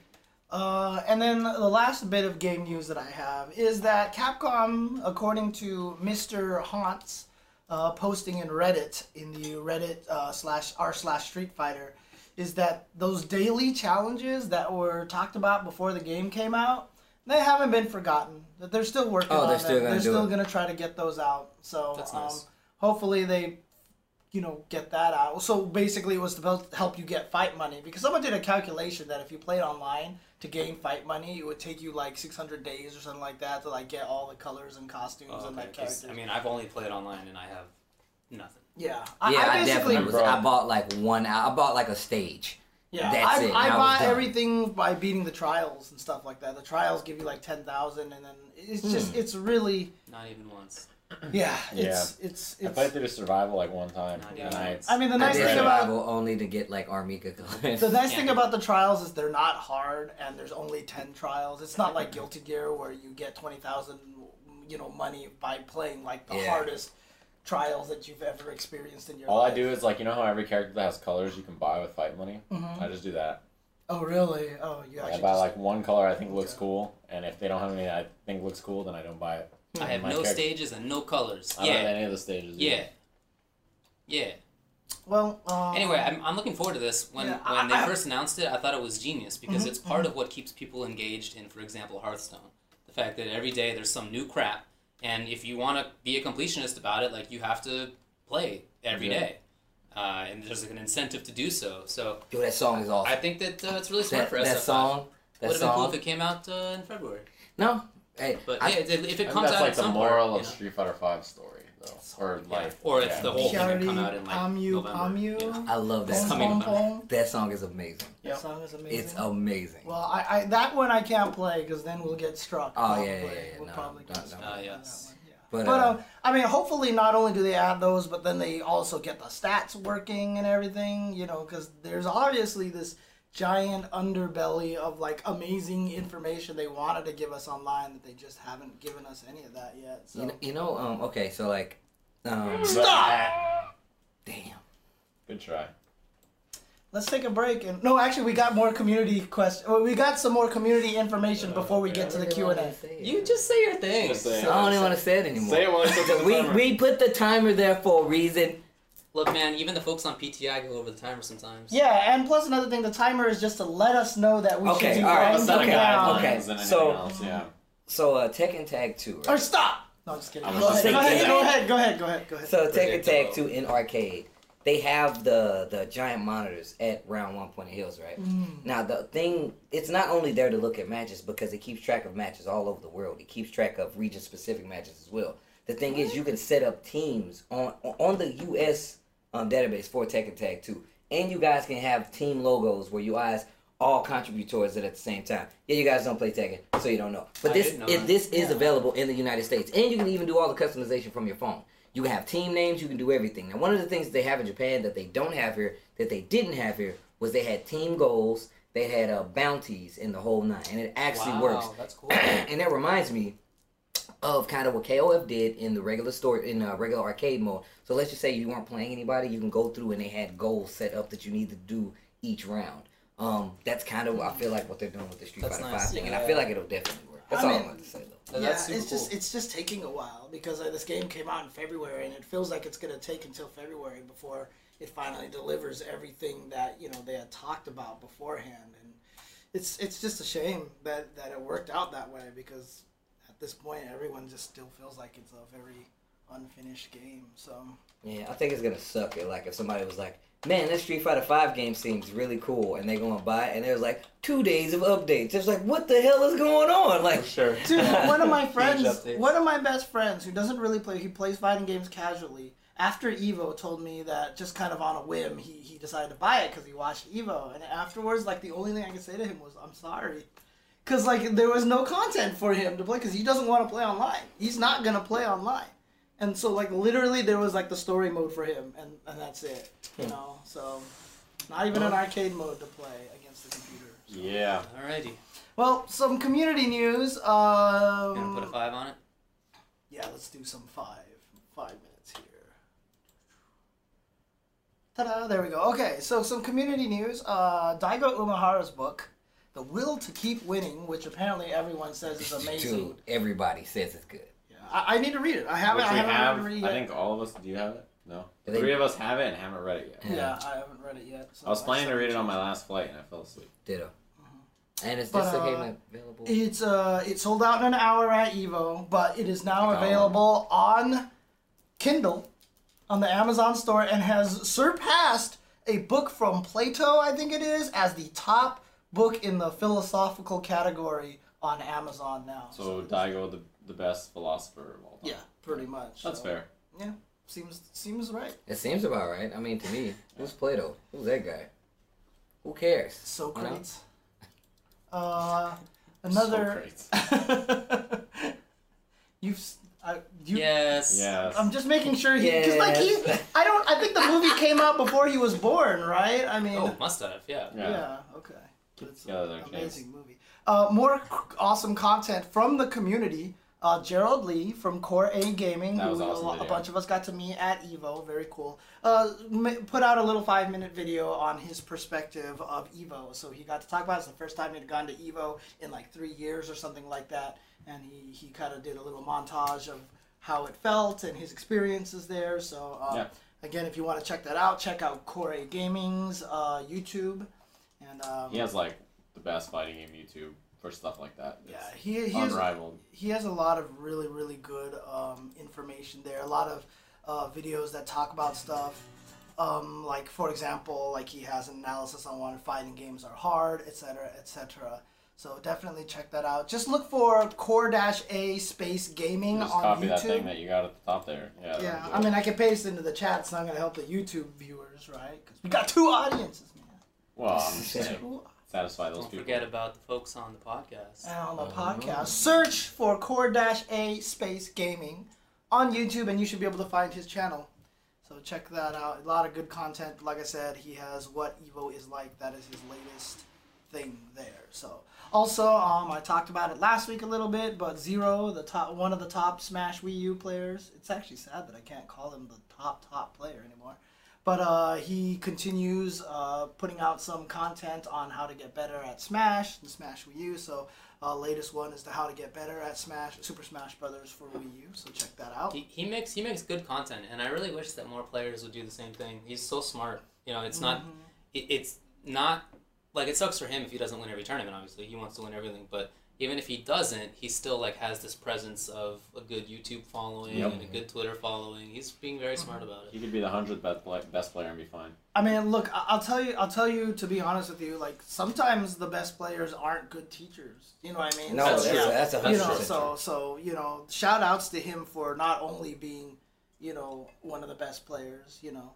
Speaker 1: Uh, and then the last bit of game news that I have is that Capcom, according to Mr. Haunts, uh, posting in Reddit in the Reddit uh, slash r slash Street Fighter, is that those daily challenges that were talked about before the game came out, they haven't been forgotten. That they're still working.
Speaker 4: Oh,
Speaker 1: on
Speaker 4: they're
Speaker 1: them.
Speaker 4: still gonna
Speaker 1: They're
Speaker 4: do
Speaker 1: still
Speaker 4: it.
Speaker 1: gonna try to get those out. So
Speaker 2: That's
Speaker 1: um,
Speaker 2: nice.
Speaker 1: hopefully they you know, get that out. So basically, it was to help- help you get fight money because someone did a calculation that if you played online to gain fight money, it would take you like 600 days or something like that to like get all the colors and costumes and
Speaker 2: Oh, okay,
Speaker 1: like
Speaker 2: 'cause,
Speaker 1: characters.
Speaker 2: I mean, I've only played online and I have nothing.
Speaker 1: yeah,
Speaker 4: yeah, I,
Speaker 1: basically-
Speaker 4: definitely was.
Speaker 3: Bro.
Speaker 4: I bought like one. I bought like a stage.
Speaker 1: Yeah,
Speaker 4: That's
Speaker 1: I,
Speaker 4: it.
Speaker 1: I
Speaker 4: I was
Speaker 1: bought
Speaker 4: done.
Speaker 1: everything by beating the trials and stuff like that. The trials give you like 10,000, and then it's
Speaker 2: Hmm.
Speaker 1: just it's really
Speaker 2: Not even once.
Speaker 1: yeah, it's it's
Speaker 3: I
Speaker 1: it's.
Speaker 3: played through survival like one time.
Speaker 2: Not even
Speaker 3: and I,
Speaker 2: once.
Speaker 1: I mean, the
Speaker 4: I
Speaker 1: nice
Speaker 4: did
Speaker 1: thing about
Speaker 4: survival only to get like Armika colors.
Speaker 1: The nice thing
Speaker 2: Yeah.
Speaker 1: about the trials is they're not hard, and there's only ten trials. It's not
Speaker 4: Mm-hmm.
Speaker 1: like Guilty Gear where you get twenty thousand, you know, money by playing like the
Speaker 4: Yeah.
Speaker 1: hardest trials that you've ever experienced in your
Speaker 3: all
Speaker 1: life.
Speaker 3: I do is like you know how every character that has colors you can buy with fight money.
Speaker 1: Mhm.
Speaker 2: Mm-hmm.
Speaker 3: I just do that.
Speaker 1: Oh really? Oh, you
Speaker 3: Like, I
Speaker 1: actually.
Speaker 3: buy
Speaker 1: just-
Speaker 3: like one color I think looks
Speaker 1: Yeah.
Speaker 3: cool, and if they don't have any that I think looks cool, then I don't buy it.
Speaker 2: I have
Speaker 3: My
Speaker 2: no
Speaker 3: character-
Speaker 2: stages and no colors.
Speaker 3: I don't have
Speaker 2: yeah,
Speaker 3: any of the stages. either.
Speaker 2: yeah, yeah.
Speaker 1: Well. Um,
Speaker 2: Anyway, I'm, I'm looking forward to this. When
Speaker 1: Yeah, I-
Speaker 2: when they
Speaker 1: I- Mm-hmm,
Speaker 2: first announced it, I thought it was genius because it's part of what keeps people engaged in, for example, Hearthstone. The fact that every day there's some new crap, and if you want to be a completionist about it, like you have to play every day,
Speaker 3: Yeah.
Speaker 2: uh, and there's like an incentive to do so. So
Speaker 4: Yo, that song is awesome.
Speaker 2: I think that uh, it's really smart
Speaker 4: that,
Speaker 2: for
Speaker 4: that
Speaker 2: us.
Speaker 4: song. That
Speaker 2: would have been
Speaker 4: song.
Speaker 2: cool if it came out uh, in February.
Speaker 4: no. Hey,
Speaker 2: But
Speaker 4: I-
Speaker 2: yeah, it- if
Speaker 3: I
Speaker 2: it
Speaker 3: think
Speaker 2: comes
Speaker 3: that's
Speaker 2: out
Speaker 3: like
Speaker 2: at
Speaker 3: the
Speaker 2: some
Speaker 3: moral
Speaker 2: point,
Speaker 3: of
Speaker 2: you know.
Speaker 3: Street Fighter Five story, though, or
Speaker 2: Yeah.
Speaker 3: like,
Speaker 2: Or it's the whole-
Speaker 3: Yeah,
Speaker 2: thing to come
Speaker 1: Chiari,
Speaker 2: out in, like,
Speaker 1: Am you,
Speaker 2: November,
Speaker 1: am you?
Speaker 2: you know.
Speaker 4: I love that
Speaker 2: It's
Speaker 1: Pom,
Speaker 4: song.
Speaker 2: coming
Speaker 1: pom,
Speaker 2: to mind.
Speaker 1: pom.
Speaker 4: That song is amazing.
Speaker 1: That song is amazing.
Speaker 4: It's amazing.
Speaker 1: well, I, I that one I can't play because then we'll get struck.
Speaker 4: Oh, yeah,
Speaker 1: probably.
Speaker 4: yeah, yeah,
Speaker 1: We'll
Speaker 4: no,
Speaker 1: probably
Speaker 4: no,
Speaker 1: get
Speaker 4: no. Uh,
Speaker 1: struck.
Speaker 2: Ah,
Speaker 1: on that
Speaker 2: yes.
Speaker 1: one, yeah.
Speaker 4: But,
Speaker 1: But
Speaker 4: uh,
Speaker 1: um, I mean, hopefully, not only do they add those, but then they also get the stats working and everything, you know, because there's obviously this giant underbelly of like amazing information they wanted to give us online that they just haven't given us any of that yet. So
Speaker 4: you know, you know um, okay, so like, um,
Speaker 1: Stop!
Speaker 4: damn.
Speaker 3: Good try.
Speaker 1: let's take a break and no, actually, we got more community questions. Well, we got some more community information before we get to the Q and A.
Speaker 2: You just say your thing.
Speaker 3: Just say
Speaker 4: I
Speaker 3: it.
Speaker 4: don't even want to say it anymore.
Speaker 3: Say it while it's still on the
Speaker 4: we
Speaker 3: timer.
Speaker 4: we put the timer there for a reason.
Speaker 2: Look, man, even the folks on PTI go over the timer sometimes.
Speaker 1: Yeah, and plus another thing, the timer is just to let us know that we
Speaker 4: Okay,
Speaker 1: should do
Speaker 4: all right,
Speaker 1: things
Speaker 3: That's not a
Speaker 4: okay,
Speaker 1: now.
Speaker 3: guideline
Speaker 4: okay,
Speaker 3: than anything
Speaker 4: so-
Speaker 3: else, yeah.
Speaker 4: So uh, Tekken Tag Two.
Speaker 1: Or
Speaker 4: Right?
Speaker 1: stop! No, I'm just kidding.
Speaker 3: I
Speaker 1: Go
Speaker 3: was
Speaker 1: ahead.
Speaker 4: just
Speaker 1: Go ahead.
Speaker 4: thinking
Speaker 1: Go
Speaker 4: that.
Speaker 1: ahead. Go ahead. Go ahead. Go ahead.
Speaker 4: So Tekken Tag
Speaker 3: Predictable.
Speaker 4: Two in arcade, they have the the giant monitors at round one point of hills, right?
Speaker 1: Mm-hmm.
Speaker 4: Now the thing, it's not only there to look at matches because it keeps track of matches all over the world. It keeps track of region specific matches as well. The thing is, you can set up teams on on the U.S. Um, database for Tekken Tag Two, and you guys can have team logos where you guys all contribute towards it at the same time. Yeah, you guys don't play Tekken, so you don't know. But
Speaker 2: I
Speaker 4: this
Speaker 2: didn't know
Speaker 4: if
Speaker 2: that.
Speaker 4: this is available in the United States, and you can even do all the customization from your phone. You can have team names, you can do everything. Now, one of the things they have in Japan that they don't have here, that they didn't have here, was they had team goals, they had uh, bounties in the whole nine, and it actually
Speaker 2: wow,
Speaker 4: works.
Speaker 2: That's cool.
Speaker 4: and that reminds me, of kind of what KOF did in the regular story in uh, regular arcade mode. So let's just say you weren't playing anybody, you can go through and they had goals set up that you need to do each round. Um, that's kind of I feel like what they're doing with the Street
Speaker 2: That's
Speaker 4: Fighter
Speaker 2: nice,
Speaker 4: Five thing, and
Speaker 2: yeah.
Speaker 4: I feel like it'll definitely work. That's
Speaker 1: I
Speaker 4: all
Speaker 1: mean-
Speaker 4: I wanted to say though.
Speaker 2: So
Speaker 1: yeah,
Speaker 2: that's
Speaker 1: it's
Speaker 2: super cool.
Speaker 1: just it's just taking a while because uh, this game came out in February and it feels like it's gonna take until February before it finally delivers everything that you know they had talked about beforehand and it's it's just a shame that that it worked out that way because at this point everyone just still feels like it's a very unfinished game so
Speaker 4: Yeah, I think it's gonna suck. It like if somebody was like, "Man, that Street Fighter Five game seems really cool," and they go and buy it, and there's like two days of updates. It's like, what the hell is going on? Like,
Speaker 2: for sure.
Speaker 1: Dude,
Speaker 2: [laughs]
Speaker 1: one of my
Speaker 2: Huge
Speaker 1: friends,
Speaker 2: updates.
Speaker 1: one of my best friends who doesn't really play, he plays fighting games casually. After Evo told me that just kind of on a whim, he, he decided to buy it because he watched Evo. And afterwards, like the only thing I could say to him was, I'm sorry. Because like there was no content for him to play because he doesn't want to play online. He's not going to play online. And so like literally there was like the story mode for him and, and that's it.
Speaker 2: Hmm.
Speaker 1: You know, so not even an arcade mode to play against the computer.
Speaker 3: Yeah.
Speaker 2: Alrighty.
Speaker 1: Well, some community news.
Speaker 2: You gonna put a
Speaker 1: Um,
Speaker 2: five on it?
Speaker 1: yeah, let's do some five five minutes here. Ta-da! There we go. Okay, so some community news. Uh, Daigo Umehara's book, "The Will to Keep Winning," which apparently everyone says is amazing.
Speaker 4: dude, everybody says it's good.
Speaker 1: Yeah, I, I need to read it. I haven't.
Speaker 3: Which
Speaker 1: I
Speaker 3: we
Speaker 1: haven't
Speaker 3: have.
Speaker 1: read it
Speaker 3: I
Speaker 1: yet.
Speaker 3: think all of us. Do you have it? No.
Speaker 4: I
Speaker 3: The
Speaker 4: think-
Speaker 3: three of us have it and haven't read it yet.
Speaker 1: yeah. I haven't read it yet. so
Speaker 3: I was
Speaker 1: I
Speaker 3: planning to
Speaker 1: said-
Speaker 3: read it on my last flight and I fell asleep.
Speaker 4: Ditto. And it's
Speaker 1: But,
Speaker 4: just a game
Speaker 1: uh,
Speaker 4: available.
Speaker 1: It's uh, it sold out in an hour at Evo, but it is now
Speaker 3: Like an hour.
Speaker 1: available on Kindle, on the Amazon store, and has surpassed a book from Plato, I think it is, as the top book in the philosophical category on Amazon now.
Speaker 3: So Daigo, the the best philosopher of all time.
Speaker 1: yeah, pretty much.
Speaker 3: That's
Speaker 1: So,
Speaker 3: fair.
Speaker 1: Yeah, seems seems right.
Speaker 4: It seems about right. I mean, to me, who's Plato? Who's that guy? Who cares?
Speaker 3: [laughs]
Speaker 1: Socrates. Uh, another.
Speaker 3: Socrates.
Speaker 1: [laughs] You've. s- I, you,
Speaker 2: Yes.
Speaker 3: Yes.
Speaker 1: I'm just making sure he, because like he,
Speaker 4: Yes.
Speaker 1: I don't, I think the movie came out before he was born, right? I mean,
Speaker 2: Oh, must have. Yeah.
Speaker 1: yeah.
Speaker 3: Yeah.
Speaker 1: okay. But it's
Speaker 3: Yeah, they're
Speaker 1: an
Speaker 3: kids.
Speaker 1: amazing movie. Uh, more c- awesome content from the community. Uh, Gerald Lee from Core A Gaming,
Speaker 3: That
Speaker 1: who
Speaker 3: was
Speaker 1: a
Speaker 3: awesome
Speaker 1: lo- a
Speaker 3: video.
Speaker 1: bunch of us got to meet at Evo, very cool. Uh, m- put out a little five minute video on his perspective of Evo. So he got to talk about it. it's the first time he'd gone to Evo in like three years or something like that, and he he kind of did a little montage of how it felt and his experiences there. So uh,
Speaker 3: Yeah.
Speaker 1: again, if you want to check that out, check out Core A Gaming's uh, YouTube. And um,
Speaker 3: He has like the best fighting game YouTube for stuff like that. It's
Speaker 1: yeah, he, he has
Speaker 3: unrivaled.
Speaker 1: he has a lot of really really good um, information there a lot of uh, videos that talk about stuff um, like for example like he has an analysis on why fighting games are hard etc etc so definitely check that out just look for core dash a space gaming
Speaker 3: Just
Speaker 1: on
Speaker 3: copy
Speaker 1: youtube
Speaker 3: that thing that you got at the top there. Yeah.
Speaker 1: yeah
Speaker 3: that'd
Speaker 1: i
Speaker 3: be
Speaker 1: mean
Speaker 3: good.
Speaker 1: i can paste it into the chat it's not going to help the youtube viewers right because we got two audiences man
Speaker 3: Well,
Speaker 1: [laughs]
Speaker 3: I'm just saying,
Speaker 1: Two
Speaker 3: satisfy those
Speaker 2: Don't
Speaker 3: people.
Speaker 2: forget about the folks on the podcast.
Speaker 1: and on the podcast. Search for Core Dash A Space Gaming on YouTube, and you should be able to find his channel. So check that out. A lot of good content. Like I said, he has What Evo is Like. That is his latest thing there. So also, um, I talked about it last week a little bit, but Zero, the top one of the top Smash Wii U players. It's actually sad that I can't call him the top top player anymore. But uh, he continues uh, putting out some content on how to get better at Smash and Smash Wii U. So uh, latest one is to how to get better at Smash Super Smash Brothers for Wii U. So check that out.
Speaker 2: He, he makes he makes good content, and I really wish that more players would do the same thing. He's so smart. You know, it's not it, it's not like it sucks for him if he doesn't win every tournament. Obviously, he wants to win everything, but even if he doesn't, he still like has this presence of a good YouTube following
Speaker 3: Yep.
Speaker 2: and a good Twitter following. He's being very smart about it.
Speaker 3: He could be the hundredth best, play- best player and be fine.
Speaker 1: I mean, look, I- I'll tell you, I'll tell you to be honest with you, like sometimes the best players aren't good teachers. You know what I mean?
Speaker 4: No,
Speaker 2: That's
Speaker 4: that's,
Speaker 2: true.
Speaker 4: a, that's a
Speaker 1: you
Speaker 4: hundred
Speaker 1: know,
Speaker 4: percent.
Speaker 1: so so you know, shout outs to him for not only being, you know, one of the best players, you know,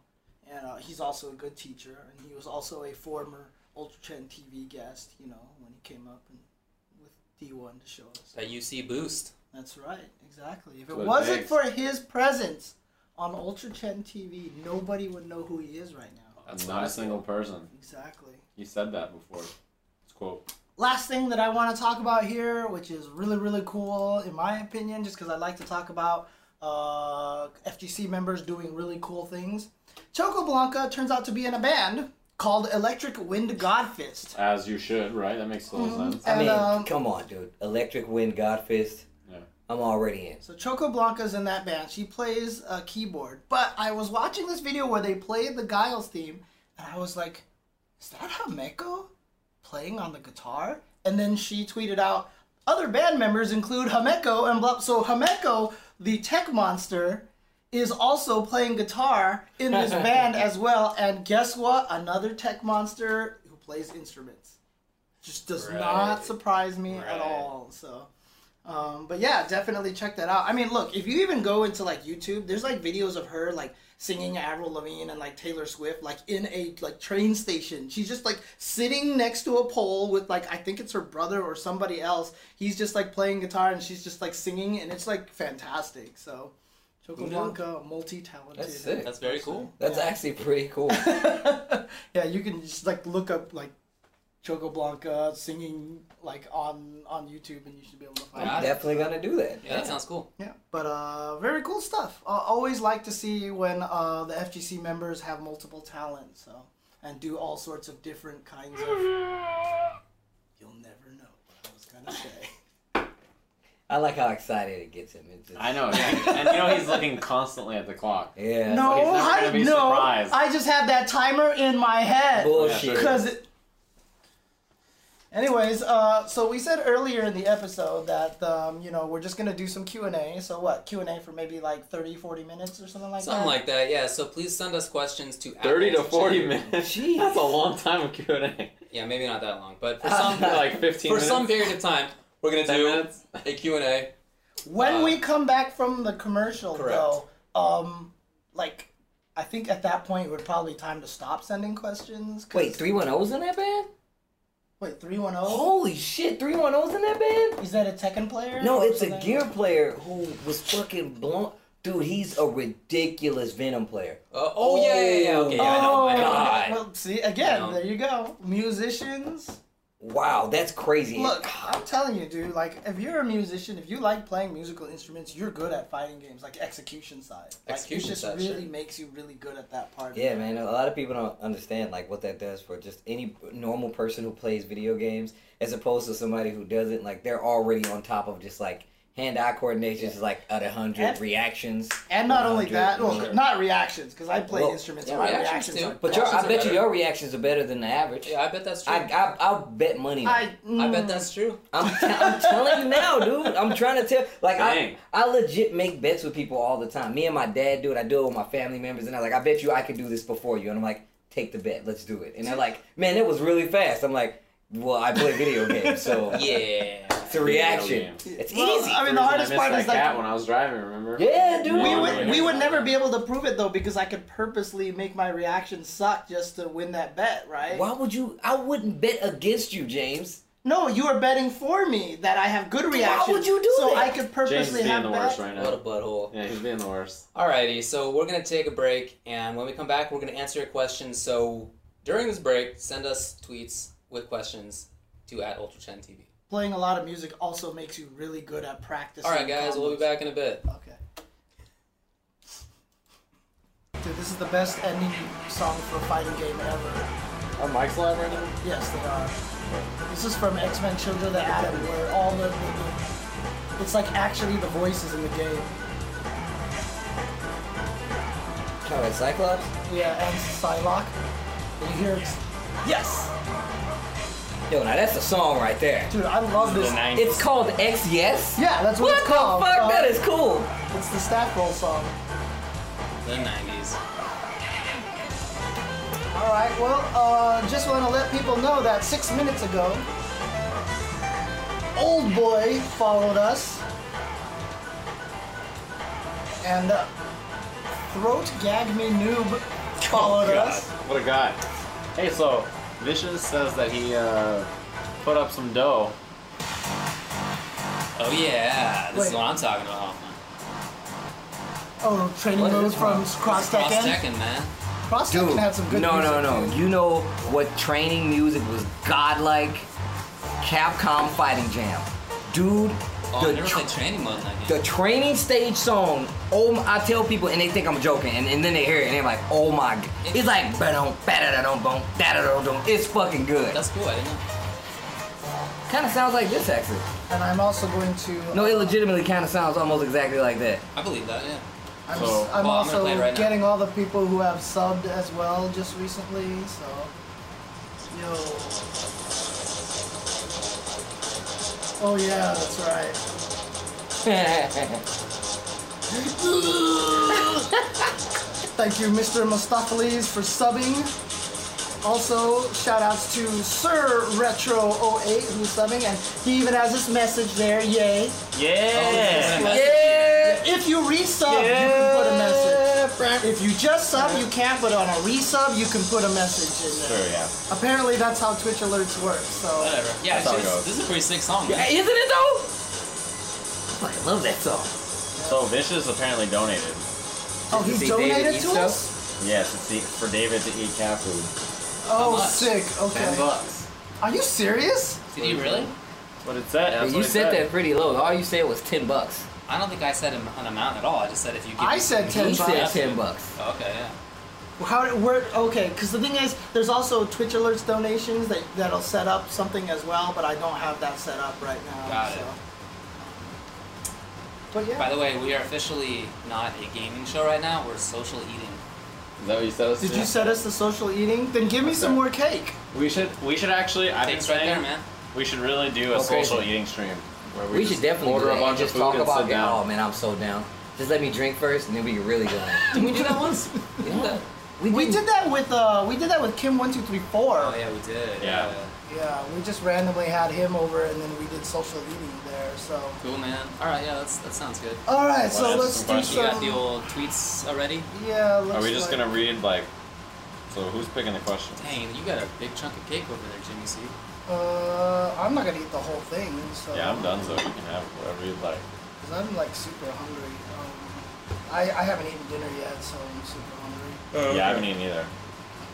Speaker 1: and uh, he's also a good teacher, and he was also a former Ultra Chen TV guest, you know, when he came up and with D one to show us.
Speaker 2: That UC boost.
Speaker 1: That's right, exactly. If it
Speaker 3: What it
Speaker 1: wasn't
Speaker 3: takes.
Speaker 1: for his presence on Ultra Chen TV, nobody would know who he is right now.
Speaker 2: That's
Speaker 3: Not
Speaker 2: what I
Speaker 3: a single person.
Speaker 1: Exactly.
Speaker 3: He said that before. It's a quote.
Speaker 1: last thing that I want to talk about here, which is really, really cool, in my opinion, just because I like to talk about uh, FGC members doing really cool things. Choco Blanca turns out to be in a band called Electric Wind Godfist.
Speaker 3: As you should, right? That makes total sense.
Speaker 4: I
Speaker 1: And,
Speaker 4: mean,
Speaker 1: um,
Speaker 4: come on, dude. Electric Wind Godfist.
Speaker 3: Yeah.
Speaker 4: I'm already in.
Speaker 1: So Choco Blanca's in that band. She plays a keyboard. But I was watching this video where they played the Giles theme, and I was like, is that Hameko playing on the guitar? And then she tweeted out, other band members include Hameko and blah. So Hameko, the tech monster, is also playing guitar in this band as well. And guess what? Another tech monster who plays instruments. Just does
Speaker 3: Right.
Speaker 1: not surprise me at
Speaker 3: Right.
Speaker 1: all. So. Um, but yeah, definitely check that out. I mean, look, if you even go into like YouTube, there's like videos of her like singing Avril Lavigne and like Taylor Swift like in a like train station. She's just like sitting next to a pole with like I think it's her brother or somebody else. He's just like playing guitar and she's just like singing and it's like fantastic. So, Choco
Speaker 2: knew?
Speaker 1: Blanca, multi-talented.
Speaker 4: That's sick.
Speaker 2: That's very cool.
Speaker 4: That's
Speaker 1: Yeah.
Speaker 4: actually
Speaker 1: [laughs]
Speaker 4: pretty cool.
Speaker 1: yeah, you can just like look up like Choco Blanca singing like on on YouTube and you should be able to find
Speaker 2: Yeah.
Speaker 1: it.
Speaker 4: I'm definitely gonna do that.
Speaker 2: Yeah, that sounds cool.
Speaker 1: Yeah, but uh, very cool stuff. I always like to see when uh, the FGC members have multiple talents, so and do all sorts of different kinds of. You'll never know what I was gonna say.
Speaker 4: I like how excited it gets him. It's just,
Speaker 3: I know. and you know he's looking constantly at the clock.
Speaker 4: Yeah.
Speaker 1: no,
Speaker 3: he's not gonna
Speaker 1: I
Speaker 3: be
Speaker 1: no,
Speaker 3: surprised.
Speaker 1: I just had that timer in my head.
Speaker 4: Bullshit.
Speaker 1: Because it. Anyways, uh, so we said earlier in the episode that um, you know we're just gonna do some Q and A. So what Q and A for maybe like 30, 40 minutes or something like
Speaker 2: Something
Speaker 1: that.
Speaker 2: like that, yeah. So please send us questions to
Speaker 3: Thirty to
Speaker 2: Apple's
Speaker 3: forty
Speaker 2: chat.
Speaker 3: minutes.
Speaker 4: Jeez.
Speaker 3: That's a long time of Q and [laughs] A.
Speaker 2: Yeah, maybe not that long, but for some
Speaker 3: Like fifteen.
Speaker 2: for
Speaker 3: minutes?
Speaker 2: some period of time, we're gonna
Speaker 3: 10
Speaker 2: do
Speaker 3: minutes?
Speaker 2: a Q and A.
Speaker 1: When
Speaker 2: Uh,
Speaker 1: we come back from the commercial,
Speaker 2: Correct.
Speaker 1: though, um, like I think at that point it would probably time to stop sending questions. 'cause-
Speaker 4: Wait, 310's in that band?
Speaker 1: wait, three one zero.
Speaker 4: Holy shit, 310's in that band?
Speaker 1: Is that a Tekken player?
Speaker 4: Oh. No,
Speaker 1: or
Speaker 4: it's a
Speaker 1: something?
Speaker 4: gear player who was fucking blown. Dude, he's a ridiculous Venom player.
Speaker 2: Uh, oh yeah, yeah, yeah. Okay, yeah, I know. I know.
Speaker 3: Oh.
Speaker 4: God.
Speaker 1: Oh, Well, see
Speaker 2: I know.
Speaker 1: again. There you go. Musicians.
Speaker 4: Wow, that's crazy.
Speaker 1: Look, I'm telling you, dude. Like, if you're a musician, if you like playing musical instruments, you're good at fighting games, like execution side. Like,
Speaker 2: Execution
Speaker 1: it just
Speaker 2: side,
Speaker 1: really
Speaker 2: sure.
Speaker 1: makes you really good at that part. of
Speaker 4: Yeah,
Speaker 1: it.
Speaker 4: man, a lot of people don't understand like what that does for just any normal person who plays video games as opposed to somebody who doesn't. Like they're already on top of just like hand-eye coordination is like at a hundred
Speaker 1: And-
Speaker 4: reactions.
Speaker 1: And not only
Speaker 4: 100,
Speaker 1: that, well,
Speaker 4: sure.
Speaker 1: not reactions, because I play
Speaker 4: Well,
Speaker 1: instruments.
Speaker 2: yeah,
Speaker 1: and my
Speaker 2: reactions
Speaker 1: reactions,
Speaker 2: too.
Speaker 1: are
Speaker 4: But your, I
Speaker 2: Reactions are
Speaker 4: bet you
Speaker 2: better.
Speaker 4: your reactions are better than the average.
Speaker 2: Yeah, I bet that's true.
Speaker 4: I,
Speaker 2: I,
Speaker 4: I I'll bet money. on it.
Speaker 1: I, mm,
Speaker 2: bet that's true.
Speaker 4: I'm, t- I'm telling you now, dude. I'm trying to tell. Like, I,
Speaker 3: Dang.
Speaker 4: I legit make bets with people all the time. Me and my dad do it. I do it with my family members, and I'm like, I bet you I could do this before you. And I'm like, take the bet. Let's do it. And they're like, man, that was really fast. I'm like, well, I play video games, so
Speaker 3: Mm.
Speaker 2: Yeah.
Speaker 4: it's a reaction.
Speaker 3: Video
Speaker 4: It's
Speaker 1: Well,
Speaker 4: easy.
Speaker 1: I mean,
Speaker 3: reason
Speaker 1: the hardest
Speaker 3: I
Speaker 1: part
Speaker 3: missed
Speaker 1: is
Speaker 3: that
Speaker 1: like
Speaker 3: cat when I was driving. Remember?
Speaker 4: yeah, dude.
Speaker 1: we
Speaker 3: No,
Speaker 1: would
Speaker 3: no,
Speaker 1: we
Speaker 3: no.
Speaker 1: would never be able to prove it though because I could purposely make my reaction suck just to win that bet, right?
Speaker 4: Why would you? I wouldn't bet against you, James.
Speaker 1: No, you are betting for me that I have good reactions.
Speaker 4: would you do
Speaker 1: So
Speaker 4: that?
Speaker 1: I could
Speaker 3: James
Speaker 1: purposely
Speaker 3: is being
Speaker 1: have
Speaker 3: the
Speaker 1: bet.
Speaker 3: worst right
Speaker 2: What a
Speaker 3: now.
Speaker 2: butthole.
Speaker 3: [laughs] Yeah, he's being the worst.
Speaker 2: Alrighty, so we're gonna take a break, and when we come back, we're gonna answer your questions. So during this break, send us tweets with questions to at UltraChen TV.
Speaker 1: Playing a lot of music also makes you really good at practicing.
Speaker 2: All right, guys, we'll be
Speaker 1: combos.
Speaker 2: back in a bit.
Speaker 1: Okay. Dude, this is the best ending song for a fighting game ever.
Speaker 3: Are Mike's live right now?
Speaker 1: Yes, they are. This is from X Men Children of Adam, where all the. It's like actually the voices in the game.
Speaker 4: Oh, it's Cyclops.
Speaker 1: Yeah, and Psylocke. And you hear it's. Yes!
Speaker 4: Yo, now that's a song right there.
Speaker 1: Dude, I love this.
Speaker 4: It's called X Yes.
Speaker 1: Yeah, that's what,
Speaker 4: What
Speaker 1: it's
Speaker 4: the
Speaker 1: called.
Speaker 4: fuck?
Speaker 1: Uh,
Speaker 4: that is cool.
Speaker 1: It's the Stack Roll song.
Speaker 2: The 90s.
Speaker 1: Alright, well, uh, just want to let people know that six minutes ago, Old Boy followed us. And uh, Throat Gag Me
Speaker 4: [laughs] Oh,
Speaker 1: Noob followed us.
Speaker 3: What a guy. Hey, so Vicious says that he uh, put up some dough.
Speaker 2: Oh yeah, this is
Speaker 1: Wait.
Speaker 2: what I'm talking about, Hoffman.
Speaker 1: Oh, training
Speaker 4: What is
Speaker 1: mode
Speaker 4: this
Speaker 1: from
Speaker 4: one?
Speaker 1: Cross
Speaker 2: Cross
Speaker 1: Tekken.
Speaker 2: Tekken, man.
Speaker 1: Cross
Speaker 4: Dude,
Speaker 1: Tekken had some good
Speaker 4: no,
Speaker 1: music,
Speaker 4: no, no.
Speaker 1: dude.
Speaker 4: You know what training music was godlike? Capcom Fighting Jam. Dude,
Speaker 2: Oh, I
Speaker 4: the
Speaker 2: never
Speaker 4: tr-
Speaker 2: played training mode in that game.
Speaker 4: the training stage song, oh my, I tell people and they think I'm joking and, and then they hear it and they're like, oh my god. It's like ba-dum, ba-da-da-dum, bum, da-da-da-dum. It's fucking good.
Speaker 2: That's cool. I didn't know.
Speaker 4: Kinda sounds like this actually.
Speaker 1: And I'm also going to.
Speaker 4: No, it legitimately kinda sounds almost exactly like
Speaker 2: [laughs]
Speaker 4: that.
Speaker 2: I believe that. Yeah.
Speaker 1: I'm,
Speaker 3: So-
Speaker 1: I'm
Speaker 2: Well, I'm
Speaker 1: also
Speaker 2: gonna play it right now.
Speaker 1: getting all the people who have subbed as well just recently. So, yo. Oh yeah, that's right. Thank you, Mr. Mustopheles, for subbing. Also, shout outs to Sir Retro08 who's subbing, and he even has this message there. Yay!
Speaker 3: Oh,
Speaker 2: Yeah.
Speaker 4: yeah!
Speaker 1: If you resub, you can put a message. If you just sub, you can't, but on a resub, you can put a message in there.
Speaker 3: Sure, yeah.
Speaker 1: Apparently, that's how Twitch alerts work. So,
Speaker 2: Whatever. Yeah.
Speaker 3: That's how it
Speaker 2: actually, This,
Speaker 3: goes.
Speaker 2: this is a pretty sick song. Man.
Speaker 4: Hey, Isn't it though? I fucking love that song.
Speaker 3: So Vicious apparently donated.
Speaker 1: oh, he
Speaker 4: Did you see David
Speaker 1: donated to
Speaker 4: Easto?
Speaker 1: us.
Speaker 3: Yes, it's the, for David to eat cat food.
Speaker 1: Oh,
Speaker 2: How much?
Speaker 1: sick. Okay.
Speaker 3: bucks.
Speaker 1: Are you serious?
Speaker 2: Did you really?
Speaker 3: That's what it said. That's
Speaker 4: you
Speaker 3: what it
Speaker 4: said that pretty low. All you said was ten bucks.
Speaker 2: I don't think I said an an amount at all. I just said if you. Give
Speaker 1: I
Speaker 2: me-
Speaker 1: said ten
Speaker 4: He said
Speaker 1: bucks.
Speaker 4: ten bucks.
Speaker 2: Oh, okay. Yeah.
Speaker 1: How? did- Where? Okay. Because the thing is, there's also Twitch alerts donations that that'll set up something as well, but I don't have that set up right now.
Speaker 2: Got it.
Speaker 1: so. But yeah.
Speaker 2: By the way, we are officially not a gaming show right now. We're social eating.
Speaker 3: Is that what you said? us
Speaker 1: Did
Speaker 3: to?
Speaker 1: you set us the social eating? Then give me some more cake.
Speaker 3: We should. We should actually. I've been
Speaker 2: Thanks right
Speaker 3: saying
Speaker 2: there, man.
Speaker 3: we should really do a
Speaker 4: Okay.
Speaker 3: social eating stream where we,
Speaker 4: We,
Speaker 3: just
Speaker 4: should definitely
Speaker 3: order
Speaker 4: do
Speaker 3: a
Speaker 4: that.
Speaker 3: bunch
Speaker 4: just
Speaker 3: of food
Speaker 4: talk
Speaker 3: and
Speaker 4: about
Speaker 3: sit
Speaker 4: it. Oh
Speaker 3: down.
Speaker 4: man, I'm so down. Just let me drink first, and then we can really go.
Speaker 1: [laughs]
Speaker 4: in.
Speaker 2: Did we do that once? We did that.
Speaker 1: We did that with uh, we did that with Kim one two three four.
Speaker 2: [laughs] Oh yeah, we did.
Speaker 3: Yeah.
Speaker 1: Yeah, we just randomly had him over, and then we did social eating there. So.
Speaker 2: Cool, man. All right. Yeah. That's, that sounds good.
Speaker 1: All right, so
Speaker 3: Well,
Speaker 1: let's
Speaker 3: that's
Speaker 1: do
Speaker 2: You
Speaker 3: the question.
Speaker 2: got
Speaker 1: some.
Speaker 2: the old tweets already?
Speaker 1: Yeah, let's.
Speaker 3: Are we just
Speaker 1: like-
Speaker 3: gonna read like? So who's picking the question?
Speaker 2: Dang, you got a big chunk of cake over there, Jimmy C.
Speaker 1: Uh, I'm not gonna eat the whole thing. So.
Speaker 3: Yeah, I'm done. So you can have whatever you'd like.
Speaker 1: Cause I'm like super hungry. Um, I I haven't eaten dinner yet, so I'm super hungry.
Speaker 3: Yeah, I haven't eaten either.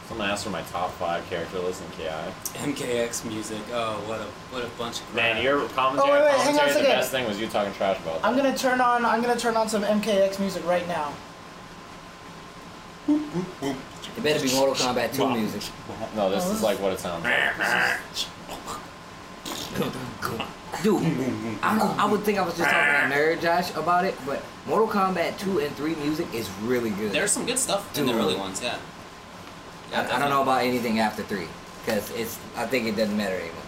Speaker 3: Someone asked for my top five character list in KI.
Speaker 2: MKX music. Oh, what a what a bunch of crap.
Speaker 3: Man, your commentary,
Speaker 1: Oh, wait, wait, hang on a
Speaker 3: commentary the
Speaker 1: second.
Speaker 3: best thing was you talking trash about that.
Speaker 1: I'm gonna turn on. I'm gonna turn on some MKX music right now.
Speaker 4: It better be Mortal Kombat 2 music.
Speaker 1: [laughs]
Speaker 3: No, this is like what it sounds like.
Speaker 4: Dude, I, don't- I would think I was just talking to Nerd Josh about it, but Mortal Kombat 2 and 3 music is really good.
Speaker 2: There's some good stuff in the
Speaker 4: Dude.
Speaker 2: early ones, yeah.
Speaker 4: I, I don't know about anything after 3, because it's. I think it doesn't matter anymore.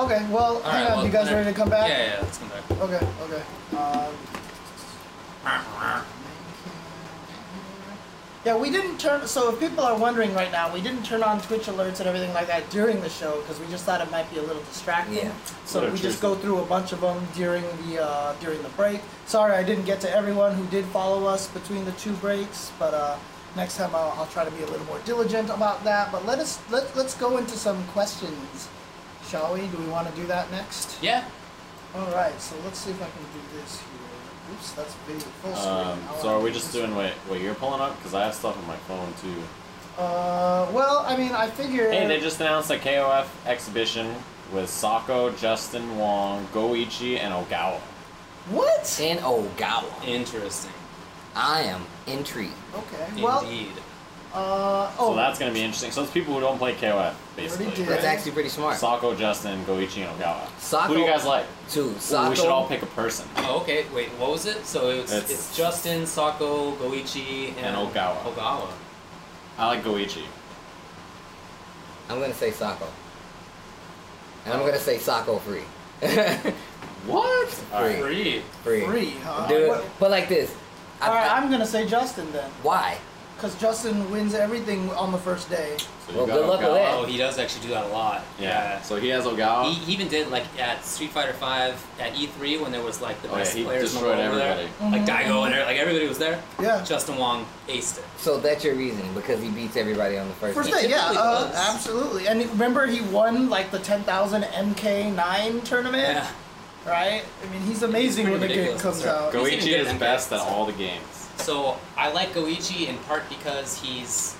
Speaker 1: Okay, well,
Speaker 2: All
Speaker 1: hang
Speaker 2: right,
Speaker 1: on.
Speaker 2: well,
Speaker 1: you guys
Speaker 2: then-
Speaker 1: ready to come
Speaker 2: Yeah,
Speaker 1: back?
Speaker 2: yeah, yeah, let's come back.
Speaker 1: Okay, okay. Uh, yeah, we didn't turn. So if people are wondering right now, we didn't turn on Twitch alerts and everything like that during the show because we just thought it might be a little distracting.
Speaker 4: Yeah.
Speaker 1: So
Speaker 3: Little
Speaker 1: we just go
Speaker 3: juicy.
Speaker 1: through a bunch of them during the uh, during the break. Sorry, I didn't get to everyone who did follow us between the two breaks, but uh, next time I'll, I'll try to be a little more diligent about that. But let us let let's go into some questions, shall we? Do we want to do that next?
Speaker 2: Yeah.
Speaker 1: All right, so let's see if I can do this here. Oops, that's video full screen.
Speaker 3: Um,
Speaker 1: I
Speaker 3: so
Speaker 1: wanna
Speaker 3: are we
Speaker 1: do
Speaker 3: just
Speaker 1: this.
Speaker 3: doing what, what you're pulling up? Because I have stuff on my phone too.
Speaker 1: Uh, well, I mean, I figure.
Speaker 3: Hey, they just announced a KOF exhibition with Sako, Justin Wong, Goichi, and Ogawa.
Speaker 1: what?
Speaker 4: In Ogawa.
Speaker 2: Interesting.
Speaker 4: I am intrigued.
Speaker 1: Okay. Well,
Speaker 2: Indeed.
Speaker 1: uh, oh,
Speaker 3: So that's going to be interesting. So it's people who don't play KOF, basically.
Speaker 1: did.
Speaker 4: That's
Speaker 1: Yeah.
Speaker 4: actually pretty smart.
Speaker 3: Sako, Justin, Goichi, and Ogawa.
Speaker 4: Sako-
Speaker 3: Who do you guys like?
Speaker 4: Two.
Speaker 3: Ooh,
Speaker 4: Sako.
Speaker 3: we should all pick a person.
Speaker 2: Oh, okay. Wait, what was it? So it's it's,
Speaker 3: It's-
Speaker 2: Justin, Sako, Goichi, and,
Speaker 3: And Ogawa.
Speaker 2: Ogawa.
Speaker 3: I like Goichi.
Speaker 4: I'm gonna say Sako. And I'm gonna say Sako free. [laughs]
Speaker 3: What? All right.
Speaker 2: Three.
Speaker 4: free.
Speaker 1: free, huh?
Speaker 4: Dude,
Speaker 1: What-
Speaker 4: but like this. I-
Speaker 1: All right,
Speaker 4: I-
Speaker 1: I'm gonna say Justin then,
Speaker 4: why?
Speaker 1: because Justin wins everything on the first day.
Speaker 3: So you
Speaker 4: Well,
Speaker 3: got
Speaker 4: good luck with
Speaker 3: Ogawa.
Speaker 4: that.
Speaker 2: Oh, he does actually do that a lot.
Speaker 3: Yeah. So he has Ogawa.
Speaker 2: He, he even did like at Street Fighter Five at E3 when there was like the
Speaker 3: Oh, yeah,
Speaker 2: best
Speaker 3: he
Speaker 2: players in the
Speaker 3: destroyed
Speaker 2: world were there.
Speaker 3: everybody.
Speaker 2: Like Daigo and every- like everybody was there.
Speaker 1: Yeah.
Speaker 2: Justin Wong aced it.
Speaker 4: So that's your reasoning because he beats everybody on the first.
Speaker 1: First
Speaker 4: day.
Speaker 1: day, yeah,
Speaker 2: typically
Speaker 1: uh,
Speaker 2: does.
Speaker 1: absolutely. And remember, he won like the 10,000 MK9 tournament,
Speaker 2: Yeah.
Speaker 1: right? I mean, he's amazing
Speaker 2: pretty
Speaker 1: when the game
Speaker 2: ridiculous.
Speaker 1: comes
Speaker 2: Sure.
Speaker 1: out.
Speaker 2: Go- He's even
Speaker 3: Goichi
Speaker 2: good
Speaker 3: is
Speaker 2: at MK,
Speaker 3: best at
Speaker 2: so-
Speaker 3: all the games.
Speaker 2: So I like Goichi in part because he's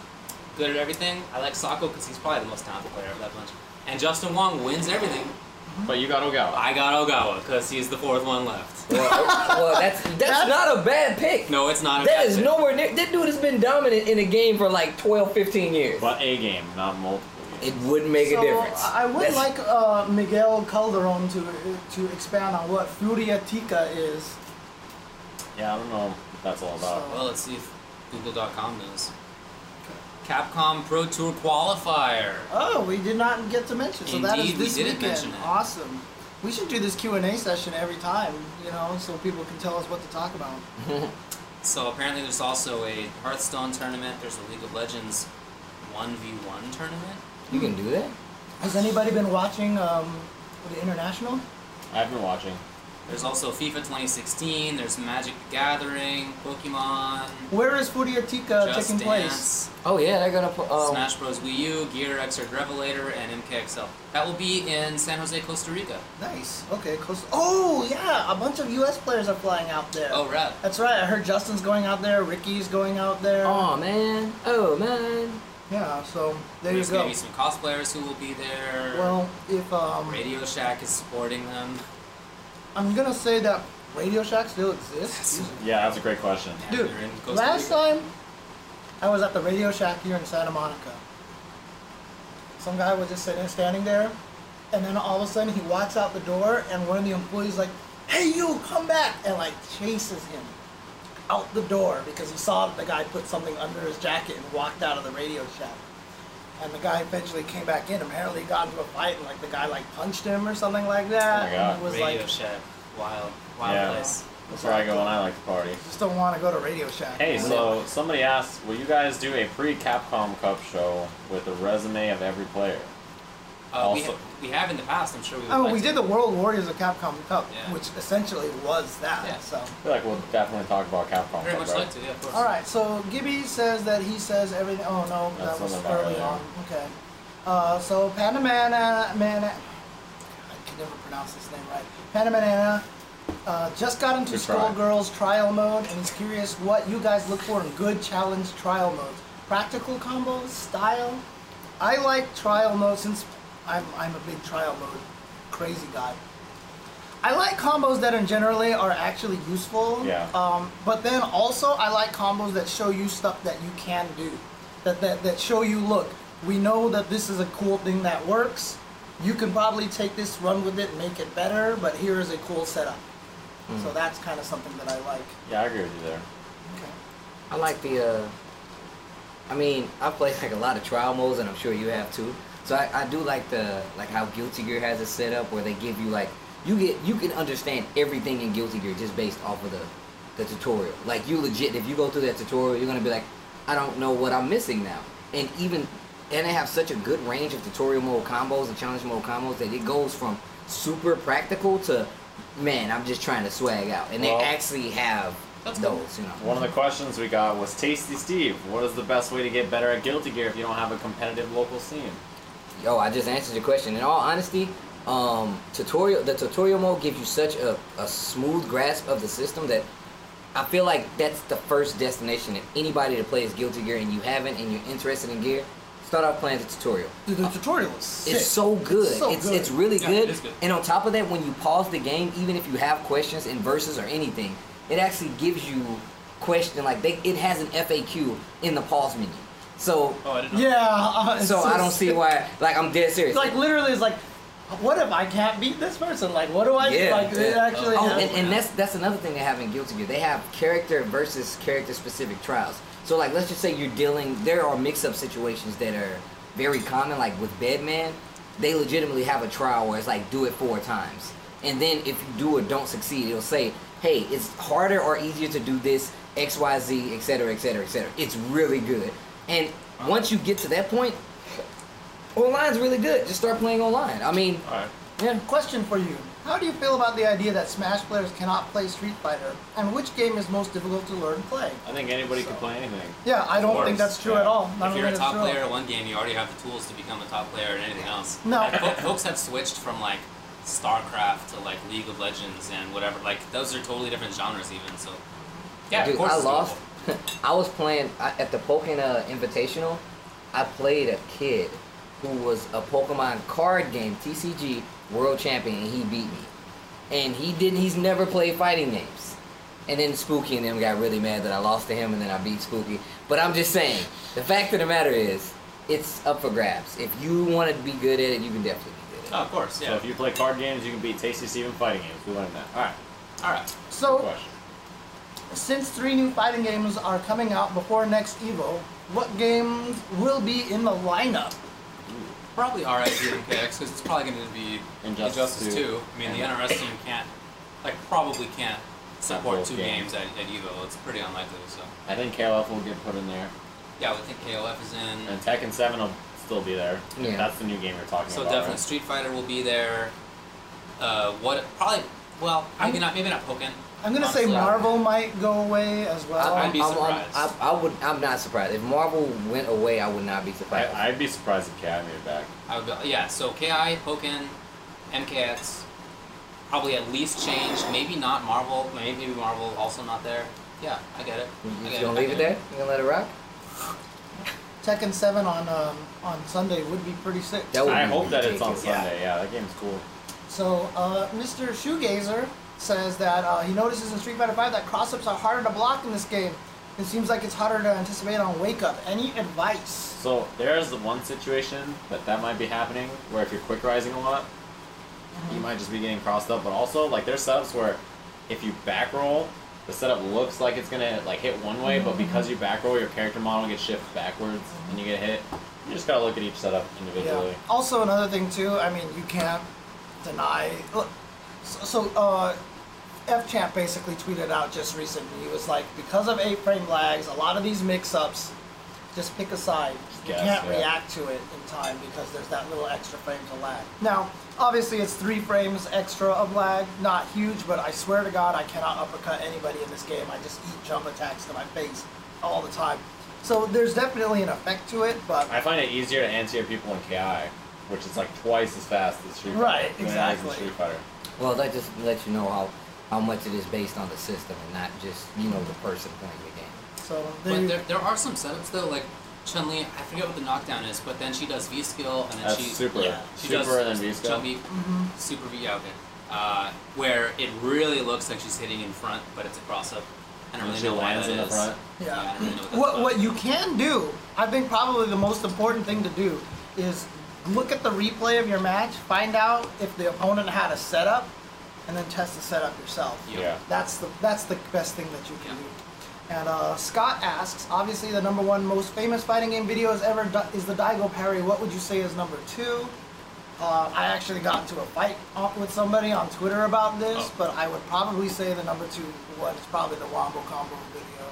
Speaker 2: good at everything. I like Sako because he's probably the most talented player of that bunch. And Justin Wong wins everything.
Speaker 3: But you got Ogawa.
Speaker 2: I got Ogawa because he's the fourth one left.
Speaker 4: well, oh, well, that's, that's
Speaker 1: That's-
Speaker 4: not a bad pick.
Speaker 2: No, it's not. A
Speaker 4: That
Speaker 2: bad
Speaker 4: is
Speaker 2: pick.
Speaker 4: nowhere near. That dude has been dominant in a game for like 12, 15 years.
Speaker 3: But a game, not multiple. games.
Speaker 4: It wouldn't make
Speaker 1: so
Speaker 4: a difference.
Speaker 1: I would
Speaker 4: That's-
Speaker 1: like uh, Miguel Calderon to to expand on what Furia Tica is.
Speaker 3: Yeah, I don't know what that's all about.
Speaker 2: Well, let's see if Google.com knows. Capcom Pro Tour qualifier.
Speaker 1: Oh, we did not get to mention. So that is
Speaker 2: Indeed, we
Speaker 1: this
Speaker 2: didn't
Speaker 1: weekend.
Speaker 2: mention it.
Speaker 1: Awesome. We should do this Q and A session every time, you know, so people can tell us what to talk about.
Speaker 2: So apparently, there's also a Hearthstone tournament. There's a League of Legends one v one tournament.
Speaker 4: you can do that?
Speaker 1: Has anybody been watching um, the international?
Speaker 3: I've been watching.
Speaker 2: There's also FIFA 2016. There's Magic the Gathering, Pokemon,
Speaker 1: Where is Furia Tica
Speaker 2: Just
Speaker 1: Uh, taking place?
Speaker 2: Dance,
Speaker 4: Oh, yeah, they're going to put. Um,
Speaker 2: Smash Bros. Wii U, Gear Xrd Revelator, and MKXL. That will be in San Jose, Costa Rica.
Speaker 1: Nice. Okay, close. Oh yeah, a bunch of U.S. players are flying out there.
Speaker 2: Oh, right.
Speaker 1: That's right. I heard Justin's going out there. Ricky's going out there.
Speaker 4: Oh, man. Oh, man.
Speaker 1: Yeah. So there
Speaker 2: There's
Speaker 1: you go.
Speaker 2: gonna be some cosplayers who will be there.
Speaker 1: Well, if um,
Speaker 2: Radio Shack is supporting them.
Speaker 1: I'm gonna say that Radio Shack still exists.
Speaker 3: Yeah, that's a great question.
Speaker 2: And
Speaker 1: Dude,
Speaker 2: they're in Costa
Speaker 1: Last
Speaker 2: Rica.
Speaker 1: time, I was at the Radio Shack here in Santa Monica. Some guy was just sitting, standing there, and then all of a sudden he walks out the door, and one of the employees like, "Hey, you, come back!" and like chases him out the door because he saw the guy put something under his jacket and walked out of the Radio Shack. And the guy eventually came back in. Apparently, he got into a fight, and like the guy like punched him or something like that.
Speaker 3: Oh my
Speaker 1: and
Speaker 3: God.
Speaker 1: it was
Speaker 2: Radio
Speaker 1: like,
Speaker 2: Shack, wild, wild
Speaker 3: Yeah.
Speaker 2: place.
Speaker 3: That's where I go when I like to party.
Speaker 1: just don't want to go to Radio Shack.
Speaker 3: Hey,
Speaker 1: man.
Speaker 3: so somebody asked, will you guys do a pre-Capcom Cup show with a resume of every player?
Speaker 2: Uh, we,
Speaker 3: Also-
Speaker 2: ha- we have in the past. I'm sure we. would
Speaker 1: Oh,
Speaker 2: like
Speaker 1: we
Speaker 2: to.
Speaker 1: did the World Warriors of Capcom Cup,
Speaker 2: Yeah.
Speaker 1: which essentially was that.
Speaker 2: Yeah.
Speaker 1: So,
Speaker 3: I feel like we'll definitely talk about Capcom
Speaker 2: Very
Speaker 3: Cup,
Speaker 2: much
Speaker 3: right?
Speaker 2: like to, yeah, of course.
Speaker 1: all right. So Gibby says that he says everything. Oh no,
Speaker 3: That's
Speaker 1: that was
Speaker 3: something about
Speaker 1: early
Speaker 3: it, yeah.
Speaker 1: on. Okay. Uh, so Panamana, man, I can never pronounce this name right. Panamana uh, just got into
Speaker 3: Good try.
Speaker 1: Skullgirls trial mode, and he's curious what you guys look for in good challenge trial modes. Practical combos, style. I like trial mode since I'm I'm a big trial mode crazy guy. I like combos that in generally are actually useful.
Speaker 3: Yeah.
Speaker 1: Um, but then also I like combos that show you stuff that you can do. That, that that show you look, we know that this is a cool thing that works. You can probably take this, run with it, make it better, but here is a cool setup. So that's kind of something that I like.
Speaker 3: Yeah, I agree with you there.
Speaker 1: Okay.
Speaker 4: I like the. Uh, I mean, I play like a lot of trial modes, and I'm sure you have too. So I, I do like the like how Guilty Gear has it set up, where they give you like you get you can understand everything in Guilty Gear just based off of the the tutorial. Like you legit, if you go through that tutorial, you're gonna be like, I don't know what I'm missing now. And even and they have such a good range of tutorial mode combos and challenge mode combos that it goes from super practical to man, I'm just trying to swag out, and
Speaker 3: Well,
Speaker 4: they actually have
Speaker 2: that's cool.
Speaker 4: those. You know.
Speaker 3: One of the questions we got was Tasty Steve, what is the best way to get better at Guilty Gear if you don't have a competitive local scene?
Speaker 4: Yo, I just answered your question. In all honesty, um, tutorial the tutorial mode gives you such a, a smooth grasp of the system that I feel like that's the first destination. If anybody that plays Guilty Gear and you haven't and you're interested in gear, start off playing the tutorial.
Speaker 1: Dude, the tutorial is sick.
Speaker 4: It's so good. It's
Speaker 1: so
Speaker 4: it's,
Speaker 1: good.
Speaker 4: really
Speaker 2: Yeah,
Speaker 4: good.
Speaker 2: it is good.
Speaker 4: And on top of that, when you pause the game, even if you have questions in verses or anything, it actually gives you question like they it has an FAQ in the pause menu. So
Speaker 2: Oh, I didn't know.
Speaker 1: [laughs] Yeah. uh, it's
Speaker 4: so I don't
Speaker 1: sick.
Speaker 4: see why like I'm dead serious.
Speaker 1: Like literally, it's like, what if I can't beat this person? Like, what do I do? Like, it actually.
Speaker 4: oh,
Speaker 1: has-
Speaker 4: and, and that's that's another thing they have in Guilty Gear. They have character versus character specific trials. So like let's just say you're dealing there are mix up situations that are very common, like with Bedman, they legitimately have a trial where it's like do it four times. And then if you do or don't succeed, it'll say, Hey, it's harder or easier to do this, XYZ, etc., etc., etc. It's really good. And once you get to that point, online's really good. Just start playing online. I mean,
Speaker 3: Alright.
Speaker 4: yeah.
Speaker 1: Question for you. How do you feel about the idea that Smash players cannot play Street Fighter? And which game is most difficult to learn to play?
Speaker 3: I think anybody can play anything.
Speaker 1: Yeah, I don't
Speaker 3: course,
Speaker 1: think that's true
Speaker 3: yeah.
Speaker 1: at all. I
Speaker 2: If
Speaker 1: don't
Speaker 2: you're a
Speaker 1: think that's
Speaker 2: top
Speaker 1: true.
Speaker 2: player at one game, you already have the tools to become a top player in anything else.
Speaker 1: No.
Speaker 2: And fo- folks have switched from like StarCraft to like League of Legends and whatever. Like those are totally different genres, even. So, yeah,
Speaker 4: Dude,
Speaker 2: of course.
Speaker 4: I
Speaker 2: it's
Speaker 4: lost. [laughs]
Speaker 2: doable.
Speaker 4: I was playing I, at the Pokemon Invitational. I played a kid who was a Pokemon card game TCG world champion, and he beat me. And he didn't. He's never played fighting games. And then Spooky and them got really mad that I lost to him, and then I beat Spooky. But I'm just saying, the fact of the matter is, it's up for grabs. If you want to be good at it, you can definitely be good at it.
Speaker 2: Oh, of course,
Speaker 3: So
Speaker 2: yeah.
Speaker 3: if you play card games, you can beat Tasty Steven fighting games. We learned that. All right.
Speaker 2: All right.
Speaker 1: So,
Speaker 3: Good question.
Speaker 1: since three new fighting games are coming out before next Evo, what games will be in the lineup?
Speaker 2: Probably RIPMKX because it's probably going to be
Speaker 3: Injustice
Speaker 2: Injustice 2.
Speaker 3: 2.
Speaker 2: I mean, the
Speaker 3: And-
Speaker 2: NRS team can't, like, probably can't support
Speaker 3: both
Speaker 2: two
Speaker 3: games.
Speaker 2: games at, at EVO. It's pretty unlikely, so.
Speaker 3: I think KLF will get put in there,
Speaker 2: Yeah, I would think KOF is in.
Speaker 3: and Tekken Seven will still be there.
Speaker 4: Yeah.
Speaker 3: That's the new game you're talking
Speaker 2: So
Speaker 3: about.
Speaker 2: definitely Street Fighter will be there. Uh, what, probably, well, maybe not, maybe not Pokken.
Speaker 1: I'm gonna say
Speaker 2: honestly.
Speaker 1: Marvel might go away as well.
Speaker 2: I'd be
Speaker 4: I'm- I'm-
Speaker 2: surprised.
Speaker 4: I'm- I, would. I'm not surprised. If Marvel went away, I would not be surprised.
Speaker 3: I, I'd be surprised if Cat made it back.
Speaker 2: I would go, yeah, so KI, Pokken, MKX, probably at least change. Maybe not Marvel. Maybe maybe Marvel also not there. Yeah, I get it.
Speaker 4: you
Speaker 2: I
Speaker 4: just
Speaker 2: get
Speaker 4: gonna
Speaker 2: I
Speaker 4: leave it
Speaker 2: get
Speaker 4: there? You gonna let it rock?
Speaker 1: Tekken 7 on um, on Sunday would be pretty sick.
Speaker 4: That would
Speaker 3: I
Speaker 4: be
Speaker 3: hope that it's on
Speaker 4: ridiculous.
Speaker 1: Yeah.
Speaker 3: Sunday. Yeah, that game's cool.
Speaker 1: So, uh, Mr. Shoegazer says that uh, he notices in Street Fighter V that crossups are harder to block in this game. It seems like it's harder to anticipate on Wake Up. Any advice?
Speaker 3: So there's the one situation that that might be happening where if you're quick rising a lot, you might just be getting crossed up. But also like there's setups where if you back roll, the setup looks like it's gonna like hit one way, but
Speaker 4: Mm-hmm.
Speaker 3: because you back roll, your character model gets shifted backwards and you get hit. You just gotta look at each setup individually.
Speaker 1: Yeah. Also, another thing too. I mean, you can't deny. look, So, so uh, F Champ basically tweeted out just recently. He was like, because of eight frame lags, a lot of these mix-ups. Just pick a side. You
Speaker 3: Guess,
Speaker 1: can't
Speaker 3: yeah.
Speaker 1: react to it in time because there's that little extra frame to lag. Now, obviously, it's three frames extra of lag. Not huge, but I swear to God, I cannot uppercut anybody in this game. I just eat jump attacks to my face all the time. So there's definitely an effect to it, but
Speaker 3: I find it easier to anti air people in KI, which is like twice as fast as Street Fighter.
Speaker 1: Right,
Speaker 3: than it is in
Speaker 1: exactly.
Speaker 3: Street Fighter.
Speaker 4: Well, that just lets you know how, how much it is based on the system and not just, you know, the person playing the game.
Speaker 1: so there
Speaker 2: But
Speaker 1: you
Speaker 2: there, there are some setups though, like Chun Li. I forget what the knockdown is, but then she does V skill, and then
Speaker 3: That's
Speaker 2: she
Speaker 3: super.
Speaker 1: yeah,
Speaker 2: she
Speaker 3: super
Speaker 2: does
Speaker 3: and then V
Speaker 2: Chun
Speaker 3: skill.
Speaker 2: Li,
Speaker 1: Mm-hmm.
Speaker 2: super V. Yeah, okay. Uh, where it really looks like she's hitting in front, but it's a cross up. I don't
Speaker 3: And
Speaker 2: really
Speaker 3: she
Speaker 2: know why
Speaker 3: lands
Speaker 2: that
Speaker 3: in the
Speaker 2: is.
Speaker 3: front.
Speaker 1: Yeah.
Speaker 2: I don't really know what that's
Speaker 1: What,
Speaker 2: about.
Speaker 1: what you can do, I think probably the most important thing to do is look at the replay of your match, find out if the opponent had a setup, and then test the setup yourself.
Speaker 2: Yeah.
Speaker 3: yeah.
Speaker 1: That's the that's the best thing that you can
Speaker 2: Yeah.
Speaker 1: do. And uh, Scott asks, obviously the number one most famous fighting game video is ever di- is the Daigo parry. What would you say is number two? Uh, I actually got into a fight o- with somebody on Twitter about this,
Speaker 2: Oh.
Speaker 1: but I would probably say the number two one is probably the Wombo Combo video.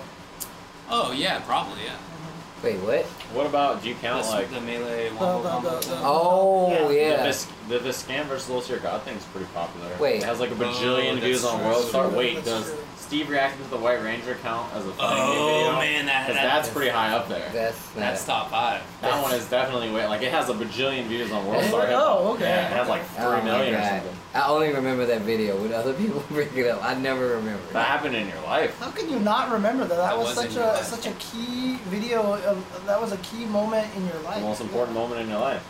Speaker 2: Oh yeah, probably yeah.
Speaker 4: Wait, what?
Speaker 3: What about do you count
Speaker 2: That's
Speaker 3: like
Speaker 2: the melee
Speaker 1: the-
Speaker 2: wombo combo.
Speaker 1: the- the-
Speaker 4: Oh,
Speaker 1: Yeah.
Speaker 3: The,
Speaker 4: yeah.
Speaker 3: Vis- the Viscan versus Little Sir God thing's pretty popular.
Speaker 4: Wait.
Speaker 3: It has like a
Speaker 2: Oh,
Speaker 3: bajillion
Speaker 2: that's
Speaker 3: views on
Speaker 2: true.
Speaker 3: World Star.
Speaker 1: That's
Speaker 3: Wait, does
Speaker 1: true.
Speaker 3: Steve reacting to the White Ranger count as a funny
Speaker 2: Oh
Speaker 3: video?
Speaker 2: man, that,
Speaker 3: Because
Speaker 2: that
Speaker 3: that's pretty high up there.
Speaker 4: That's not.
Speaker 2: that's top five.
Speaker 3: that one is definitely way like it has a bajillion views on World
Speaker 1: Oh,
Speaker 3: Star.
Speaker 1: oh, okay.
Speaker 3: Yeah, it has like
Speaker 4: Oh
Speaker 3: three
Speaker 4: my
Speaker 3: million or
Speaker 4: God.
Speaker 3: something.
Speaker 4: I only remember that video when other people [laughs] bring it up. I never remember.
Speaker 3: That happened in your life.
Speaker 1: How can you not remember that? That,
Speaker 2: That
Speaker 1: was
Speaker 2: was
Speaker 1: such
Speaker 2: in your
Speaker 1: a
Speaker 2: life.
Speaker 1: such a key video. Of, that was a key moment in your
Speaker 3: The
Speaker 1: life.
Speaker 3: most important moment in your life.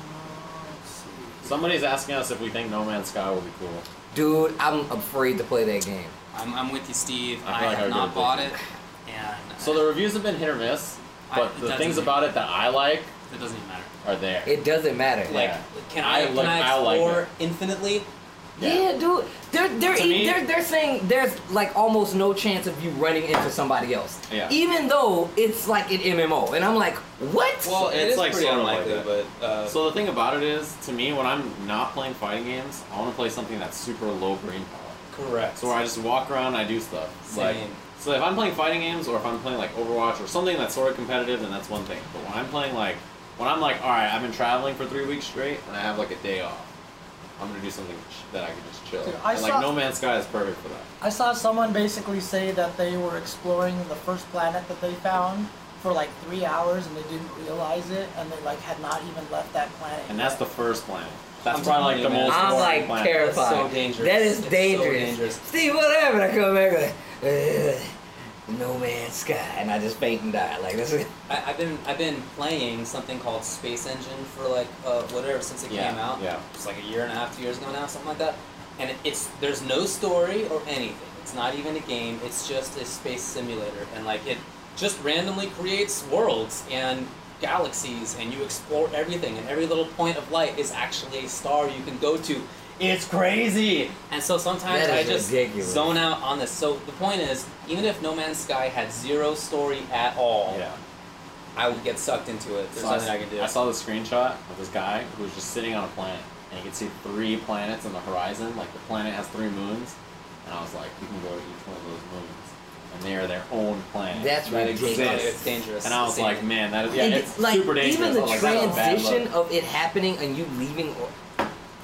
Speaker 1: Uh, let's see.
Speaker 3: Somebody's asking us if we think No Man's Sky will be cool.
Speaker 4: Dude, I'm afraid to play that game.
Speaker 2: I'm, I'm with you, Steve.
Speaker 3: I
Speaker 2: I,
Speaker 3: feel like I
Speaker 2: have
Speaker 3: would
Speaker 2: not
Speaker 3: go
Speaker 2: bought
Speaker 3: with
Speaker 2: it, and
Speaker 3: So the reviews have been hit or miss,
Speaker 2: I-
Speaker 3: but
Speaker 2: it
Speaker 3: the
Speaker 2: doesn't
Speaker 3: things
Speaker 2: mean-
Speaker 3: about it that I like
Speaker 2: it doesn't even matter.
Speaker 3: are there.
Speaker 4: It doesn't matter.
Speaker 3: Yeah.
Speaker 2: Like, can
Speaker 3: I
Speaker 2: I,
Speaker 3: like-
Speaker 2: can I
Speaker 3: I like
Speaker 2: explore
Speaker 3: it.
Speaker 2: infinitely?
Speaker 4: Yeah, dude. They're they're,
Speaker 3: To
Speaker 4: e-
Speaker 3: me-
Speaker 4: they're they're saying there's like almost no chance of you running into somebody else.
Speaker 3: Yeah.
Speaker 4: Even though it's like an MMO, and I'm like, what?
Speaker 2: Well,
Speaker 3: it
Speaker 2: it's
Speaker 3: is
Speaker 2: like
Speaker 3: pretty
Speaker 2: sort of
Speaker 3: unlikely,
Speaker 2: like that. but uh,
Speaker 3: So the thing about it is, to me, when I'm not playing fighting games, I want to play something that's super low brain power.
Speaker 2: correct.
Speaker 3: So where I just walk around, and I do stuff. Like,
Speaker 2: Same.
Speaker 3: so if I'm playing fighting games, or if I'm playing like Overwatch or something that's sort of competitive, then that's one thing. But when I'm playing like, when I'm like, all right, I've been traveling for three weeks straight, and I have like a day off, I'm gonna do something ch- that I can just chill.
Speaker 1: Dude, I
Speaker 3: and,
Speaker 1: saw-
Speaker 3: like No Man's Sky is perfect for that.
Speaker 1: I saw someone basically say that they were exploring the first planet that they found for like three hours and they didn't realize it and they like had not even left that planet.
Speaker 3: And that's the first planet. That's
Speaker 2: I'm telling you,
Speaker 3: probably like the
Speaker 2: man.
Speaker 3: most
Speaker 4: I'm
Speaker 3: boring
Speaker 4: like
Speaker 3: planet.
Speaker 4: terrified.
Speaker 2: That's so dangerous.
Speaker 4: That is
Speaker 2: It's so
Speaker 4: dangerous.
Speaker 2: dangerous.
Speaker 4: See what happened? I come back like, Ugh. uh, No Man's Sky, and I just faint and die. Like this is
Speaker 2: I, I've been I've been playing something called Space Engine for like uh, whatever since it
Speaker 5: Yeah,
Speaker 2: came out.
Speaker 5: yeah.
Speaker 2: It's like a year and a half, two years ago now, something like that. And it's there's no story or anything. It's not even a game. It's just a space simulator, and like it just randomly creates worlds and galaxies, and you explore everything. And every little point of light is actually a star you can go to. It's crazy. And so sometimes
Speaker 4: That
Speaker 2: I
Speaker 4: is
Speaker 2: just
Speaker 4: ridiculous.
Speaker 2: zone out on this. So the point is, even if No Man's Sky had zero story at all,
Speaker 5: Yeah.
Speaker 2: I would get sucked into it. There's
Speaker 5: Saw
Speaker 2: nothing I
Speaker 5: this-
Speaker 2: can do.
Speaker 5: I saw the screenshot of this guy who was just sitting on a planet, and he could see three planets on the horizon. Like the planet has three moons, and I was like, you can go to each one of those moons, and they are their own planet.
Speaker 4: That's
Speaker 5: that
Speaker 4: ridiculous.
Speaker 2: it's,
Speaker 5: exists.
Speaker 2: dangerous.
Speaker 5: And I was
Speaker 2: It's
Speaker 5: like,
Speaker 2: dangerous.
Speaker 5: man, that is yeah,
Speaker 4: And
Speaker 5: it's
Speaker 4: like
Speaker 5: super dangerous.
Speaker 4: even
Speaker 5: I
Speaker 4: the
Speaker 5: was like, that's a bad look.
Speaker 4: transition of it happening and you leaving. Or,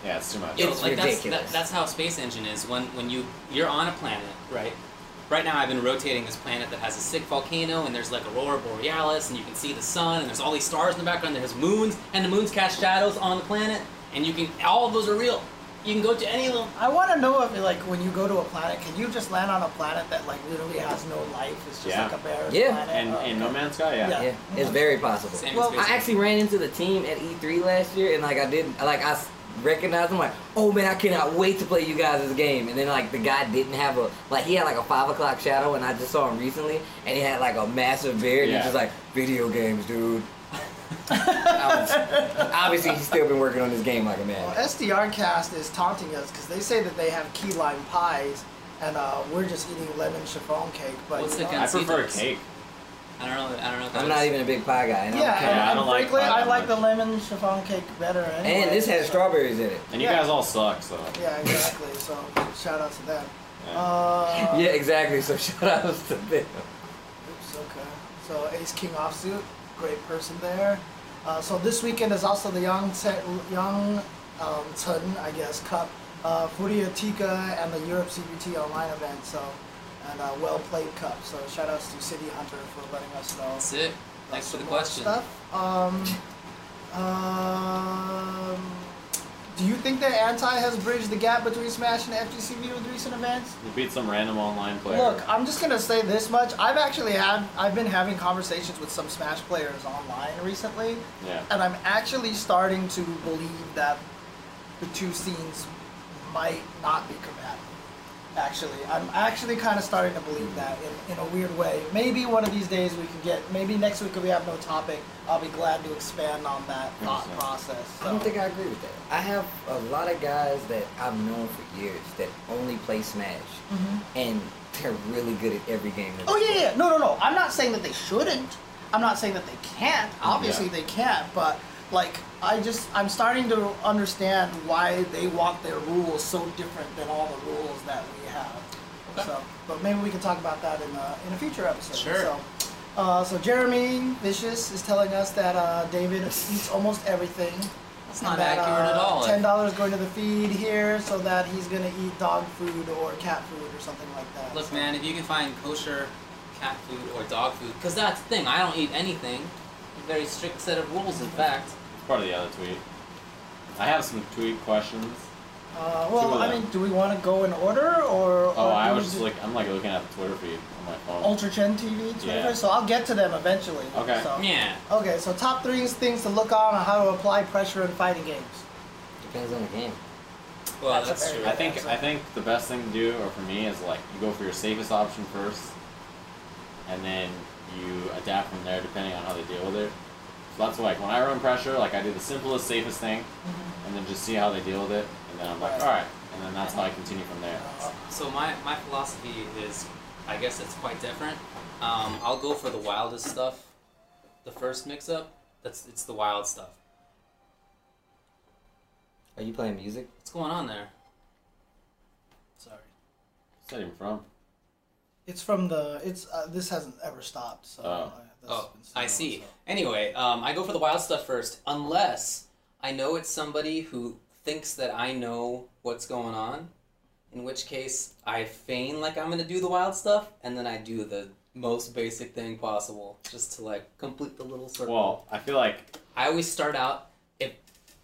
Speaker 5: Yeah, it's too much.
Speaker 2: Yo,
Speaker 4: it's
Speaker 2: like That's,
Speaker 4: ridiculous.
Speaker 2: that, that's how space engine is. When when you you're on a planet, right? Right now, I've been rotating this planet that has a sick volcano, and there's like aurora borealis, and you can see the sun, and there's all these stars in the background. There's moons, and the moons cast shadows on the planet, and you can all of those are real. You can go to any of them.
Speaker 1: I want to know if, like, when you go to a planet, can you just land on a planet that, like, literally has no life? It's just
Speaker 5: Yeah.
Speaker 1: like a barren
Speaker 4: Yeah.
Speaker 1: planet.
Speaker 5: and
Speaker 1: or-
Speaker 5: in No Man's Sky, yeah.
Speaker 1: Yeah.
Speaker 4: yeah, it's very possible.
Speaker 2: Same
Speaker 1: Well,
Speaker 2: as space
Speaker 4: I actually ran into the team at E3 last year, and like I didn't, like I s- recognized him, like, oh man, I cannot wait to play you guys' game. And then like the guy didn't have a, like he had like a five o'clock shadow, and I just saw him recently, and he had like a massive beard, and
Speaker 5: Yeah.
Speaker 4: he's just like, video games,
Speaker 2: [laughs]
Speaker 4: dude. I was- obviously, he's still been working on this game like a
Speaker 1: Well,
Speaker 4: man.
Speaker 1: SDR Cast is taunting us because they say that they have key lime pies, and uh, we're just eating lemon chiffon cake. But
Speaker 2: What's
Speaker 1: you
Speaker 2: the
Speaker 1: know,
Speaker 5: I
Speaker 2: Can't see
Speaker 5: prefer
Speaker 2: those.
Speaker 5: cake.
Speaker 2: I don't know. I don't know. If that
Speaker 4: I'm
Speaker 2: was-
Speaker 4: not even a big pie guy. And
Speaker 1: yeah,
Speaker 4: I'm kinda-
Speaker 1: and,
Speaker 5: I
Speaker 1: and
Speaker 5: don't like
Speaker 1: frankly,
Speaker 5: pie
Speaker 1: I
Speaker 5: that
Speaker 1: like the
Speaker 5: much.
Speaker 1: lemon chiffon cake better. Anyway,
Speaker 4: and this has
Speaker 1: so-
Speaker 4: strawberries in it.
Speaker 5: And you
Speaker 1: Yeah.
Speaker 5: guys all suck, so.
Speaker 1: Yeah, exactly. So shout out to them.
Speaker 5: Yeah.
Speaker 4: [laughs]
Speaker 1: Uh,
Speaker 4: yeah, exactly. So [laughs] shout outs to them.
Speaker 1: Oops, okay. So Ace King offsuit, great person there. Uh, so this weekend is also the Young Se- Young um, Tun, I guess, Cup, uh, Furiotica, and the Europe CBT online event. So and uh, well played Cup. So shout outs to City Hunter for letting us know. Uh,
Speaker 2: That's it. Thanks for
Speaker 1: some
Speaker 2: the
Speaker 1: more
Speaker 2: question.
Speaker 1: Stuff. Um, um, do you think that Anti has bridged the gap between Smash and FGCV with recent events?
Speaker 5: You beat some random online player.
Speaker 1: Look, I'm just gonna say this much. I've actually had I've been having conversations with some Smash players online recently,
Speaker 5: yeah.
Speaker 1: and I'm actually starting to believe that the two scenes might not be compatible. Actually, I'm actually kind of starting to believe that in, in a weird way. Maybe one of these days we can get. Maybe next week if we have no topic, I'll be glad to expand on that thought
Speaker 5: Interesting.
Speaker 1: process.
Speaker 4: I don't
Speaker 1: So.
Speaker 4: think I agree with that. I have a lot of guys that I've known for years that only play Smash, and they're really good at every game. that
Speaker 1: Mm-hmm. Oh
Speaker 4: they
Speaker 1: yeah,
Speaker 4: play.
Speaker 1: yeah. No, no, no. I'm not saying that they shouldn't. I'm not saying that they can't. Obviously
Speaker 5: Yeah.
Speaker 1: they can't, but like I just I'm starting to understand why they want their rules so different than all the rules that we have. So, but maybe we can talk about that in a, in a future episode.
Speaker 2: Sure.
Speaker 1: So, uh, so Jeremy Vicious is telling us that uh, David
Speaker 2: [laughs]
Speaker 1: eats almost everything.
Speaker 2: That's not
Speaker 1: and that,
Speaker 2: accurate at
Speaker 1: uh,
Speaker 2: all.
Speaker 1: Ten dollars going to the feed here, so that he's gonna eat dog food or cat food or something like that.
Speaker 2: Look,
Speaker 1: So-
Speaker 2: man, if you can find kosher cat food or dog food, because that's the thing, I don't eat anything. Very strict set of rules, in fact.
Speaker 5: It's part of the other tweet. I have some tweet questions.
Speaker 1: Uh,
Speaker 5: Two
Speaker 1: well,
Speaker 5: of
Speaker 1: I
Speaker 5: them.
Speaker 1: mean, do we want to go in order or?
Speaker 5: Oh,
Speaker 1: or
Speaker 5: I
Speaker 1: do
Speaker 5: was
Speaker 1: we
Speaker 5: just
Speaker 1: do
Speaker 5: like, I'm like looking at the Twitter feed on my phone.
Speaker 1: Ultra Gen TV, Twitter.
Speaker 5: Yeah.
Speaker 1: So I'll get to them eventually.
Speaker 5: Okay.
Speaker 1: So.
Speaker 2: Yeah.
Speaker 1: Okay, so top three is things to look on on how to apply pressure in fighting games.
Speaker 4: Depends on the game.
Speaker 2: Well,
Speaker 1: That's
Speaker 2: that's,
Speaker 1: a
Speaker 2: true.
Speaker 1: very-
Speaker 5: I think I think the best thing to do, or for me, is like you go for your safest option first, and then you adapt from there depending on how they deal with it. So that's like when I run pressure, like I do the simplest, safest thing, and then just see how they deal with it, and then I'm like,
Speaker 1: Mm-hmm. Right.
Speaker 5: all right, and then that's how I continue from there.
Speaker 1: Uh,
Speaker 2: So my, my philosophy is, I guess it's quite different. Um, I'll go for the wildest stuff. The first mix-up, that's it's the wild stuff.
Speaker 4: Are you playing music?
Speaker 2: What's going on there? Sorry.
Speaker 5: What's that even from?
Speaker 1: It's from the. It's uh, this hasn't ever stopped. So.
Speaker 5: Oh.
Speaker 1: uh, that's
Speaker 2: Oh,
Speaker 1: been so
Speaker 2: I
Speaker 1: long,
Speaker 2: see.
Speaker 1: so.
Speaker 2: Anyway, um, I go for the wild stuff first, unless I know it's somebody who thinks that I know what's going on, in which case I feign like I'm gonna do the wild stuff, and then I do the most basic thing possible just to like complete the little circle.
Speaker 5: Well, I feel like
Speaker 2: I always start out if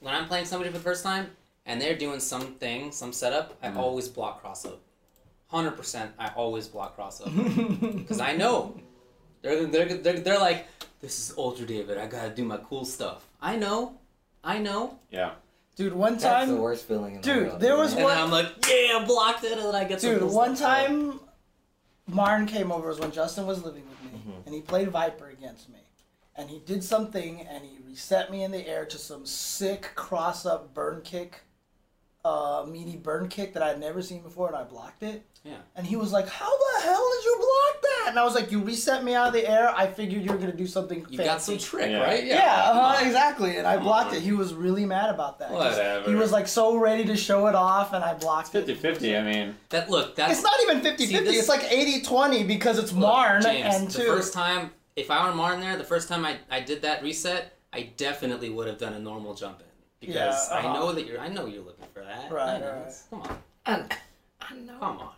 Speaker 2: when I'm playing somebody for the first time and they're doing something, some setup, I always block cross up. hundred percent, I always block cross up because I know they're, they're they're they're like this is Ultra David. I gotta do my cool stuff. I know, I know.
Speaker 5: Yeah.
Speaker 1: [laughs] Dude, one
Speaker 4: That's the
Speaker 1: time,
Speaker 4: worst feeling in the
Speaker 1: Dude,
Speaker 4: world.
Speaker 1: there
Speaker 4: isn't
Speaker 1: was
Speaker 4: it?
Speaker 2: And then I'm like, yeah, blocked it, and then I get some
Speaker 1: dude,
Speaker 2: cool
Speaker 1: one
Speaker 2: stuff.
Speaker 1: time, Marn came over was when Justin was living with me,
Speaker 2: Mm-hmm.
Speaker 1: and he played Viper against me, and he did something, and he reset me in the air to some sick cross up burn kick, uh, meaty burn kick that I'd never seen before, and I blocked it.
Speaker 2: Yeah.
Speaker 1: And he was like, "How the hell did you block that?" And I was like, "You reset me out of the air. I figured you were gonna do something."
Speaker 2: You
Speaker 1: fancy.
Speaker 2: got some trick,
Speaker 5: Yeah.
Speaker 2: right?
Speaker 1: Yeah, uh-huh, exactly. And I blocked it. He was really mad about that.
Speaker 2: Whatever.
Speaker 1: He was like so ready to show it off, and I blocked it.
Speaker 5: 50 50, I mean.
Speaker 2: That look, that's
Speaker 1: It's not even 50
Speaker 2: See,
Speaker 1: 50.
Speaker 2: this-
Speaker 1: It's like 80 20 because it's
Speaker 2: Look,
Speaker 1: Marn
Speaker 2: James,
Speaker 1: and
Speaker 2: the
Speaker 1: two.
Speaker 2: first time, if I were Marn there, the first time I, I did that reset, I definitely would have done a normal jump in because
Speaker 1: Yeah,
Speaker 2: I
Speaker 1: uh-huh.
Speaker 2: know that you're I know you're looking for that. I
Speaker 1: Right,
Speaker 2: know
Speaker 1: right.
Speaker 2: it's- Come on,
Speaker 4: I, I know,
Speaker 2: come on.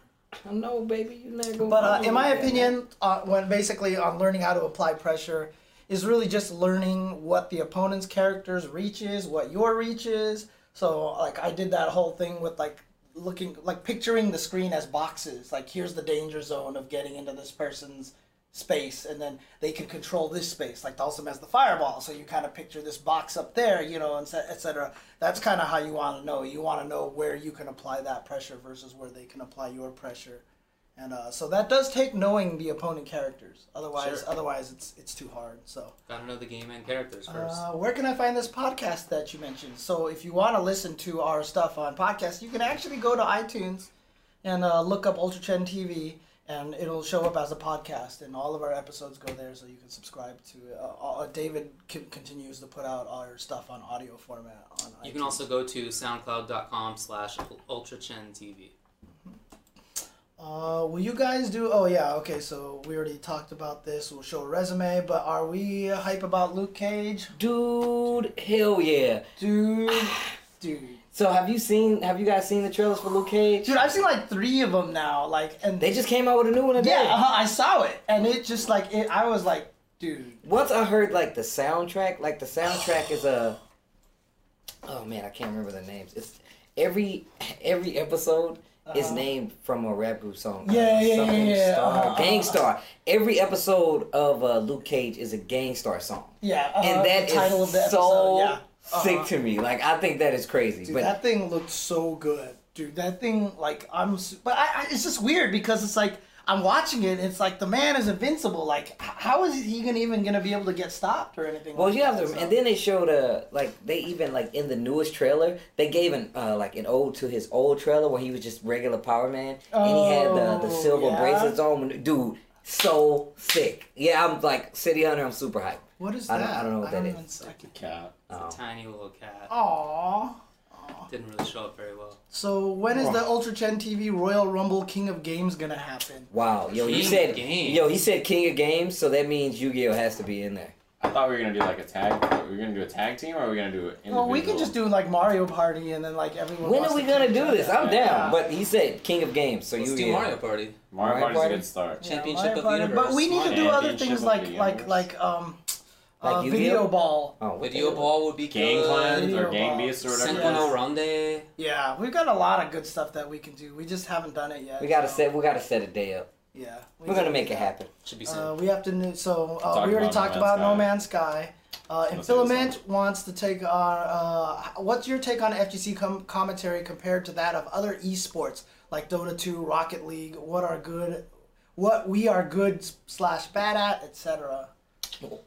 Speaker 4: I know, baby, you're not gonna.
Speaker 1: But uh,
Speaker 4: fuck
Speaker 1: in my
Speaker 4: with me.
Speaker 1: opinion, uh, when basically on learning how to apply pressure is really just learning what the opponent's character's reach is, what your reach is. So like I did that whole thing with like looking like picturing the screen as boxes. Like here's the danger zone of getting into this person's space and then they can control this space like Dalsum has the fireball so you kind of picture this box up there you know and se- et cetera. that's kind of how you want to know you want to know where you can apply that pressure versus where they can apply your pressure and uh, so that does take knowing the opponent characters. Otherwise,
Speaker 2: Sure.
Speaker 1: otherwise it's it's too hard. So,
Speaker 2: Gotta know the game and characters first.
Speaker 1: uh, where can I find this podcast that you mentioned? So, if you want to listen to our stuff on podcast, you can actually go to iTunes and uh, look up Ultra Chen TV, and it'll show up as a podcast. And all of our episodes go there, so you can subscribe to. it. Uh, uh, David c- continues to put out our stuff on audio format on.
Speaker 2: you
Speaker 1: iTunes.
Speaker 2: can also go to soundcloud.com slash ultrachen.tv.
Speaker 1: Uh, will you guys do? Oh yeah, okay. So we already talked about this. We'll show a resume, but are we hype about Luke Cage,
Speaker 4: dude, hell yeah. [sighs]
Speaker 1: dude? dude,
Speaker 4: So have you seen? Have you guys seen the trailers for Luke Cage?
Speaker 1: dude. I've seen like three of them now. Like, and
Speaker 4: They just came out with a new one today.
Speaker 1: yeah, uh-huh, I saw it, and it just like it. I was like, dude,
Speaker 4: Once I heard like the soundtrack, like the soundtrack is a. Oh man, I can't remember the names. It's every every episode is
Speaker 1: Uh-huh.
Speaker 4: named from a rap group song. Uh,
Speaker 1: Yeah, yeah, yeah,
Speaker 4: Something
Speaker 1: yeah,
Speaker 4: Star,
Speaker 1: uh-huh,
Speaker 4: Gangstar. Every episode of uh, Luke Cage is a Gangstar song,
Speaker 1: yeah. uh
Speaker 4: and that is
Speaker 1: the title of the episode,
Speaker 4: so
Speaker 1: yeah. Uh-huh.
Speaker 4: sick to me. Like I think that is crazy.
Speaker 1: Dude,
Speaker 4: but
Speaker 1: that thing looked so good, dude. That thing, like, I'm, s- but I, I, it's just weird because it's like I'm watching it. It's like the man is invincible. Like, h- how is he gonna even gonna be able to get stopped or anything?
Speaker 4: Well,
Speaker 1: like
Speaker 4: you have
Speaker 1: that,
Speaker 4: to,
Speaker 1: so-
Speaker 4: and then they showed uh like they even like in the newest trailer they gave an uh like an ode to his old trailer where he was just regular Power Man and he had the the
Speaker 1: Oh,
Speaker 4: silver
Speaker 1: yeah.
Speaker 4: bracelets on. Dude, so sick. Yeah, I'm like City Hunter. I'm super hyped.
Speaker 1: what is that?
Speaker 4: I don't- I don't know what that is.
Speaker 5: Cat.
Speaker 4: Um,
Speaker 2: Tiny little cat.
Speaker 1: Aww.
Speaker 2: Didn't really show up very well.
Speaker 1: So when is the Ultra Chen TV Royal Rumble King of Games gonna happen?
Speaker 4: wow, yo,
Speaker 2: King
Speaker 4: you
Speaker 2: of
Speaker 4: said
Speaker 2: Games.
Speaker 4: yo, he said King of Games, so that means Yu Gi Oh has to be in there.
Speaker 5: I thought we were gonna do like a tag. Were we gonna do a tag team, or are we gonna do it?
Speaker 1: Well, we can just do like Mario Party and then like everyone.
Speaker 4: When
Speaker 1: wants
Speaker 4: are we
Speaker 1: to
Speaker 4: gonna
Speaker 1: keep
Speaker 4: do
Speaker 1: each
Speaker 4: this?
Speaker 1: other.
Speaker 4: I'm
Speaker 1: Yeah.
Speaker 4: down, but he said King of Games, so
Speaker 2: Let's
Speaker 4: Yu
Speaker 2: do
Speaker 4: Gi
Speaker 2: Mario
Speaker 4: Oh.
Speaker 2: Party.
Speaker 5: Mario Party's
Speaker 4: Mario
Speaker 5: a
Speaker 4: Party?
Speaker 5: good start.
Speaker 1: Yeah,
Speaker 2: Championship
Speaker 1: Mario
Speaker 2: of the
Speaker 1: Party.
Speaker 2: Universe.
Speaker 1: But we need to do
Speaker 5: Yeah,
Speaker 1: other
Speaker 5: Championship
Speaker 1: things
Speaker 5: of
Speaker 1: like
Speaker 5: the
Speaker 1: like
Speaker 5: Universe.
Speaker 1: like um,
Speaker 4: Like
Speaker 1: uh,
Speaker 4: Yu-Gi-Oh?
Speaker 1: video ball.
Speaker 4: Oh, what
Speaker 2: Video
Speaker 4: the-
Speaker 2: ball would be
Speaker 5: Gang
Speaker 2: good.
Speaker 5: Clans
Speaker 1: Video
Speaker 5: or Gang
Speaker 1: Ball.
Speaker 5: Beasts or whatever.
Speaker 2: Cinco
Speaker 1: Yes.
Speaker 2: no Ronde.
Speaker 1: Yeah, we've got a lot of good stuff that we can do. We just haven't done it yet.
Speaker 4: We gotta
Speaker 1: so,
Speaker 4: set. We gotta set a day up.
Speaker 1: Yeah, we
Speaker 4: We're gonna
Speaker 1: do.
Speaker 4: make it happen.
Speaker 2: Should be soon.
Speaker 1: Uh, we have to. nu- So uh,
Speaker 5: Talk
Speaker 1: we already
Speaker 5: about
Speaker 1: talked
Speaker 5: No
Speaker 1: about No Man's
Speaker 5: Man's
Speaker 1: Sky. Uh, and
Speaker 5: Let's do this
Speaker 1: Filament wants to take our. Uh, what's your take on FGC com- commentary compared to that of other esports like Dota 2, Rocket League? What are good, what we are good slash bad at, etc.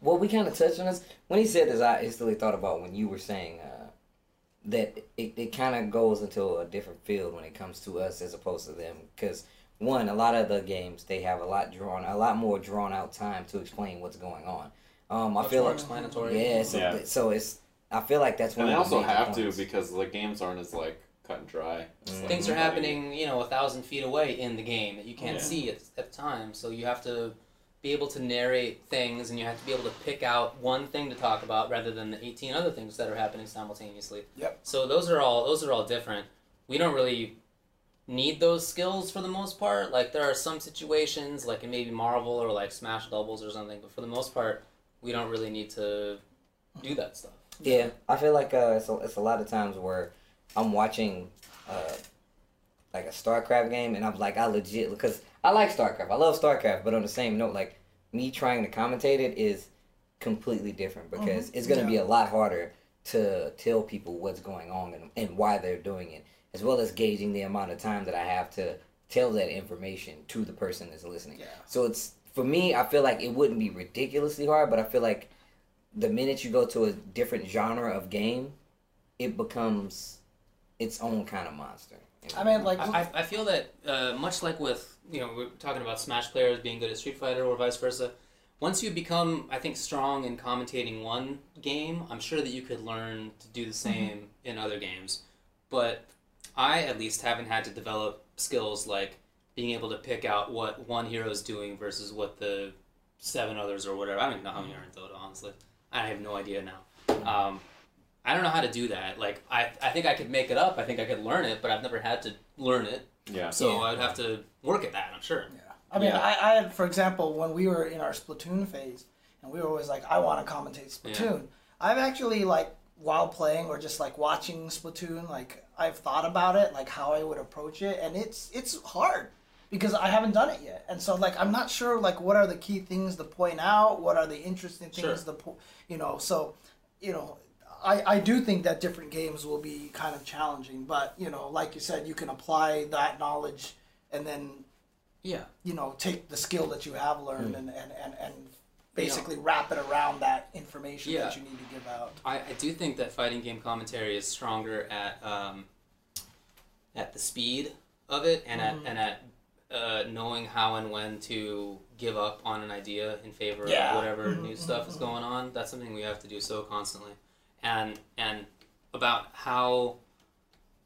Speaker 4: Well, we kind of touched on this when he said this. I instantly thought about when you were saying uh, that it, it kind of goes into a different field when it comes to us as opposed to them. Because one, a lot of the games they have a lot drawn, a lot more drawn out time to explain what's going on. Um, I
Speaker 2: Much
Speaker 4: feel
Speaker 2: more
Speaker 4: like
Speaker 2: explanatory.
Speaker 4: yeah, so,
Speaker 5: Yeah.
Speaker 4: so it's I feel like that's one.
Speaker 5: And they
Speaker 4: of the
Speaker 5: also
Speaker 4: major
Speaker 5: have to
Speaker 4: points.
Speaker 5: because the games aren't as like cut and dry. It's like
Speaker 2: things are
Speaker 5: really-
Speaker 2: happening you know a thousand feet away in the game that you can't
Speaker 5: Yeah.
Speaker 2: see at, at the time so you have to be able to narrate things and you have to be able to pick out one thing to talk about rather than the 18 other things that are happening simultaneously
Speaker 1: Yep.
Speaker 2: so those are all those are all different we don't really need those skills for the most part like there are some situations like in maybe marvel or like smash doubles or something but for the most part we don't really need to do that stuff
Speaker 4: Yeah, I feel like uh, it's, a, it's a lot of times where I'm watching uh, like a StarCraft game, and I'm like, I legit because I like StarCraft. I love StarCraft, but on the same note, like me trying to commentate it is completely different because it's gonna be
Speaker 1: Yeah.
Speaker 4: a lot harder to tell people what's going on and, and why they're doing it, as well as gauging the amount of time that I have to tell that information to the person that's listening.
Speaker 1: Yeah.
Speaker 4: So it's for me, I feel like it wouldn't be ridiculously hard, but I feel like the minute you go to a different genre of game, it becomes its own kind of monster.
Speaker 1: I mean, like,
Speaker 2: I, I- I feel that uh, much like with you know we're talking about Smash players being good at Street Fighter or vice versa. Once you become, I think, strong in commentating one game, I'm sure that you could learn to do the same in other games. But I, at least, haven't had to develop skills like being able to pick out what one hero is doing versus what the seven others or whatever. I don't even know how many are in Dota, honestly. I have no idea now. Um, I don't know how to do that. Like, I, I think I could make it up. I think I could learn it, but I've never had to learn it.
Speaker 5: Yeah.
Speaker 2: So I'd have to work at that, I'm sure.
Speaker 1: I mean,
Speaker 5: Yeah.
Speaker 1: I, I had, for example, when we were in our Splatoon phase, and we were always like, I want to commentate Splatoon. I've actually like while playing or just like watching Splatoon, like I've thought about it, like how I would approach it, and it's it's hard because I haven't done it yet, and so like I'm not sure like what are the key things to point out, what are the interesting things to
Speaker 2: Sure.
Speaker 1: po- you know, so you know. I, I do think that different games will be kind of challenging, but you know, like you said, you can apply that knowledge and then
Speaker 2: Yeah.
Speaker 1: you know, take the skill that you have
Speaker 5: Hmm.
Speaker 1: learned and, and, and, and basically wrap it around that information
Speaker 2: Yeah.
Speaker 1: that you need to give out.
Speaker 2: I, I do think that fighting game commentary is stronger at um, at the speed of it and at and at uh, knowing how and when to give up on an idea in favor
Speaker 1: Yeah.
Speaker 2: of whatever new stuff is going on. That's something we have to do so constantly, and and about how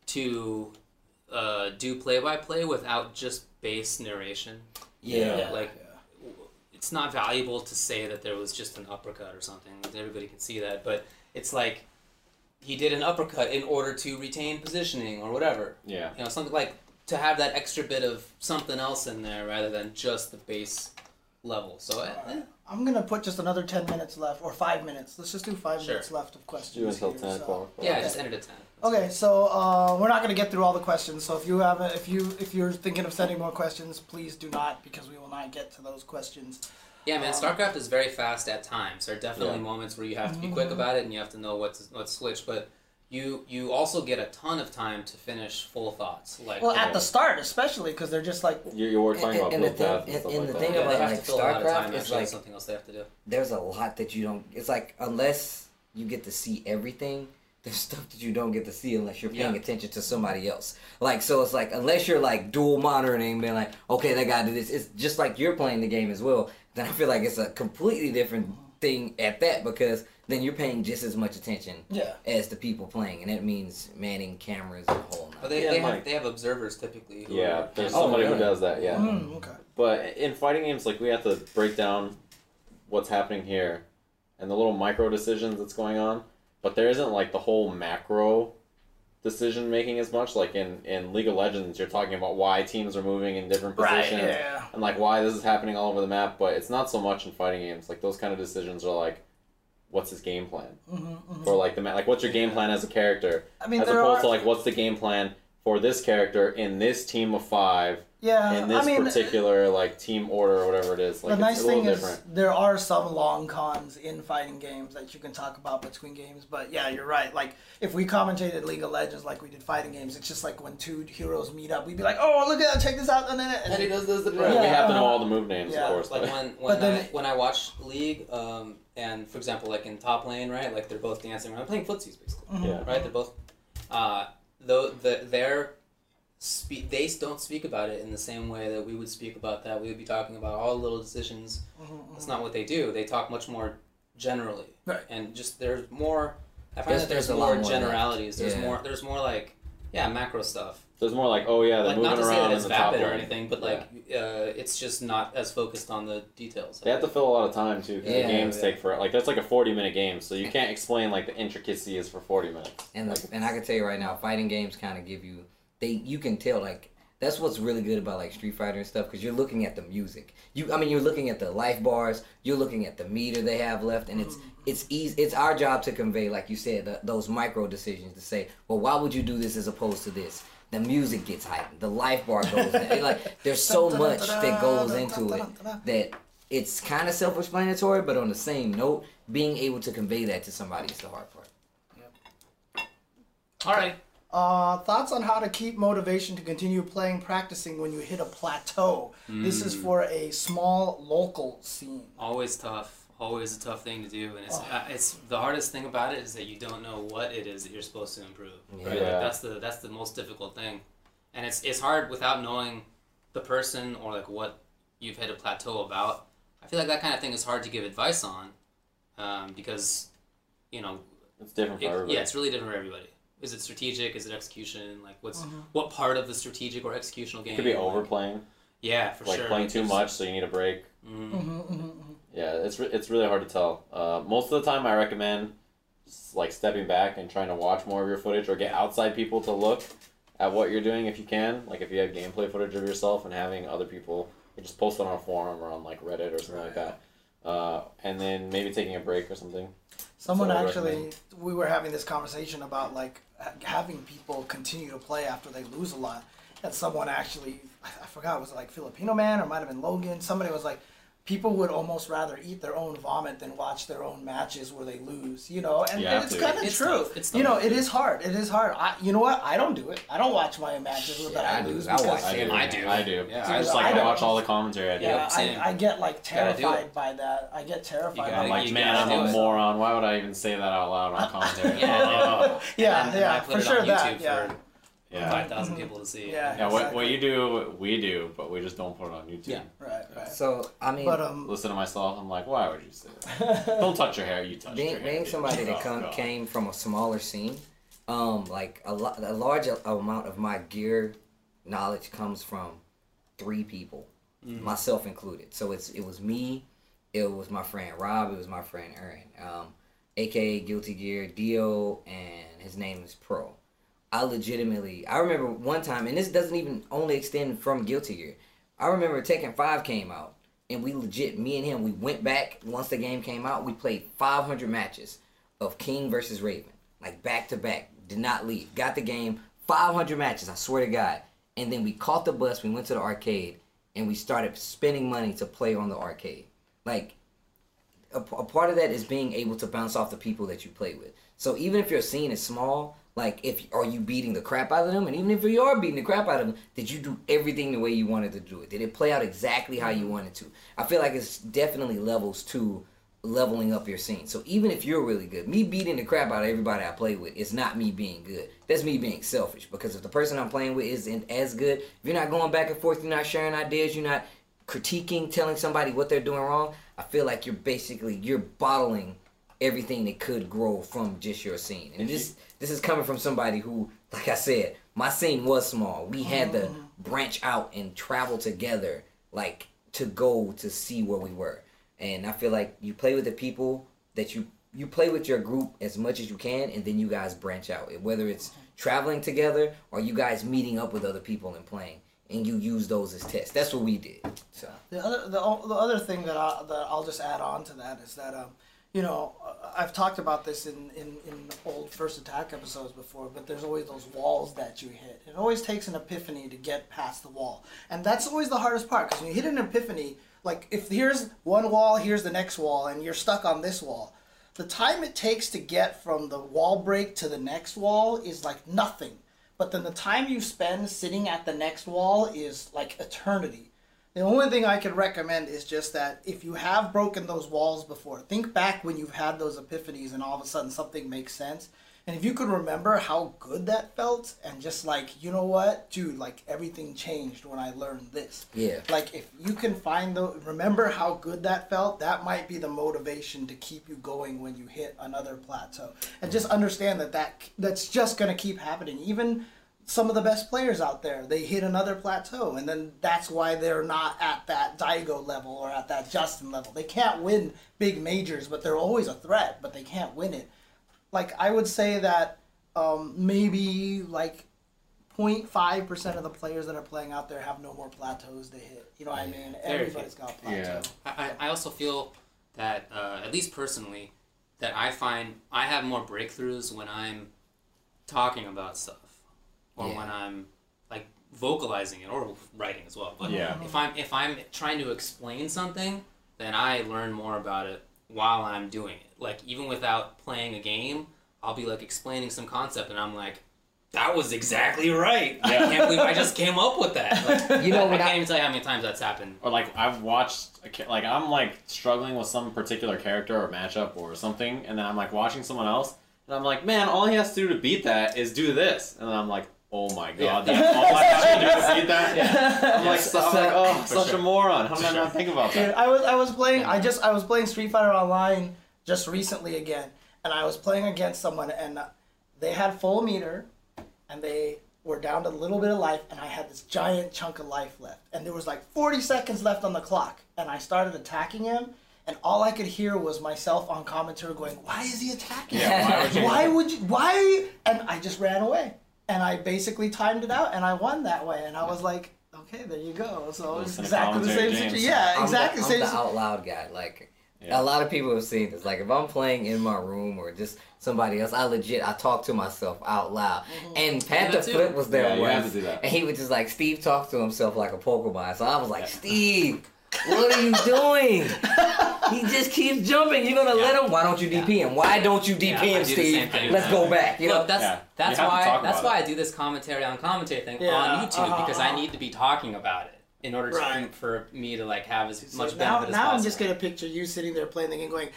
Speaker 2: to uh, do play by play without just base narration.
Speaker 4: yeah.
Speaker 5: Yeah.
Speaker 2: Like it's not valuable to say that there was just an uppercut or something. Everybody can see that, but it's like he did an uppercut in order to retain positioning or whatever.
Speaker 5: Yeah.
Speaker 2: You know, something like to have that extra bit of something else in there rather than just the base level. So eh, eh,
Speaker 1: I'm gonna put just another ten minutes left or five minutes. Let's just do five
Speaker 2: Sure.
Speaker 1: minutes left of questions.
Speaker 3: Do until
Speaker 1: here,
Speaker 3: ten
Speaker 1: so-
Speaker 3: o'clock.
Speaker 2: yeah, I just ended at ten.
Speaker 1: Okay, so uh, we're not gonna get through all the questions. So if you have, a, if you if you're thinking of sending more questions, please do not because we will not get to those questions.
Speaker 2: Yeah, man, StarCraft is very fast at times. There are definitely moments where you have to be quick
Speaker 4: Mm-hmm.
Speaker 2: about it and you have to know what to, what to switch, but you you also get a ton of time to finish full thoughts. Like
Speaker 1: Well, at the start, especially because they're just like
Speaker 5: You, you were
Speaker 4: And-
Speaker 5: talking about
Speaker 4: and the
Speaker 5: build paths
Speaker 4: thing-
Speaker 5: and stuff
Speaker 4: and
Speaker 5: like
Speaker 4: the
Speaker 5: that.
Speaker 4: thing
Speaker 2: yeah,
Speaker 4: about,
Speaker 2: they have
Speaker 4: like,
Speaker 2: to fill a lot of
Speaker 4: StarCraft
Speaker 2: time
Speaker 4: is,
Speaker 2: actually,
Speaker 4: like-
Speaker 2: that's something else they have to do.
Speaker 4: There's a lot that you don't. It's like unless you get to see everything, [laughs] there's stuff that you don't get to see unless you're paying
Speaker 2: Yeah.
Speaker 4: attention to somebody else. Like so, it's like unless you're like dual monitoring and being like, okay, that guy did this. It's just like you're playing the game as well. Then I feel like it's a completely different thing at that because then you're paying just as much attention
Speaker 1: Yeah.
Speaker 4: as the people playing, and that means manning cameras and a whole.
Speaker 2: But
Speaker 4: nother.
Speaker 2: they,
Speaker 5: Yeah,
Speaker 2: they,
Speaker 5: Mike.
Speaker 2: have, they have observers typically. Who
Speaker 5: Yeah,
Speaker 2: are,
Speaker 5: there's
Speaker 4: Oh,
Speaker 5: somebody
Speaker 4: yeah.
Speaker 5: who does that. Yeah.
Speaker 1: mm, okay.
Speaker 5: But in fighting games, like we have to break down what's happening here and the little micro decisions that's going on. But there isn't like the whole macro decision making as much. Like in, in League of Legends, you're talking about why teams are moving in different positions
Speaker 1: Yeah.
Speaker 5: and like why this is happening all over the map. But it's not so much in fighting games. Like those kind of decisions are like, what's his game plan? Or like the ma- like what's your game plan as a character?
Speaker 1: Mm-hmm, I mean,
Speaker 5: as
Speaker 1: there
Speaker 5: opposed
Speaker 1: are-
Speaker 5: to like what's the game plan for this character in this team of five
Speaker 1: Yeah.
Speaker 5: in this
Speaker 1: Uh, I mean,
Speaker 5: particular like team order or whatever it is. Like
Speaker 1: the nice
Speaker 5: it's a little
Speaker 1: thing is
Speaker 5: different.
Speaker 1: there are some long cons in fighting games that you can talk about between games but yeah you're right like if we commentated league of legends like we did fighting games it's just like when two heroes meet up we'd be like oh look at that check this out and then and
Speaker 2: And he does this. and-
Speaker 5: Right, we have to know
Speaker 1: uh,
Speaker 5: all the move names,
Speaker 1: yeah,
Speaker 5: of course.
Speaker 2: Like
Speaker 5: but-
Speaker 2: when when
Speaker 1: then-
Speaker 2: I, when I watch League, um, and for example, like in top lane, right? Like they're both dancing around, playing footsies basically,
Speaker 1: Mm-hmm.
Speaker 5: Yeah.
Speaker 2: right? They're both, uh, though the their speak they don't speak about it in the same way that we would speak about that. We would be talking about all the little decisions.
Speaker 1: Mm-hmm,
Speaker 2: That's not what they do. They talk much more generally,
Speaker 1: Right.
Speaker 2: And just there's more. I find
Speaker 4: There's-
Speaker 2: that there's,
Speaker 4: there's a lot
Speaker 2: more
Speaker 4: more of that.
Speaker 2: generalities. There's
Speaker 4: Yeah.
Speaker 2: more. There's more like yeah, macro stuff
Speaker 5: There's more like, oh yeah, they're
Speaker 2: like
Speaker 5: moving
Speaker 2: not to say
Speaker 5: around
Speaker 2: that it's
Speaker 5: in the top
Speaker 2: vapid or
Speaker 5: lane.
Speaker 2: anything, but
Speaker 5: Yeah.
Speaker 2: like uh, it's just not as focused on the details.
Speaker 5: They have to fill a lot of time too, because
Speaker 4: Yeah,
Speaker 5: the games
Speaker 2: yeah.
Speaker 5: take for like that's like a forty minute game, so you can't explain like the intricacies for forty minutes.
Speaker 4: And like, and I can tell you right now, fighting games kind of give you they you can tell like that's what's really good about like Street Fighter and stuff because you're looking at the music. You I mean you're looking at the life bars, you're looking at the meter they have left, and it's it's easy. It's our job to convey, like you said, th those micro decisions to say, well, why would you do this as opposed to this? the music gets heightened, the life bar goes down. like there's so much that goes into it that it's kind of self-explanatory, but on the same note, being able to convey that to somebody is the hard part.
Speaker 2: All right.
Speaker 1: Uh, thoughts on how to keep motivation to continue playing, practicing when you hit a plateau. This
Speaker 5: Mm.
Speaker 1: is for a small local scene.
Speaker 2: Always tough. Always a tough thing to do, and it's
Speaker 5: Oh.
Speaker 2: uh, it's the hardest thing about it is that you don't know what it is that you're supposed to improve. Right? Like,
Speaker 5: Yeah.
Speaker 2: that's the that's the most difficult thing, and it's it's hard without knowing the person or like what you've hit a plateau about. I feel like that kind of thing is hard to give advice on, um, because you know
Speaker 5: It's different for
Speaker 2: It-
Speaker 5: everybody.
Speaker 2: yeah, it's really different for everybody. Is it strategic? Is it execution? Like, what's
Speaker 1: Mm-hmm.
Speaker 2: what part of the strategic or executional game?
Speaker 5: It could be
Speaker 2: like-
Speaker 5: overplaying,
Speaker 2: Yeah, for
Speaker 5: like
Speaker 2: sure.
Speaker 5: playing
Speaker 2: Like,
Speaker 5: too
Speaker 2: there's-
Speaker 5: much, so you need a break.
Speaker 2: Mm,
Speaker 5: Yeah, it's re- it's really hard to tell. Uh, most of the time, I recommend just, like stepping back and trying to watch more of your footage or get outside people to look at what you're doing if you can. Like if you have gameplay footage of yourself and having other people or just post it on a forum or on like Reddit or something like that. Uh, and then maybe taking a break or something.
Speaker 1: Someone
Speaker 5: So I
Speaker 1: actually,
Speaker 5: recommend-
Speaker 1: we were having this conversation about like ha- having people continue to play after they lose a lot, and someone actually, I I forgot, was it like Filipino man or might have been Logan? Somebody was like, people would almost rather eat their own vomit than watch their own matches where they lose, you know? And,
Speaker 5: You
Speaker 1: and
Speaker 5: have
Speaker 1: it's
Speaker 5: to.
Speaker 1: kind of
Speaker 2: It's
Speaker 1: true.
Speaker 2: tough. It's
Speaker 1: you know,
Speaker 2: tough.
Speaker 1: it is hard. It is hard. I, you know what? I don't do it. I don't watch my own matches where
Speaker 4: Yeah,
Speaker 1: that
Speaker 4: I
Speaker 1: I
Speaker 4: do.
Speaker 1: lose
Speaker 4: I watch
Speaker 1: because
Speaker 4: it.
Speaker 2: I do. I do.
Speaker 5: I do.
Speaker 2: Yeah.
Speaker 5: I just like
Speaker 1: I
Speaker 5: to
Speaker 1: don't-
Speaker 5: watch all the commentary. I do.
Speaker 1: Yeah,
Speaker 2: same.
Speaker 1: I, I get like
Speaker 2: Gotta do
Speaker 1: terrified
Speaker 2: it.
Speaker 1: by that. I get terrified.
Speaker 2: gotta
Speaker 1: by
Speaker 5: I'm
Speaker 1: that.
Speaker 5: like,
Speaker 2: You
Speaker 5: man,
Speaker 2: gotta
Speaker 5: I'm
Speaker 2: do
Speaker 5: a
Speaker 2: it."
Speaker 5: moron. Why would I even say that out loud on commentary?
Speaker 2: [laughs] Yeah.
Speaker 5: Ugh.
Speaker 1: yeah,
Speaker 2: and then
Speaker 1: yeah,
Speaker 2: I put
Speaker 1: for
Speaker 2: it
Speaker 1: sure
Speaker 2: on
Speaker 1: that.
Speaker 2: YouTube
Speaker 1: yeah. Mm-hmm.
Speaker 2: for
Speaker 5: yeah.
Speaker 2: five thousand people to see.
Speaker 1: Yeah.
Speaker 5: Yeah, what, what you do, we do, but we just don't put it on YouTube.
Speaker 2: Yeah.
Speaker 1: Right, right.
Speaker 4: So I mean,
Speaker 1: But um,
Speaker 5: Listen to myself, I'm like, why would you say that?
Speaker 1: [laughs]
Speaker 5: Don't touch your hair, you touch your
Speaker 4: being,
Speaker 5: hair.
Speaker 4: being
Speaker 5: bitch.
Speaker 4: somebody that
Speaker 5: Oh,
Speaker 4: come,
Speaker 5: God.
Speaker 4: came from a smaller scene, um, like a, lo- a large a- amount of my gear knowledge comes from three people, myself included. So it's it was me, it was my friend Rob, it was my friend Aaron, um, aka Guilty Gear Dio, and his name is Pro. I legitimately, I remember one time, and this doesn't even only extend from Guilty Gear. I remember Tekken 5 came out, and we legit, me and him, we went back once the game came out. We played 500 matches of King versus Raven, like back to back. Did not leave. Got the game, 500 matches. I swear to God. And then we caught the bus. We went to the arcade, and we started spending money to play on the arcade. Like a, a part of that is being able to bounce off the people that you play with. So even if your scene is small, like if are you beating the crap out of them, and even if you are beating the crap out of them, did you do everything the way you wanted to do it? Did it play out exactly how you wanted to? I feel like it's definitely levels to leveling up your scene. So even if you're really good, me beating the crap out of everybody I play with is not me being good. That's me being selfish because if the person I'm playing with isn't as good, if you're not going back and forth, you're not sharing ideas, you're not critiquing, telling somebody what they're doing wrong, I feel like you're basically you're bottling everything that could grow from just your scene. And this this is coming from somebody who, like I said, my scene was small. We had to branch out and travel together, like to go to see where we were. And I feel like you play with the people that you you play with your group as much as you can, and then you guys branch out. Whether it's traveling together or you guys meeting up with other people and playing, and you use those as tests. That's what we did. So.
Speaker 1: The other, the, o- the other thing that, I, that I'll just add on to that is that, um, you know, uh, I've talked about this in, in, in old First Attack episodes before, but there's always those walls that you hit. It always takes an epiphany to get past the wall. And that's always the hardest part, because when you hit an epiphany, like if here's one wall, here's the next wall, and you're stuck on this wall, the time it takes to get from the wall break to the next wall is like nothing. But then the time you spend sitting at the next wall is like eternity. The only thing I could recommend is just that if you have broken those walls before, think back when you've had those epiphanies and all of a sudden something makes sense. And if you could remember how good that felt and just like, you know what, dude, like everything changed when I learned this.
Speaker 4: Yeah.
Speaker 1: Like if you can find the remember how good that felt, that might be the motivation to keep you going when you hit another plateau. And just understand that that that's just going to keep happening even some of the best players out there they hit another plateau and then that's why they're not at that Daigo level or at that Justin level. They can't win big majors, but they're always a threat, but they can't win it. Like I would say that um, maybe like 0.5 percent of the players that are playing out there have no more plateaus they hit. You know what I mean? Everybody's got a plateau.
Speaker 5: Yeah.
Speaker 2: I, I I also feel that, uh, at least personally, that I find I have more breakthroughs when I'm talking about stuff or
Speaker 4: Yeah.
Speaker 2: when I'm vocalizing it or writing as well. But
Speaker 3: Yeah.
Speaker 2: if I'm if I'm trying to explain something, then I learn more about it while I'm doing it. Like even without playing a game, I'll be like explaining some concept, and I'm like, that was exactly right. I
Speaker 3: Yeah.
Speaker 2: can't believe I just came up with
Speaker 4: [laughs]
Speaker 2: that. Like,
Speaker 4: You know
Speaker 2: I
Speaker 4: when
Speaker 2: can't
Speaker 4: I
Speaker 2: even tell you how many times that's happened.
Speaker 3: or like I've watched a ca- like I'm like struggling with some particular character or matchup or something, and then I'm like watching someone else, and I'm like, man, all he has to do to beat that is do this, and then I'm like, oh
Speaker 2: [laughs]
Speaker 3: my god,
Speaker 2: Yeah.
Speaker 3: that's all I have to do to beat that. I'm
Speaker 2: Yeah,
Speaker 3: like,
Speaker 2: so-
Speaker 3: so, I'm
Speaker 2: so-
Speaker 3: like, oh,
Speaker 2: for
Speaker 3: such
Speaker 2: sure.
Speaker 3: a moron. How did
Speaker 2: For
Speaker 3: I not
Speaker 2: sure.
Speaker 3: think about
Speaker 1: Dude,
Speaker 3: that?
Speaker 1: I was I was playing I just I was playing Street Fighter Online just recently again, and I was playing against someone and they had full meter, and they were down to a little bit of life, and I had this giant chunk of life left, and there was like 40 seconds left on the clock, and I started attacking him. And all I could hear was myself on commentary going, "Why is he attacking?
Speaker 4: why
Speaker 3: Yeah,
Speaker 4: would
Speaker 1: him?
Speaker 3: you-
Speaker 1: why would you? Why?" And I just ran away, and I basically timed it out, and I won that way. And I was like, "Okay, there you go." So it's
Speaker 3: Listen to
Speaker 1: exactly the same
Speaker 3: commentary,
Speaker 1: situation.
Speaker 3: James.
Speaker 1: Yeah,
Speaker 4: I'm
Speaker 1: exactly.
Speaker 4: The,
Speaker 1: same
Speaker 4: I'm the
Speaker 1: si-
Speaker 4: out loud guy. Like a
Speaker 3: Yeah.
Speaker 4: lot of people have seen this. Like if I'm playing in my room or just somebody else, I legit I talk to myself out loud. And
Speaker 2: do
Speaker 4: Pat the
Speaker 2: that too.
Speaker 4: Flip was there
Speaker 3: Yeah, you
Speaker 4: once,
Speaker 3: have to do that.
Speaker 4: and he was just like Steve talks to himself like a Pokemon. So I was like Steve. What are you doing? he just keeps jumping. You're gonna let him? Why don't you DP him? Why don't you DP
Speaker 2: Yeah, I
Speaker 4: him,
Speaker 2: do the same
Speaker 4: Steve?
Speaker 2: thing.
Speaker 4: Let's go back. You know, [laughs]
Speaker 2: Look, that's
Speaker 3: Yeah. You
Speaker 2: that's
Speaker 3: have to
Speaker 2: why
Speaker 3: talk
Speaker 2: that's
Speaker 3: about
Speaker 2: why
Speaker 3: it.
Speaker 2: I do this commentary on commentary thing
Speaker 1: Yeah,
Speaker 2: on YouTube
Speaker 1: uh-huh,
Speaker 2: because
Speaker 1: uh-huh.
Speaker 2: I need to be talking about it in order to,
Speaker 1: Right.
Speaker 2: for me to like have as much
Speaker 1: So
Speaker 2: benefit
Speaker 1: now,
Speaker 2: as
Speaker 1: now
Speaker 2: possible.
Speaker 1: I'm just gonna picture you sitting there playing the game, going,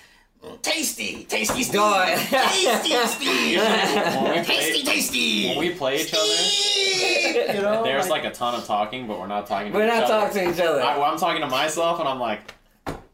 Speaker 1: "Tasty, tasty, Steve,
Speaker 2: [laughs]
Speaker 4: Dog.
Speaker 1: tasty, Steve,
Speaker 3: When
Speaker 1: tasty,
Speaker 3: we play- When
Speaker 1: tasty."
Speaker 3: we play
Speaker 4: [laughs]
Speaker 3: each other,
Speaker 1: You know,
Speaker 3: [laughs] there's like a ton of talking, but we're not talking. To
Speaker 4: we're
Speaker 3: each
Speaker 4: not
Speaker 3: other.
Speaker 4: talking to each other.
Speaker 3: I, well, I'm talking to myself, and I'm like,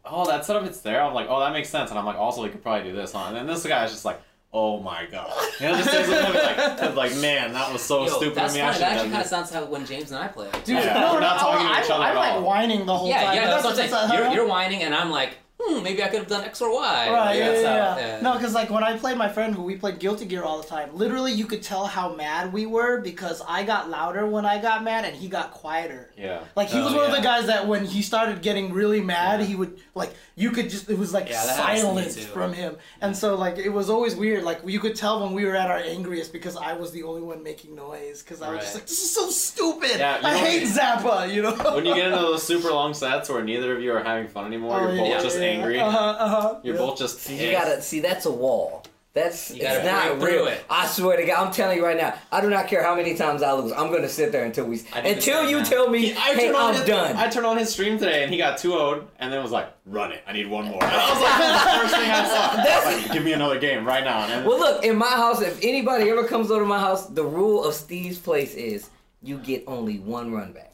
Speaker 3: oh, that setup, it's there. I'm like, oh, that makes sense. And I'm like, also, he could probably do this, huh? And then this guy is just like, oh my god. You know, just takes a minute, like, like, man, that was so
Speaker 2: Yo,
Speaker 3: stupid
Speaker 2: that's
Speaker 3: of me. I
Speaker 2: funny.
Speaker 3: should
Speaker 2: That actually
Speaker 3: have
Speaker 2: kind
Speaker 3: done
Speaker 2: of sounds how when James and I play.
Speaker 1: dude,
Speaker 3: Yeah,
Speaker 1: no, no,
Speaker 3: we're not talking to
Speaker 1: I'm,
Speaker 3: each other
Speaker 1: I'm
Speaker 3: at
Speaker 1: like
Speaker 3: all.
Speaker 1: whining the whole
Speaker 2: yeah,
Speaker 1: time.
Speaker 2: yeah, that's what I'm saying. You're,
Speaker 1: huh?
Speaker 2: you're whining, and I'm like, hmm, maybe I could have done X or Y.
Speaker 1: Right, yeah,
Speaker 2: That's
Speaker 1: yeah,
Speaker 2: how-
Speaker 1: yeah. No, because like when I played my friend who we played Guilty Gear all the time, literally you could tell how mad we were because I got louder when I got mad and he got quieter.
Speaker 3: Yeah.
Speaker 1: Like he
Speaker 2: Oh,
Speaker 1: was one of
Speaker 2: yeah.
Speaker 1: the guys that when he started getting really mad, he would like you could just it was like
Speaker 2: Yeah, that happens to me
Speaker 1: silence
Speaker 2: too.
Speaker 1: from him, and so like it was always weird. Like you could tell when we were at our angriest because I was the only one making noise because I was just
Speaker 2: Right.
Speaker 1: like this is so stupid.
Speaker 3: Yeah, you
Speaker 1: I
Speaker 3: know
Speaker 1: hate
Speaker 3: when-
Speaker 1: Zappa. You know
Speaker 3: When you get into those super long sets where neither of you are having fun anymore,
Speaker 1: [laughs] Oh,
Speaker 3: you're both
Speaker 2: yeah,
Speaker 3: just
Speaker 1: yeah,
Speaker 3: angry.
Speaker 1: Uh huh. Uh-huh.
Speaker 3: You're
Speaker 1: yeah.
Speaker 3: both just
Speaker 4: See, you
Speaker 3: pissed.
Speaker 4: gotta see. That's a wall. That's
Speaker 2: You gotta
Speaker 4: it's not
Speaker 2: break through
Speaker 4: real.
Speaker 2: it.
Speaker 4: I swear to God, I'm telling you right now. I do not care how many times I lose. I'm gonna sit there until we
Speaker 2: I did the
Speaker 4: until
Speaker 2: same,
Speaker 4: you
Speaker 2: man.
Speaker 4: tell me,
Speaker 3: I
Speaker 4: hey,
Speaker 3: turned on
Speaker 4: I'm
Speaker 3: his,
Speaker 4: done.
Speaker 3: I turned on his stream today, and he got 2 0 and then was like, "Run it! I need one more." And I was like, "That's the first thing I
Speaker 4: [laughs]
Speaker 3: saw."
Speaker 4: That's-
Speaker 3: Like, Give me another game right now. And
Speaker 4: well, look, in my house, if anybody ever comes over to my house, the rule of Steve's place is you get only one run back.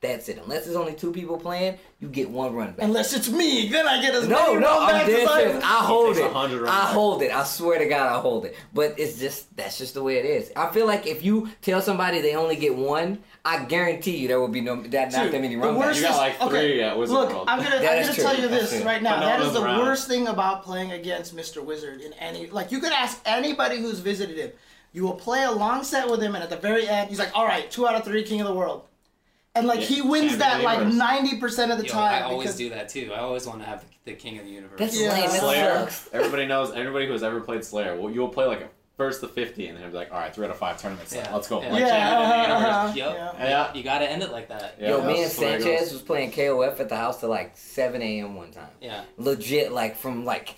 Speaker 4: That's it. Unless there's only two people playing, you get one run back.
Speaker 1: Unless it's me, then I get as
Speaker 4: No,
Speaker 1: many
Speaker 4: no,
Speaker 1: runbacks
Speaker 4: I'm dead
Speaker 1: as I-
Speaker 4: serious. I hold
Speaker 3: takes
Speaker 4: it.
Speaker 3: 100 run
Speaker 4: I
Speaker 3: back.
Speaker 4: hold it. I swear to God, I hold it. But it's just that's just the way it is. I feel like if you tell somebody they only get one, I guarantee you there will be no that not
Speaker 1: Dude,
Speaker 4: that many
Speaker 1: the
Speaker 4: run backs.
Speaker 1: worst
Speaker 3: You got
Speaker 1: is-
Speaker 3: like three
Speaker 1: okay,
Speaker 3: at Wizard
Speaker 1: Look,
Speaker 3: World.
Speaker 1: I'm gonna, I'm
Speaker 4: That is
Speaker 1: gonna
Speaker 4: true.
Speaker 1: tell you
Speaker 4: That's
Speaker 1: this
Speaker 4: true.
Speaker 1: right now.
Speaker 3: But no
Speaker 1: That
Speaker 3: one
Speaker 1: is the
Speaker 3: was around.
Speaker 1: worst thing about playing against Mr. Wizard in any. Like, you could ask anybody who's visited him. You will play a long set with him, and at the very end, he's like, "All right, two out of three, King of the World," and like
Speaker 3: Yeah,
Speaker 1: he wins
Speaker 3: can't
Speaker 1: that
Speaker 3: believe
Speaker 1: like
Speaker 3: it.
Speaker 1: ninety percent of the
Speaker 2: Yo,
Speaker 1: time.
Speaker 2: I always
Speaker 1: because-
Speaker 2: do that too. I always want to have the, the king of the universe.
Speaker 4: That's
Speaker 1: Yeah.
Speaker 4: lame. That
Speaker 3: Slayer.
Speaker 4: sucks.
Speaker 3: Everybody knows. Everybody who has ever played Slayer, well, you'll play like a first to fifty, and then you'll be like, all right, three out of five tournaments. left.
Speaker 2: Yeah.
Speaker 3: Let's go.
Speaker 2: Yeah.
Speaker 3: Like,
Speaker 1: Yeah,
Speaker 3: Champion of the
Speaker 1: uh-huh,
Speaker 3: Universe.
Speaker 1: uh-huh.
Speaker 2: Yep.
Speaker 1: Yeah.
Speaker 3: Yeah.
Speaker 2: You gotta end it like that.
Speaker 3: Yeah.
Speaker 4: Yo,
Speaker 3: that's
Speaker 4: me and
Speaker 3: just the way it goes.
Speaker 4: Sanchez was playing KOF at the house till like 7 a.m. one time.
Speaker 2: Yeah.
Speaker 4: Legit, like from like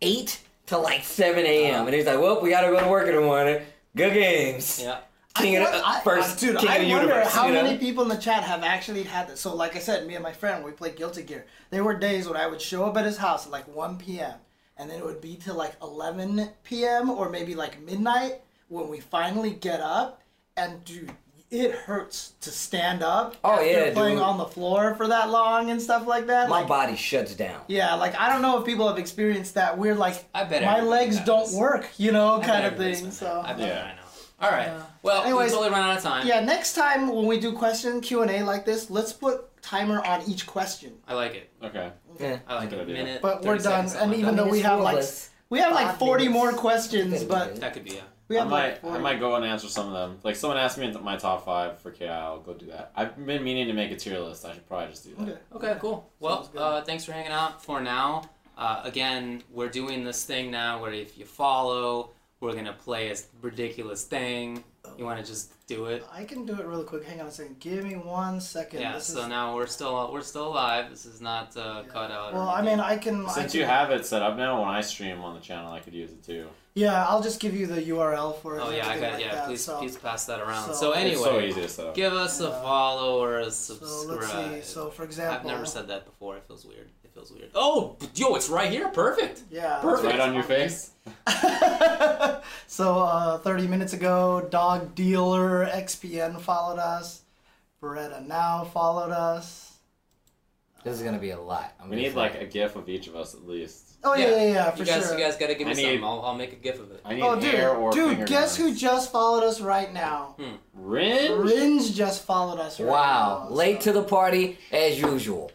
Speaker 4: 8 to like 7 a.m. And he's like, well, we gotta go to work in the morning. Good games.
Speaker 2: Yeah.
Speaker 4: King of the,
Speaker 1: I- I-
Speaker 4: first
Speaker 1: dude,
Speaker 4: King
Speaker 1: I
Speaker 4: of the
Speaker 1: wonder
Speaker 4: Universe.
Speaker 1: how
Speaker 4: you know?
Speaker 1: many people in the chat have actually had this. So, like I said, me and my friend, we played Guilty Gear. There were days when I would show up at his house at like 1 p.m. and then it would be till like 11 p.m. or maybe like midnight when we finally get up. And dude, it hurts to stand up.
Speaker 4: Oh,
Speaker 1: after
Speaker 4: yeah,
Speaker 1: playing
Speaker 4: dude.
Speaker 1: on the floor for that long and stuff like that.
Speaker 4: My
Speaker 1: like,
Speaker 4: body shuts down.
Speaker 1: yeah, like I don't know if people have experienced that. We're like,
Speaker 2: I bet
Speaker 1: my
Speaker 2: everybody
Speaker 1: legs
Speaker 2: has.
Speaker 1: don't work, you know,
Speaker 2: I bet
Speaker 1: kind of
Speaker 2: everybody's
Speaker 1: thing.
Speaker 2: been
Speaker 1: So
Speaker 2: there. I bet
Speaker 3: Yeah.
Speaker 2: I know. All right. Well,
Speaker 1: Anyways,
Speaker 2: we totally run out of time.
Speaker 1: Yeah, next time when we do question Q and A like this, let's put timer on each question.
Speaker 2: I like it.
Speaker 3: Okay.
Speaker 4: Yeah.
Speaker 2: I like
Speaker 3: Good
Speaker 2: it.
Speaker 3: idea.
Speaker 2: Minute.
Speaker 1: But we're
Speaker 2: 30
Speaker 1: done,
Speaker 2: seconds,
Speaker 1: and
Speaker 2: I'm
Speaker 1: even
Speaker 2: done.
Speaker 1: though we
Speaker 4: It's
Speaker 1: have
Speaker 4: four of
Speaker 1: like
Speaker 4: us.
Speaker 1: we have like
Speaker 4: Five
Speaker 1: forty
Speaker 4: minutes.
Speaker 1: more questions,
Speaker 4: That'd be
Speaker 1: but
Speaker 4: good.
Speaker 2: that could be a
Speaker 1: we
Speaker 3: I
Speaker 1: have
Speaker 3: might,
Speaker 1: like
Speaker 3: I
Speaker 1: 40.
Speaker 3: might go and answer some of them. Like someone asked me into my top five for KI. I'll go do that. I've been meaning to make a tier list. I should probably just do that.
Speaker 1: Okay.
Speaker 2: Okay, cool. Well,
Speaker 1: Sounds good.
Speaker 2: uh, thanks for hanging out for now. Uh, again, we're doing this thing now where if you follow, we're gonna play a ridiculous thing. You want to just do it?
Speaker 1: I can do it really quick. Hang on a second. Give me one second.
Speaker 2: Yeah.
Speaker 1: This
Speaker 2: So
Speaker 1: is,
Speaker 2: now we're still we're still alive. This is not uh, cut out. or
Speaker 1: well, I
Speaker 2: anything.
Speaker 1: mean, I can. I
Speaker 3: Since
Speaker 1: can-
Speaker 3: you have it set up now, when I stream on the channel, I could use it too.
Speaker 1: Yeah, I'll just give you the URL for it.
Speaker 2: Oh
Speaker 1: and
Speaker 2: yeah, I
Speaker 1: everything
Speaker 2: got
Speaker 1: like
Speaker 2: yeah.
Speaker 1: that,
Speaker 2: please
Speaker 1: so-
Speaker 2: please pass that around.
Speaker 1: so-
Speaker 2: So,
Speaker 3: It's so
Speaker 2: anyway,
Speaker 3: easy to set up.
Speaker 2: give us a
Speaker 1: Yeah.
Speaker 2: follow or a
Speaker 1: So
Speaker 2: subscribe.
Speaker 1: let's see. So for
Speaker 2: I've
Speaker 1: example,
Speaker 2: never said that before. It feels weird. It feels weird. Oh, but yo, it's right here. Perfect.
Speaker 1: Yeah.
Speaker 3: It's right on your face.
Speaker 1: [laughs] so uh, 30 minutes ago, Dog Dealer XPN followed us. Beretta Now followed us.
Speaker 4: This is gonna be a lot. I'm
Speaker 3: We
Speaker 4: gonna
Speaker 3: need
Speaker 4: say.
Speaker 3: like a gif of each of us at least.
Speaker 1: Oh yeah, yeah, yeah, for
Speaker 2: you guys,
Speaker 1: sure.
Speaker 2: you guys gotta give me
Speaker 3: I need-
Speaker 2: something. I'll, I'll make a gif of it.
Speaker 3: I need
Speaker 1: oh dude,
Speaker 3: hair or Hmm.
Speaker 1: dude, guess who just followed us right now?
Speaker 3: who? Rin.
Speaker 1: Ringe just followed us. Right
Speaker 4: Wow,
Speaker 1: now,
Speaker 4: late
Speaker 1: so-
Speaker 4: to the party as usual.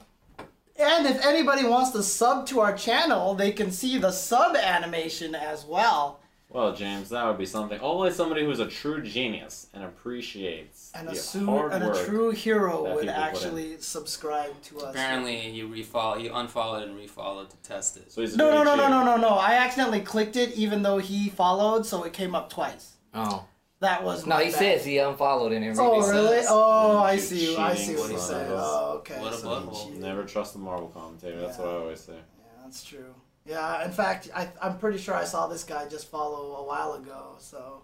Speaker 1: And if anybody wants to sub to our channel, they can see the sub animation as well.
Speaker 3: Well, James, that would be something. Only somebody who's a true genius and appreciates
Speaker 1: And
Speaker 3: the
Speaker 1: a, su-
Speaker 3: hard
Speaker 1: and a
Speaker 3: work.
Speaker 1: true hero
Speaker 3: that
Speaker 1: would
Speaker 3: people put in.
Speaker 1: actually subscribe to us.
Speaker 2: Apparently, you refollow, you unfollowed and refollowed to test it.
Speaker 3: So he's a
Speaker 1: No, no,
Speaker 3: good
Speaker 1: no, no,
Speaker 3: cheer.
Speaker 1: no, no, no. I accidentally clicked it even though he followed, so it came up twice.
Speaker 4: Oh
Speaker 1: That was
Speaker 4: no,
Speaker 1: my
Speaker 4: he
Speaker 1: bad.
Speaker 4: says he unfollowed and everything.
Speaker 1: Oh,
Speaker 3: [laughs]
Speaker 1: really? Oh, I
Speaker 3: You
Speaker 1: see. I see
Speaker 3: cheating
Speaker 1: what he
Speaker 3: son
Speaker 1: said.
Speaker 3: of a-
Speaker 1: Oh, okay.
Speaker 2: What a
Speaker 1: so he
Speaker 2: butthole.
Speaker 1: cheated.
Speaker 3: Never trust the Marvel commentator. That's
Speaker 1: Yeah.
Speaker 3: what I always say.
Speaker 1: Yeah, that's true. Yeah, in fact, I, I'm pretty sure I saw this guy just follow a while ago, so.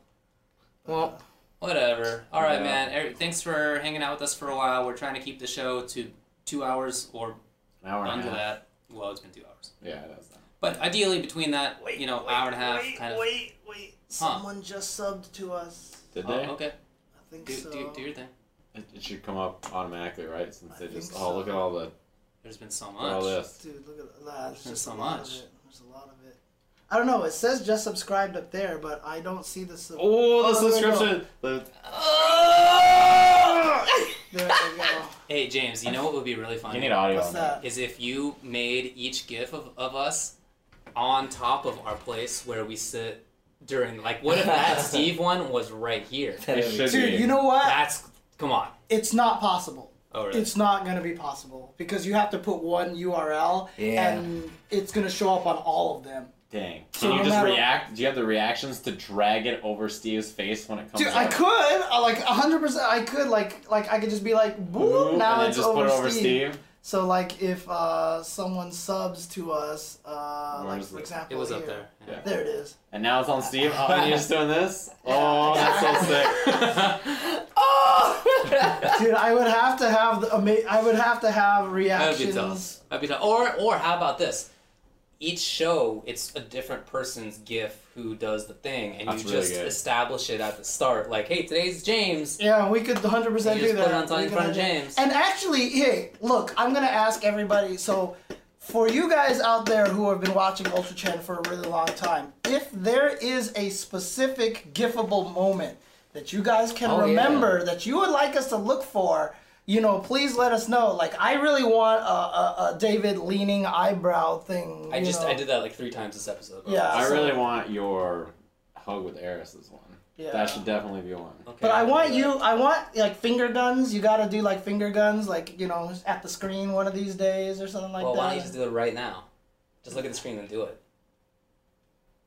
Speaker 1: Uh,
Speaker 4: Well,
Speaker 2: Whatever. All right,
Speaker 3: Yeah.
Speaker 2: man. Eric, thanks for hanging out with us for a while. We're trying to keep the show to two hours or
Speaker 3: An hour and
Speaker 2: under
Speaker 3: a half.
Speaker 2: that. Well, it's been two hours,
Speaker 3: Yeah, it does. That.
Speaker 2: but ideally between that, you know, hour and a half
Speaker 1: Wait,
Speaker 2: kind of.
Speaker 1: wait, wait. Someone just subbed to us.
Speaker 3: Did
Speaker 2: Oh,
Speaker 3: they?
Speaker 2: okay.
Speaker 1: I think
Speaker 2: Do,
Speaker 1: so.
Speaker 2: do, do your thing.
Speaker 3: It, it should come up automatically, right? Since
Speaker 1: I
Speaker 3: they
Speaker 1: think
Speaker 3: just oh look
Speaker 1: so.
Speaker 3: at all the
Speaker 2: There's been so
Speaker 3: all
Speaker 2: much.
Speaker 3: this.
Speaker 1: Dude, look at that. There's
Speaker 2: There's
Speaker 1: just
Speaker 2: so
Speaker 1: a lot
Speaker 2: much.
Speaker 1: Of it. There's a lot of it. I don't know. It says just subscribed up there, but I don't see the sub. there we
Speaker 3: Oh, the
Speaker 1: go.
Speaker 3: subscription. The
Speaker 1: [laughs] There we go.
Speaker 2: Hey, James, you know what would be really fun?
Speaker 3: you need audio.
Speaker 1: What's
Speaker 3: on that.
Speaker 1: that?
Speaker 2: is if you made each gif of, of us on top of our place where we sit during like what if
Speaker 3: [laughs]
Speaker 2: that Steve one was right here?
Speaker 3: It should be.
Speaker 1: Dude, you know what?
Speaker 2: That's come on.
Speaker 1: It's not possible.
Speaker 2: Oh really?
Speaker 1: It's not going to be possible because you have to put one URL
Speaker 4: Yeah.
Speaker 1: and it's going to show up on all of them.
Speaker 3: Dang.
Speaker 1: So
Speaker 3: Can you
Speaker 1: no
Speaker 3: just
Speaker 1: matter-
Speaker 3: react? Do you have the reactions to drag it over Steve's face when it comes?
Speaker 1: Dude,
Speaker 3: up?
Speaker 1: I could, I, like 100%, I could, like, like I could just be like,
Speaker 3: Ooh,
Speaker 1: boom, now
Speaker 3: and then
Speaker 1: it's
Speaker 3: just
Speaker 1: over,
Speaker 3: put it over
Speaker 1: Steve.
Speaker 3: Steve.
Speaker 1: So, like, if uh, someone subs to us, uh,
Speaker 3: Where
Speaker 1: like,
Speaker 3: is
Speaker 1: for
Speaker 3: it?
Speaker 1: example,
Speaker 2: it was up
Speaker 1: here.
Speaker 2: there. [laughs]
Speaker 3: Yeah.
Speaker 1: There it is.
Speaker 3: And now it's on Steve. Oh, and you're just
Speaker 2: [laughs]
Speaker 3: doing this. Oh, that's so sick.
Speaker 4: oh!
Speaker 1: Dude, I would have to have the ama- I would have to have
Speaker 2: That'd be
Speaker 1: reactions.
Speaker 2: tough. That'd be tough. Or or how about this? Each show, it's a different person's gif who does the thing, and
Speaker 3: That's
Speaker 2: you
Speaker 3: really
Speaker 2: just
Speaker 3: good.
Speaker 2: establish it at the start. Like, hey, today's James.
Speaker 1: Yeah, we could 100%
Speaker 2: You
Speaker 1: do
Speaker 2: just
Speaker 1: that.
Speaker 2: put it on top
Speaker 1: We
Speaker 2: in
Speaker 1: could
Speaker 2: front of
Speaker 1: do that.
Speaker 2: James.
Speaker 1: And actually, hey, look, I'm going to ask everybody. So, for you guys out there who have been watching Ultra Chan for a really long time, if there is a specific gifable moment that you guys can
Speaker 4: Oh, yeah.
Speaker 1: remember that you would like us to look for, you know, please let us know. Like, I really want a, a, a David leaning eyebrow thing.
Speaker 2: I
Speaker 1: you
Speaker 2: just
Speaker 1: know.
Speaker 2: I did that like three times this episode.
Speaker 1: Yeah.
Speaker 3: I
Speaker 1: so-
Speaker 3: really want your hug with Eris is one.
Speaker 1: Yeah.
Speaker 3: That should definitely be one.
Speaker 2: Okay.
Speaker 1: But I
Speaker 2: I'll do
Speaker 1: want
Speaker 2: that.
Speaker 1: you. I want like finger guns. You gotta do like finger guns, like you know, at the screen one of these days or something like
Speaker 2: Well,
Speaker 1: that.
Speaker 2: why don't you just do it right now? Just look at the screen and do it.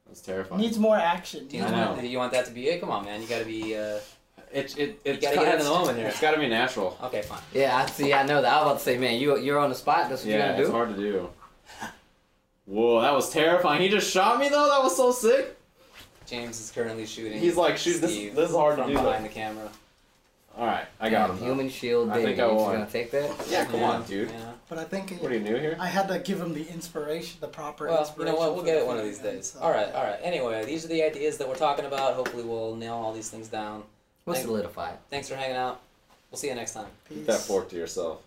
Speaker 3: That's terrifying.
Speaker 1: Needs more action.
Speaker 2: Do you,
Speaker 3: I
Speaker 2: want,
Speaker 3: know.
Speaker 2: do you want that to be it? Come on, man. You gotta be. Uh...
Speaker 3: It, it, it's
Speaker 2: gotta get in the moment here.
Speaker 3: It's got to be natural.
Speaker 2: Okay, fine.
Speaker 4: [laughs] yeah, I see. I know that. I was about to say, man, you you're on the spot. That's what
Speaker 3: Yeah,
Speaker 4: you're
Speaker 3: it's
Speaker 4: gonna
Speaker 3: hard to
Speaker 2: [laughs]
Speaker 3: do. Whoa, that was terrifying. He just shot me though. That was so sick.
Speaker 2: James is currently shooting.
Speaker 3: He's like, shoot, this-
Speaker 2: Steve
Speaker 3: this is hard to
Speaker 2: from
Speaker 3: do, though.
Speaker 2: behind the camera.
Speaker 3: All right,
Speaker 4: do.
Speaker 3: I got him.
Speaker 4: Human Shield
Speaker 3: I
Speaker 4: David.
Speaker 3: think I
Speaker 4: you just
Speaker 3: won.
Speaker 4: gonna take that?
Speaker 3: Yeah, come
Speaker 2: Yeah,
Speaker 3: on, dude.
Speaker 2: yeah.
Speaker 1: But I think
Speaker 3: What are you new here?
Speaker 1: I had to give him the inspiration, the proper.
Speaker 2: Well, you
Speaker 1: inspiration
Speaker 2: know what? We'll
Speaker 1: for
Speaker 2: get
Speaker 1: the
Speaker 2: it one of
Speaker 1: finger
Speaker 2: these
Speaker 1: gun,
Speaker 2: days.
Speaker 1: so-
Speaker 2: All right, all right. Anyway, these are the ideas that we're talking about. Hopefully, we'll nail all these things down.
Speaker 4: We'll
Speaker 2: Thank-
Speaker 4: solidify it.
Speaker 2: Thanks for hanging out. We'll see you next time.
Speaker 3: Keep
Speaker 1: Peace.
Speaker 3: that fork to yourself.